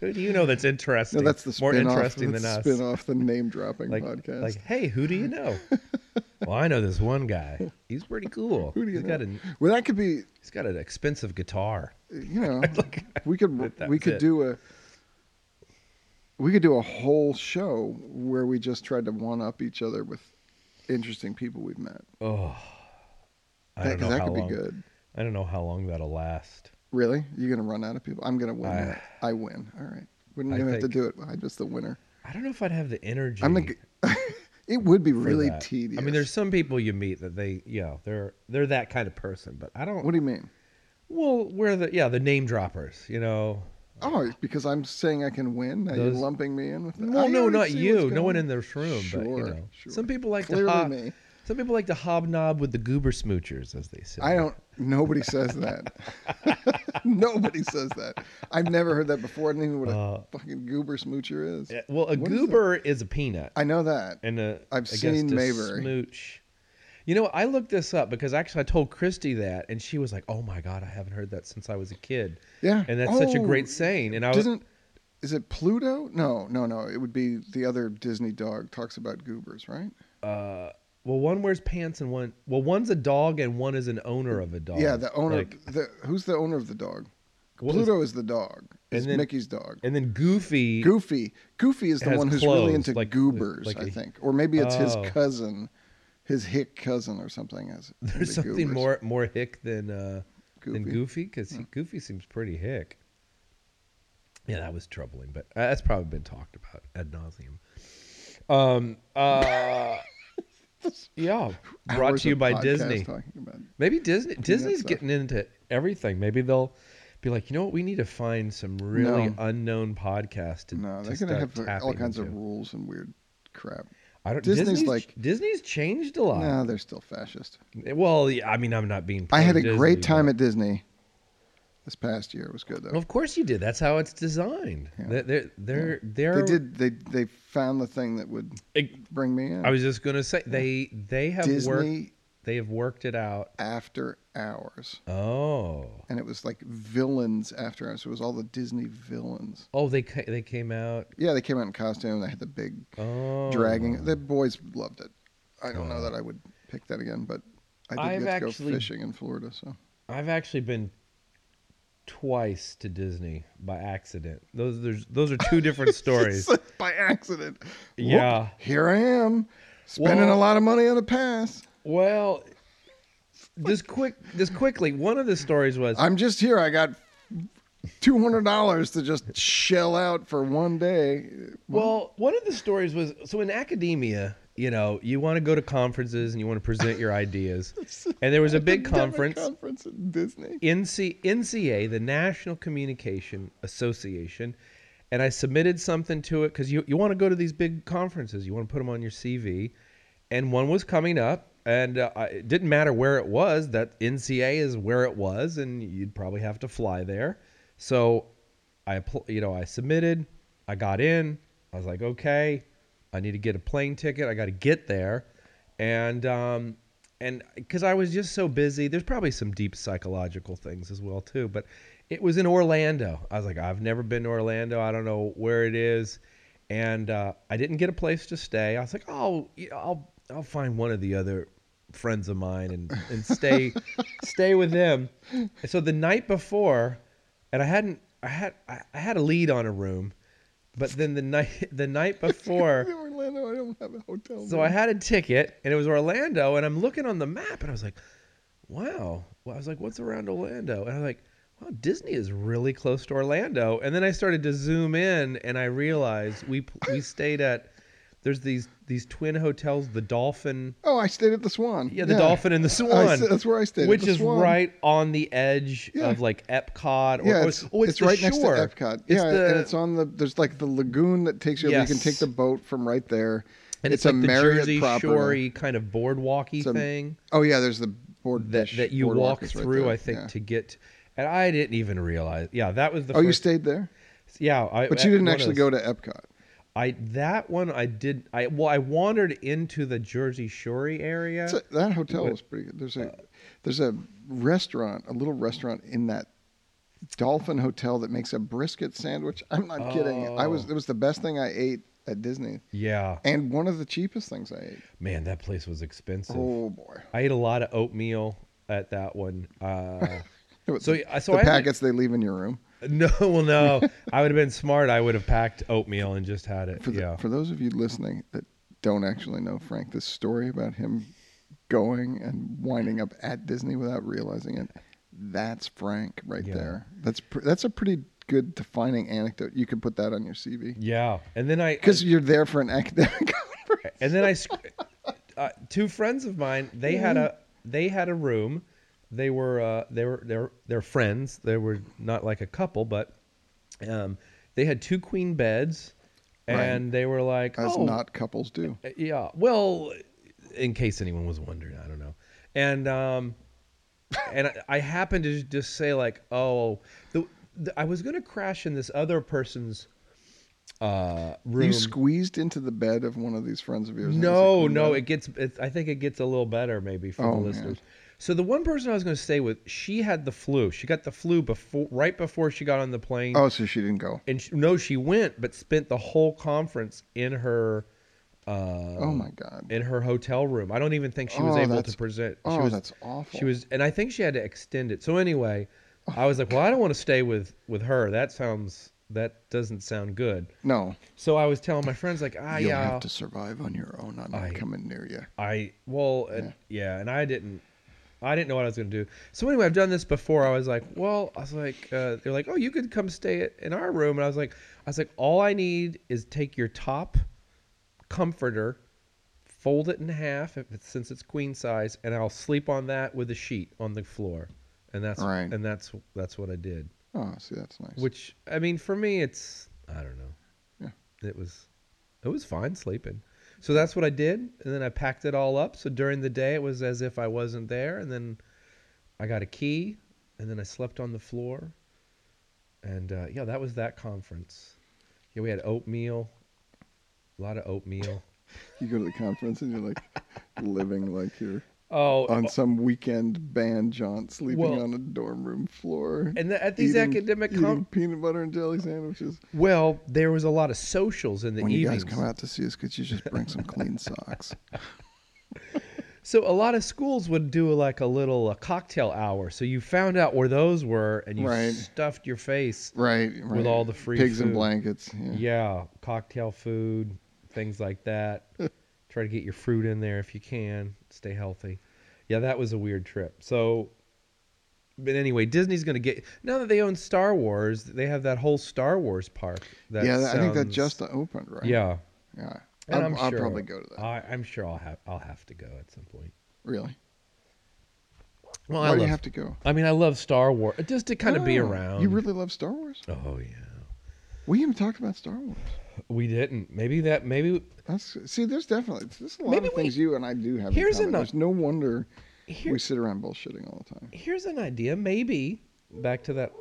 Speaker 2: who do you know that's interesting?
Speaker 1: No, that's the
Speaker 2: more
Speaker 1: spin-off-
Speaker 2: interesting
Speaker 1: that's
Speaker 2: than us.
Speaker 1: the Spin-off the name dropping
Speaker 2: (laughs) Like,
Speaker 1: podcast.
Speaker 2: like, hey, who do you know?
Speaker 1: (laughs)
Speaker 2: well, I know this one guy. He's pretty cool.
Speaker 1: Who do you
Speaker 2: He's
Speaker 1: know?
Speaker 2: got an
Speaker 1: well, that could be,
Speaker 2: he's got an expensive guitar. (laughs)
Speaker 1: you know, we could
Speaker 2: that
Speaker 1: we
Speaker 2: was
Speaker 1: could
Speaker 2: it.
Speaker 1: do a we could do a whole show where we just tried to one up each other with interesting people we've met.
Speaker 2: Oh, I
Speaker 1: That,
Speaker 2: don't know
Speaker 1: 'cause that
Speaker 2: how
Speaker 1: could be
Speaker 2: long.
Speaker 1: good.
Speaker 2: I don't know how long that'll last.
Speaker 1: Really? You're gonna run out of people. I'm gonna win.
Speaker 2: I-
Speaker 1: that. I win. All right. Wouldn't
Speaker 2: I
Speaker 1: even have to
Speaker 2: think-
Speaker 1: do it. I'm just the winner.
Speaker 2: I don't know if I'd have the energy.
Speaker 1: I'm the. g- it would be
Speaker 2: for
Speaker 1: really
Speaker 2: that.
Speaker 1: tedious.
Speaker 2: I mean, there's some people you meet that they, yeah, they're they're that kind of person. But I don't.
Speaker 1: What do you mean?
Speaker 2: well, where the yeah the name droppers, you know.
Speaker 1: Oh, because I'm saying I can win. Now you're
Speaker 2: Those-
Speaker 1: lumping me in with that.
Speaker 2: Well,
Speaker 1: I
Speaker 2: no,
Speaker 1: already
Speaker 2: not
Speaker 1: see what's
Speaker 2: you. No
Speaker 1: going
Speaker 2: one
Speaker 1: on.
Speaker 2: in this room. but you
Speaker 1: Sure,
Speaker 2: know,
Speaker 1: sure.
Speaker 2: some people like
Speaker 1: Clearly
Speaker 2: to hob-
Speaker 1: me.
Speaker 2: some people like to hobnob with the goober smoochers, as they say.
Speaker 1: I don't. Nobody says that. (laughs) nobody says that. I've never heard that before. I didn't even know what a
Speaker 2: Uh,
Speaker 1: fucking goober smoocher is.
Speaker 2: Yeah, Well, a
Speaker 1: What is a-
Speaker 2: goober is a peanut.
Speaker 1: I know that.
Speaker 2: and a
Speaker 1: I've
Speaker 2: I guess
Speaker 1: seen
Speaker 2: to
Speaker 1: Mayberry.
Speaker 2: smooch. You know, I looked this up because actually I told Christy that, and she was like, "Oh my god, I haven't heard that since I was a kid."
Speaker 1: Yeah.
Speaker 2: and that's such a
Speaker 1: Oh,
Speaker 2: great saying. And I was,
Speaker 1: Doesn't is it Pluto? No, no, no. It would be the other Disney dog talks about goobers, right?
Speaker 2: uh, well, one wears pants and one, well, one's a dog and one is an owner of a dog.
Speaker 1: Yeah, the owner.
Speaker 2: Like,
Speaker 1: the, who's the owner of the dog?
Speaker 2: what was-
Speaker 1: Pluto is, the dog. Is
Speaker 2: And then-
Speaker 1: Mickey's dog.
Speaker 2: and then Goofy.
Speaker 1: Goofy. Goofy is the
Speaker 2: has
Speaker 1: one who's
Speaker 2: clothes,
Speaker 1: really into
Speaker 2: like-
Speaker 1: goobers,
Speaker 2: like
Speaker 1: I
Speaker 2: a-
Speaker 1: think, or maybe it's his
Speaker 2: Oh.
Speaker 1: cousin, his hick cousin or something. As
Speaker 2: (laughs) there's something more more hick than uh,
Speaker 1: Goofy.
Speaker 2: than
Speaker 1: Hmm.
Speaker 2: Goofy because Goofy seems pretty hick. Yeah, that was troubling, but uh, that's probably been talked about ad nauseum. Um, uh,
Speaker 1: (laughs)
Speaker 2: yeah, brought
Speaker 1: hours
Speaker 2: to you
Speaker 1: of
Speaker 2: by
Speaker 1: podcast
Speaker 2: Disney.
Speaker 1: Talking about.
Speaker 2: Maybe Disney Disney's
Speaker 1: stuff.
Speaker 2: getting into everything. Maybe they'll be like, you know what, we need to find some really
Speaker 1: No.
Speaker 2: unknown podcast to,
Speaker 1: No,
Speaker 2: to
Speaker 1: they're gonna
Speaker 2: start
Speaker 1: have uh, all
Speaker 2: tapping
Speaker 1: kinds of
Speaker 2: into.
Speaker 1: rules and weird crap.
Speaker 2: I don't,
Speaker 1: Disney's
Speaker 2: Disney's,
Speaker 1: like-
Speaker 2: like Disney's changed a lot.
Speaker 1: No, they're still fascist.
Speaker 2: Well, yeah, I mean, I'm not being.
Speaker 1: I had a
Speaker 2: pro-Disney,
Speaker 1: great
Speaker 2: but-
Speaker 1: time at Disney. This past year It was good though.
Speaker 2: Well, of course you did. That's how it's designed.
Speaker 1: Yeah.
Speaker 2: They're, they're, they're,
Speaker 1: they
Speaker 2: they're-
Speaker 1: did. They they found the thing that would bring me in.
Speaker 2: I was just gonna say they they have
Speaker 1: Disney
Speaker 2: worked they have worked it out.
Speaker 1: after hours,
Speaker 2: Oh,
Speaker 1: and it was like villains after hours. It was all the Disney villains.
Speaker 2: oh, they ca- they came out.
Speaker 1: Yeah, they came out in costume. They had the big
Speaker 2: Oh,
Speaker 1: dragging. The boys loved it. I don't know
Speaker 2: Oh.
Speaker 1: that I would pick that again, but I did
Speaker 2: I've
Speaker 1: get to
Speaker 2: actually-
Speaker 1: go fishing in Florida. So
Speaker 2: I've actually been twice to Disney by accident. Those there's those are
Speaker 1: (laughs)
Speaker 2: two different stories.
Speaker 1: by accident. Whoop,
Speaker 2: Yeah.
Speaker 1: here I am, spending a
Speaker 2: Well-
Speaker 1: lot of money on a pass.
Speaker 2: Well, this quick this quickly. One of the stories was
Speaker 1: I'm just here. I got two hundred dollars to just shell out for one day.
Speaker 2: Well, one of the stories was so in academia, you know, you want to go to conferences and you want to present your (laughs) ideas. And there was a big
Speaker 1: Academic
Speaker 2: conference,
Speaker 1: Conference at Disney.
Speaker 2: NC, NCA, the National Communication Association. And I submitted something to it because you, you want to go to these big conferences, you want to put them on your CV. And one was coming up, and uh, I, it didn't matter where it was, that NCA is where it was, and you'd probably have to fly there. So I, appl- you know, I submitted, I got in, I was like, okay, I need to get a plane ticket. I got to get there. And, um, and because I was just so busy, there's probably some deep psychological things as well too, but it was in Orlando. I was like, I've never been to Orlando. I don't know where it is. And, uh, I didn't get a place to stay. I was like, oh, you know, I'll, I'll find one of the other friends of mine and, and stay, stay with them. And so the night before, and I hadn't I had I I had a lead on a room, but then the night (laughs) the night
Speaker 1: In
Speaker 2: before,
Speaker 1: (laughs) Orlando, I don't have a hotel.
Speaker 2: so I had a ticket and it was Orlando, and I'm looking on the map and I was like, wow. Well, I was like, what's around Orlando? And I was like, wow, Disney is really close to Orlando. And then I started to zoom in and I realized we we stayed at there's these these twin hotels, the Dolphin.
Speaker 1: oh, I stayed at the Swan.
Speaker 2: Yeah, the dolphin and the
Speaker 1: I
Speaker 2: swan.
Speaker 1: s- that's where I stayed, at
Speaker 2: Which
Speaker 1: the
Speaker 2: is
Speaker 1: Swan.
Speaker 2: right on the edge
Speaker 1: Yeah.
Speaker 2: of like Epcot. Or,
Speaker 1: yeah,
Speaker 2: oh,
Speaker 1: it's,
Speaker 2: oh, it's,
Speaker 1: it's
Speaker 2: the
Speaker 1: right
Speaker 2: shore.
Speaker 1: next to Epcot.
Speaker 2: It's
Speaker 1: yeah,
Speaker 2: the,
Speaker 1: and it's on the there's like the lagoon that takes you. over. You can take
Speaker 2: Yes.
Speaker 1: the boat from right there.
Speaker 2: and it's,
Speaker 1: a
Speaker 2: like the
Speaker 1: Marriott
Speaker 2: Jersey
Speaker 1: property.
Speaker 2: Shorey kind of boardwalky
Speaker 1: It's a-
Speaker 2: thing
Speaker 1: Oh yeah, there's the board
Speaker 2: that,
Speaker 1: dish
Speaker 2: that you
Speaker 1: boardwalk
Speaker 2: walk
Speaker 1: is right
Speaker 2: through.
Speaker 1: there.
Speaker 2: I think
Speaker 1: Yeah.
Speaker 2: to get. And I didn't even realize. Yeah, that was the.
Speaker 1: oh,
Speaker 2: first,
Speaker 1: you stayed there,
Speaker 2: Yeah, I,
Speaker 1: but you didn't
Speaker 2: one of
Speaker 1: actually go
Speaker 2: those-
Speaker 1: to Epcot.
Speaker 2: I that one I did. I well, I wandered into the Jersey Shorey area.
Speaker 1: It's a- that hotel was pretty good. There's a there's a restaurant, a little restaurant in that Dolphin Hotel that makes a brisket sandwich. I'm not kidding. I was
Speaker 2: Oh.
Speaker 1: it was the best thing I ate at Disney,
Speaker 2: yeah,
Speaker 1: and one of the cheapest things I ate.
Speaker 2: man, that place was expensive.
Speaker 1: Oh boy.
Speaker 2: I ate a lot of oatmeal at that one.
Speaker 1: (laughs)
Speaker 2: Uh, So,
Speaker 1: the,
Speaker 2: I- so
Speaker 1: the
Speaker 2: I haven't-
Speaker 1: packets they leave in your room.
Speaker 2: (laughs) no,
Speaker 1: (laughs)
Speaker 2: well, no, I would have been smart. I would have packed oatmeal and just had it.
Speaker 1: For, the,
Speaker 2: yeah,
Speaker 1: for those of you listening that don't actually know Frank, this story about him going and winding up at Disney without realizing it. That's Frank right
Speaker 2: Yeah.
Speaker 1: there. That's pr- that's a pretty good defining anecdote. You can put that on your CV
Speaker 2: Yeah, and then I
Speaker 1: because you're there for an academic. (laughs) conference.
Speaker 2: and then I, sc- uh, two friends of mine, they had a they had a room. They were uh, they were they're they're friends. They were not like a couple, but um, they had two queen beds,
Speaker 1: Right.
Speaker 2: and they were like,
Speaker 1: As
Speaker 2: oh,
Speaker 1: not couples do.
Speaker 2: uh, Yeah. Well, in case anyone was wondering, I don't know. And um, and I, I happened to just say like, oh, the, the I was gonna crash in this other person's uh room.
Speaker 1: You squeezed into the bed of one of these friends of yours. and it was
Speaker 2: No,
Speaker 1: like,
Speaker 2: no, it gets. It, I think it gets a little better maybe for
Speaker 1: Oh,
Speaker 2: the
Speaker 1: man.
Speaker 2: listeners. So the one person I was going to stay with, she had the flu. She got the flu before, right before she got on the plane.
Speaker 1: Oh, so she didn't go.
Speaker 2: And she, no, she went, but spent the whole conference in her, uh,
Speaker 1: Oh my god.
Speaker 2: in her hotel room. I don't even think she was
Speaker 1: Oh,
Speaker 2: able to
Speaker 1: that's-
Speaker 2: present. She
Speaker 1: Oh,
Speaker 2: was,
Speaker 1: that's awful.
Speaker 2: She was, and I think she had to extend it. So anyway, I was like, well, I don't want to stay with with her. That sounds, that doesn't sound good.
Speaker 1: no.
Speaker 2: So I was telling my friends like, ah,
Speaker 1: You'll
Speaker 2: yeah,
Speaker 1: have to survive on your own. I'm not
Speaker 2: I-
Speaker 1: coming near you.
Speaker 2: I well, and- yeah. and I didn't, I didn't know what I was gonna do. So anyway, I've done this before. I was like, well, I was like, uh, they're like, oh, you could come stay at- in our room, and I was like, I was like, all I need is take your top comforter, fold it in half if it's since it's queen size, and I'll sleep on that with a sheet on the floor, and that's
Speaker 1: Right.
Speaker 2: and that's that's what I did.
Speaker 1: Oh, see, that's nice.
Speaker 2: Which I mean, for me, it's I don't know.
Speaker 1: Yeah.
Speaker 2: It was, it was fine sleeping. So that's what I did, and then I packed it all up. So during the day, it was as if I wasn't there, and then I got a key, and then I slept on the floor. And uh, yeah, that was that conference. Yeah, we had oatmeal, a lot of oatmeal.
Speaker 1: You go to the conference and you're
Speaker 2: (laughs)
Speaker 1: like living like you're
Speaker 2: Oh,
Speaker 1: on some weekend band jaunt, sleeping
Speaker 2: Well-
Speaker 1: on a dorm room floor.
Speaker 2: and the, at these
Speaker 1: eating-
Speaker 2: academic
Speaker 1: eating
Speaker 2: con-
Speaker 1: peanut butter and jelly sandwiches.
Speaker 2: well, there was a lot of socials in the
Speaker 1: When you
Speaker 2: evenings.
Speaker 1: guys come out to see us, could you just bring some clean
Speaker 2: (laughs)
Speaker 1: socks?
Speaker 2: So a lot of schools would do like a little a cocktail hour. So you found out where those were, and you
Speaker 1: Right.
Speaker 2: stuffed your face.
Speaker 1: Right, right.
Speaker 2: all the free
Speaker 1: pigs and
Speaker 2: food.
Speaker 1: blankets. Yeah.
Speaker 2: Yeah, cocktail food, things
Speaker 1: (laughs)
Speaker 2: like that. Try to get your fruit in there if you can. Stay healthy. Yeah, that was a weird trip. So, but anyway, Disney's going to get now that they own Star Wars. They have that whole Star Wars park. That
Speaker 1: yeah, I think that
Speaker 2: sounds-
Speaker 1: just opened, right?
Speaker 2: yeah.
Speaker 1: yeah.
Speaker 2: And
Speaker 1: I'll,
Speaker 2: I'm
Speaker 1: I'll
Speaker 2: sure-
Speaker 1: probably go to that.
Speaker 2: I, I'm sure I'll have I'll have to go at some point.
Speaker 1: really?
Speaker 2: Well,
Speaker 1: Why
Speaker 2: I
Speaker 1: do
Speaker 2: love,
Speaker 1: you have to go?
Speaker 2: I mean, I love Star Wars just to kind of be
Speaker 1: Oh,
Speaker 2: around.
Speaker 1: You really love Star Wars?
Speaker 2: Oh yeah.
Speaker 1: We haven't talked about Star Wars.
Speaker 2: We didn't. Maybe that. Maybe
Speaker 1: That's see. There's definitely there's a lot
Speaker 2: Maybe
Speaker 1: of things you and I do have.
Speaker 2: here's
Speaker 1: in common.
Speaker 2: ano-
Speaker 1: There's no wonder
Speaker 2: here,
Speaker 1: we sit around bullshitting all the time.
Speaker 2: here's an idea. Maybe back to that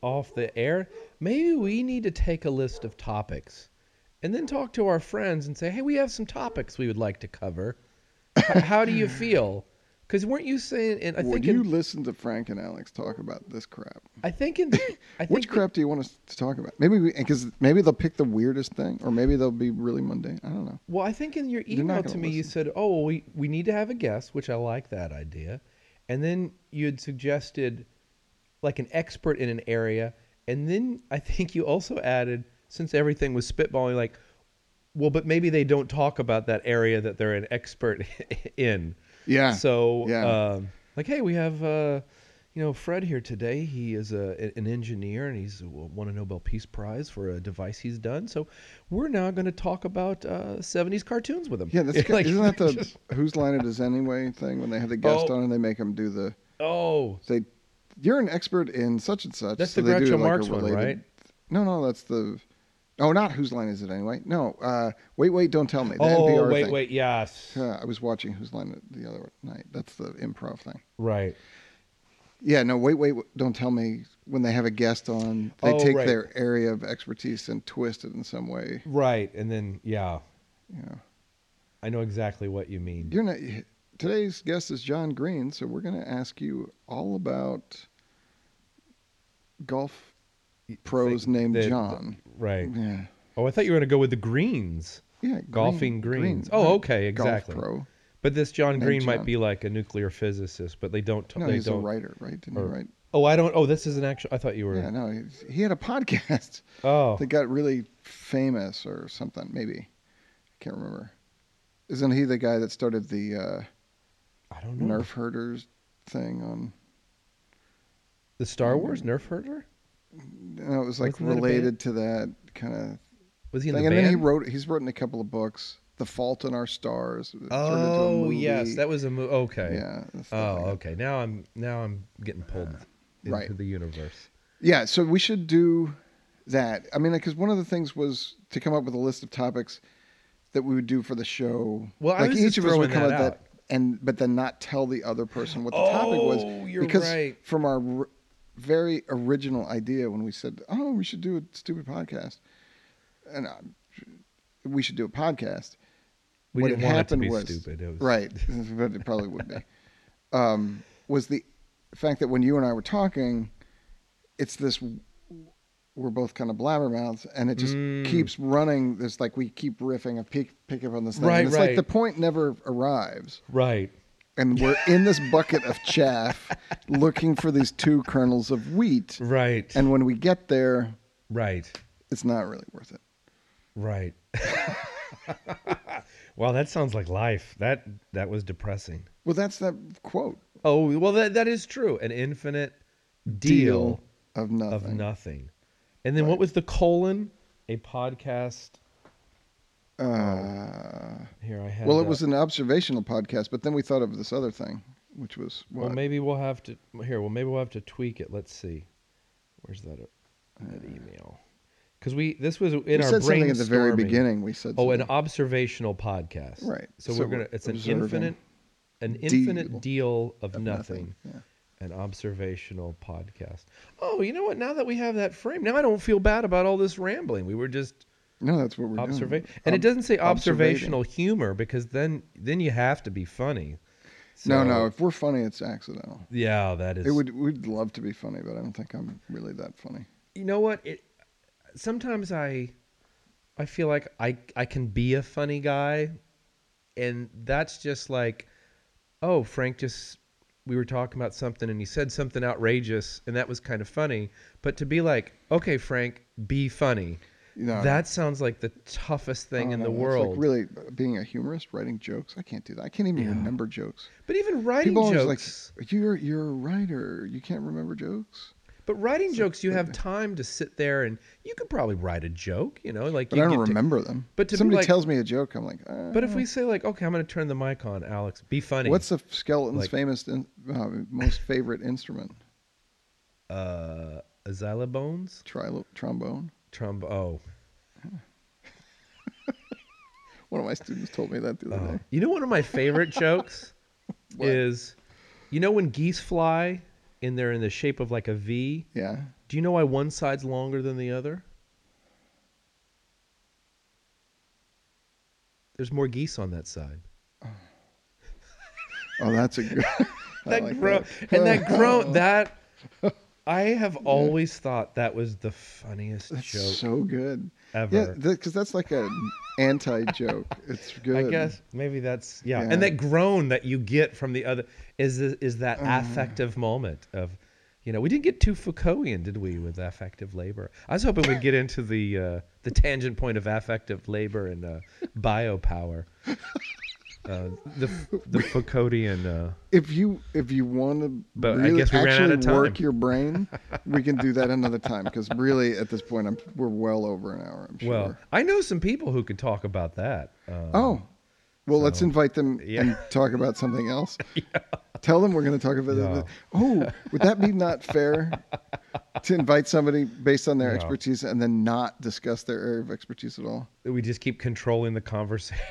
Speaker 2: off the air. Maybe we need to take a list of topics, and then talk to our friends and say, "Hey, we have some topics we would like to cover. H- how do you feel?" Because weren't you saying? And I
Speaker 1: Would
Speaker 2: think
Speaker 1: you
Speaker 2: in,
Speaker 1: listen to Frank and Alex talk about this crap?
Speaker 2: I think in the, I
Speaker 1: (coughs)
Speaker 2: think
Speaker 1: Which crap do you want us to talk about? Maybe we because maybe they'll pick the weirdest thing, or maybe they'll be really mundane. I don't know.
Speaker 2: Well, I think in your
Speaker 1: You're not
Speaker 2: email to
Speaker 1: gonna
Speaker 2: me, you
Speaker 1: listen.
Speaker 2: said, "Oh, well, we we need to have a guest," which I like that idea, and then you had suggested like an expert in an area, and then I think you also added, since everything was spitballing, like, well, but maybe they don't talk about that area that they're an expert (laughs) in.
Speaker 1: Yeah.
Speaker 2: So,
Speaker 1: yeah.
Speaker 2: um, like, hey, we have, uh, you know, Fred here today. He is a, a- an engineer and he's uh, won a Nobel Peace Prize for a device he's done. So, we're now going to talk about uh, 70s cartoons with him.
Speaker 1: yeah,
Speaker 2: (laughs)
Speaker 1: that's ki-
Speaker 2: like,
Speaker 1: isn't that the whose line it is anyway thing when they have the guest
Speaker 2: Oh.
Speaker 1: on and they make them do the
Speaker 2: oh,
Speaker 1: they you're an expert in such and such.
Speaker 2: That's
Speaker 1: so
Speaker 2: the
Speaker 1: they do
Speaker 2: Groucho
Speaker 1: like
Speaker 2: Marx
Speaker 1: a
Speaker 2: one,
Speaker 1: related,
Speaker 2: right?
Speaker 1: No, no, that's the. Oh, not whose line is it anyway? No, uh, wait, wait, don't tell me. The
Speaker 2: oh,
Speaker 1: NPR
Speaker 2: wait,
Speaker 1: thing.
Speaker 2: wait, yes,
Speaker 1: Uh, I was watching Whose Line It the other night. That's the improv thing.
Speaker 2: right.
Speaker 1: Yeah, no, wait, wait, wait, don't tell me. When they have a guest on, they
Speaker 2: Oh,
Speaker 1: take
Speaker 2: right.
Speaker 1: their area of expertise and twist it in some way.
Speaker 2: Right, and then yeah,
Speaker 1: You know,
Speaker 2: I know exactly what you mean.
Speaker 1: you're not. Today's guest is John Green, so we're going to ask you all about golf pros named
Speaker 2: the- the-
Speaker 1: John.
Speaker 2: Right.
Speaker 1: yeah,
Speaker 2: Oh, I thought you were going to go with the greens,
Speaker 1: yeah, Mm-hmm. Green-
Speaker 2: golfing greens. oh,
Speaker 1: right.
Speaker 2: okay, exactly.
Speaker 1: Golf pro.
Speaker 2: But this John
Speaker 1: Named
Speaker 2: Green might
Speaker 1: John.
Speaker 2: be like a nuclear physicist, but they don't.
Speaker 1: No,
Speaker 2: they
Speaker 1: he's a
Speaker 2: don't.
Speaker 1: writer, right? Didn't
Speaker 2: or-
Speaker 1: he write?
Speaker 2: Oh, I don't. Oh, this is an actual. I thought you were.
Speaker 1: Yeah, no, he's- he had a (laughs) podcast.
Speaker 2: oh,
Speaker 1: that got really famous or something. Maybe I can't remember. Isn't he the guy that started the uh,
Speaker 2: I don't know.
Speaker 1: Nerf herders thing on.
Speaker 2: The Star Wars Nerf herder?
Speaker 1: No, it was like
Speaker 2: Wasn't that a band?
Speaker 1: related to that kind of
Speaker 2: Was he in
Speaker 1: thing.
Speaker 2: the
Speaker 1: And
Speaker 2: band?
Speaker 1: then he wrote. He's written a couple of books. The Fault in Our Stars. it turned into a
Speaker 2: Oh yes,
Speaker 1: movie.
Speaker 2: that was a movie. Okay.
Speaker 1: yeah. that's the
Speaker 2: Oh,
Speaker 1: thing.
Speaker 2: okay. Now I'm now I'm getting pulled into
Speaker 1: right.
Speaker 2: the universe.
Speaker 1: Yeah, so we should do that. I mean, because one of the things was to come up with a list of topics that we would do for the show.
Speaker 2: Well, I
Speaker 1: like
Speaker 2: was
Speaker 1: each
Speaker 2: just
Speaker 1: of us would
Speaker 2: throwing
Speaker 1: come up
Speaker 2: that
Speaker 1: with
Speaker 2: out.
Speaker 1: and but then not tell the other person what the topic
Speaker 2: Oh,
Speaker 1: was
Speaker 2: you're
Speaker 1: because
Speaker 2: right.
Speaker 1: from our r- very original idea when we said, "Oh, we should do a stupid podcast," and uh, we should do a podcast.
Speaker 2: We
Speaker 1: What
Speaker 2: didn't
Speaker 1: had
Speaker 2: want it to
Speaker 1: happened
Speaker 2: be
Speaker 1: was-
Speaker 2: stupid. It was, (laughs)
Speaker 1: Right. but it probably would be. Um, was the fact that when you and I were talking, it's this we're both kind of blabbermouths and it just
Speaker 2: Mm.
Speaker 1: keeps running this like we keep riffing and pick pick up on this thing.
Speaker 2: Right,
Speaker 1: and it's
Speaker 2: right.
Speaker 1: like the point never arrives.
Speaker 2: Right.
Speaker 1: And we're in this bucket of
Speaker 2: (laughs)
Speaker 1: chaff looking for these two kernels of wheat.
Speaker 2: Mm. Right.
Speaker 1: And when we get there,
Speaker 2: right.
Speaker 1: it's not really worth it.
Speaker 2: Right. (laughs) wow, that sounds like life. That that was depressing.
Speaker 1: Well, that's that quote
Speaker 2: Oh well, that that is true. An infinite deal,
Speaker 1: of nothing.
Speaker 2: of nothing. And then what was the colon? A podcast. Oh.
Speaker 1: Uh,
Speaker 2: Here I have.
Speaker 1: Well, it
Speaker 2: that.
Speaker 1: was an observational podcast, but then we thought of this other thing, which was what?
Speaker 2: Well, maybe we'll have to here. Well, maybe we'll have to tweak it. Let's see. Where's that, uh, that email? Because we this was in
Speaker 1: we
Speaker 2: our
Speaker 1: said something at the very
Speaker 2: brainstorming.
Speaker 1: beginning. We said,
Speaker 2: Oh, an
Speaker 1: something.
Speaker 2: observational podcast.
Speaker 1: Right.
Speaker 2: So,
Speaker 1: So
Speaker 2: we're
Speaker 1: we're
Speaker 2: gonna. It's an
Speaker 1: observing
Speaker 2: infinite, an
Speaker 1: deal
Speaker 2: infinite deal of, nothing.
Speaker 1: nothing, yeah.
Speaker 2: An observational podcast. Oh, you know what? Now that we have that frame, now I don't feel bad about all this rambling. We were just
Speaker 1: no, that's what we're
Speaker 2: observation,
Speaker 1: doing.
Speaker 2: and it
Speaker 1: Ob-
Speaker 2: doesn't say
Speaker 1: observating.
Speaker 2: observational humor because then then you have to be funny.
Speaker 1: No,
Speaker 2: So-
Speaker 1: no. If we're funny, it's accidental.
Speaker 2: Yeah, that is.
Speaker 1: It would. We'd love to be funny, but I don't think I'm really that funny.
Speaker 2: you know what it sometimes i i feel like i i can be a funny guy and that's just like oh frank just we were talking about something and he said something outrageous and that was kind of funny but to be like okay frank be funny
Speaker 1: No.
Speaker 2: that sounds like the toughest thing
Speaker 1: Oh,
Speaker 2: in
Speaker 1: no,
Speaker 2: the
Speaker 1: no, it's
Speaker 2: world
Speaker 1: like really being a humorist, writing jokes. I can't do that. I can't even remember jokes.
Speaker 2: but even writing
Speaker 1: People always
Speaker 2: jokes
Speaker 1: like, "You're you're a writer. You can't remember jokes."
Speaker 2: but writing jokes you have time to sit there and you could probably write a joke you know like
Speaker 1: But
Speaker 2: you
Speaker 1: I don't
Speaker 2: get to-
Speaker 1: remember them.
Speaker 2: but to be
Speaker 1: somebody
Speaker 2: like-
Speaker 1: tells me a joke, I'm like, uh,
Speaker 2: but if we say like okay i'm going to turn the mic on alex be funny
Speaker 1: What's the skeleton's
Speaker 2: Like-
Speaker 1: famous, in, uh, most favorite instrument?
Speaker 2: uh xylobones
Speaker 1: Trilo- trombone.
Speaker 2: tromb oh.
Speaker 1: One of my students told me that the other
Speaker 2: oh.
Speaker 1: day.
Speaker 2: you know one of my
Speaker 1: (laughs)
Speaker 2: favorite jokes is you know when geese fly and they're in the shape of like a v
Speaker 1: Yeah.
Speaker 2: do you know why one side's longer than the other there's more geese on that side
Speaker 1: Oh, that's a good. (laughs) I
Speaker 2: that
Speaker 1: like
Speaker 2: groan
Speaker 1: that.
Speaker 2: and
Speaker 1: (laughs)
Speaker 2: that groan that i have always thought that was the funniest
Speaker 1: That's
Speaker 2: joke
Speaker 1: so good. Yeah,
Speaker 2: ever
Speaker 1: because that's like an anti joke. It's good.
Speaker 2: (laughs) I guess maybe that's yeah.
Speaker 1: Yeah.
Speaker 2: And that groan that you get from the other is is that
Speaker 1: Uh-huh.
Speaker 2: affective moment of, you know, we didn't get too Foucaultian, did we, with affective labor? I was hoping we'd get into the uh, the tangent point of affective labor and uh, biopower, uh, the the Foucaultian. Uh,
Speaker 1: If you if you want to
Speaker 2: But I
Speaker 1: really
Speaker 2: guess we ran out
Speaker 1: actually
Speaker 2: of time.
Speaker 1: work your brain, we can do
Speaker 2: (laughs)
Speaker 1: that another time. Because really, at this point, I'm, we're well over an hour. I'm sure.
Speaker 2: well, I know some people who could talk about that. Uh,
Speaker 1: Oh, well, let's invite them
Speaker 2: Yeah.
Speaker 1: and talk about something
Speaker 2: (laughs)
Speaker 1: else. Tell them we're going to talk about.
Speaker 2: Yeah.
Speaker 1: it. Oh, would that be not fair to invite somebody based on their
Speaker 2: Yeah.
Speaker 1: expertise and then not discuss their area of expertise at all?
Speaker 2: we just keep controlling the conversation.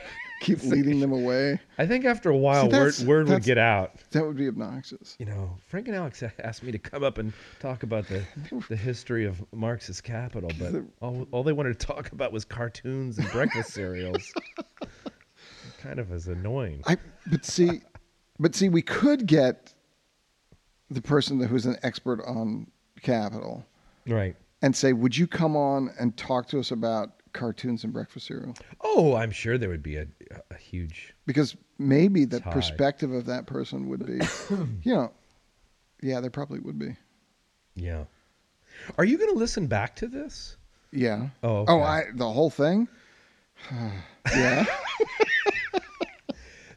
Speaker 1: Keep leading them away.
Speaker 2: (laughs) I think after a while, word
Speaker 1: that's-
Speaker 2: word would
Speaker 1: that's-
Speaker 2: get out.
Speaker 1: That would be obnoxious.
Speaker 2: you know, Frank and Alex (laughs) a- asked me to come up and talk about the, the history of Marxist capital, but all, all they wanted to talk about was cartoons and breakfast cereals. (laughs) kind of is annoying.
Speaker 1: I but
Speaker 2: (laughs)
Speaker 1: see, but see, we could get the person who's an expert on capital
Speaker 2: Right.
Speaker 1: and say, "Would you come on and talk to us about cartoons and breakfast cereal?"
Speaker 2: Oh, I'm sure there would be a, a huge.
Speaker 1: because maybe the
Speaker 2: Tie.
Speaker 1: perspective of that person would
Speaker 2: (coughs)
Speaker 1: be, you know, yeah, there probably would be.
Speaker 2: Yeah. Are you going to listen back to this?
Speaker 1: Yeah.
Speaker 2: Oh,
Speaker 1: Oh, (sighs)
Speaker 2: okay.
Speaker 1: I the whole thing. yeah.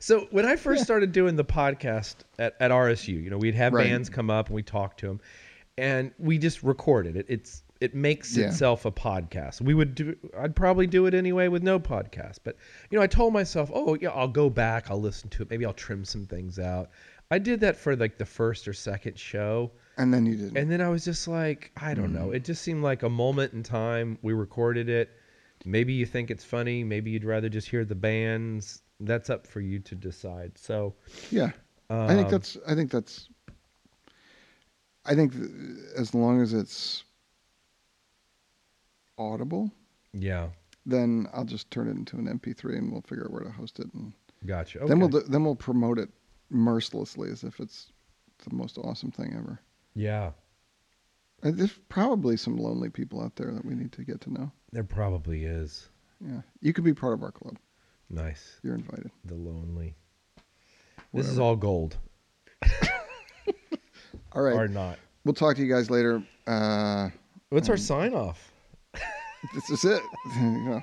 Speaker 2: So when I first started doing the podcast at, at RSU, you know, we'd have
Speaker 1: Right.
Speaker 2: bands come up and we talked to them, and we just recorded it. It's it makes
Speaker 1: Yeah.
Speaker 2: itself a podcast. We would do. I'd probably do it anyway with no podcast. But you know, I told myself, oh yeah, I'll go back. I'll listen to it. Maybe I'll trim some things out. I did that for like the first or second show.
Speaker 1: And then you didn't.
Speaker 2: And then I was just like, I don't
Speaker 1: Mm-hmm.
Speaker 2: know. It just seemed like a moment in time. We recorded it. Maybe you think it's funny. Maybe you'd rather just hear the bands. That's up for you to decide. So,
Speaker 1: Yeah, I think that's.
Speaker 2: um,
Speaker 1: I think that's. I think th- as long as it's audible,
Speaker 2: yeah,
Speaker 1: then I'll just turn it into an MP3 and we'll figure out where to host it, and
Speaker 2: gotcha.
Speaker 1: then we'll
Speaker 2: Okay.
Speaker 1: do- then we'll promote it mercilessly as if it's the most awesome thing ever.
Speaker 2: yeah,
Speaker 1: And Uh, There's probably some lonely people out there that we need to get to know.
Speaker 2: there probably is.
Speaker 1: Yeah, you could be part of our club.
Speaker 2: Nice.
Speaker 1: You're invited.
Speaker 2: The lonely. This is all gold
Speaker 1: All right,
Speaker 2: or not. Hmm.
Speaker 1: we'll talk to you guys later. Uh,
Speaker 2: What's our sign off?
Speaker 1: this is it. (laughs) Yeah.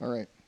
Speaker 1: All right.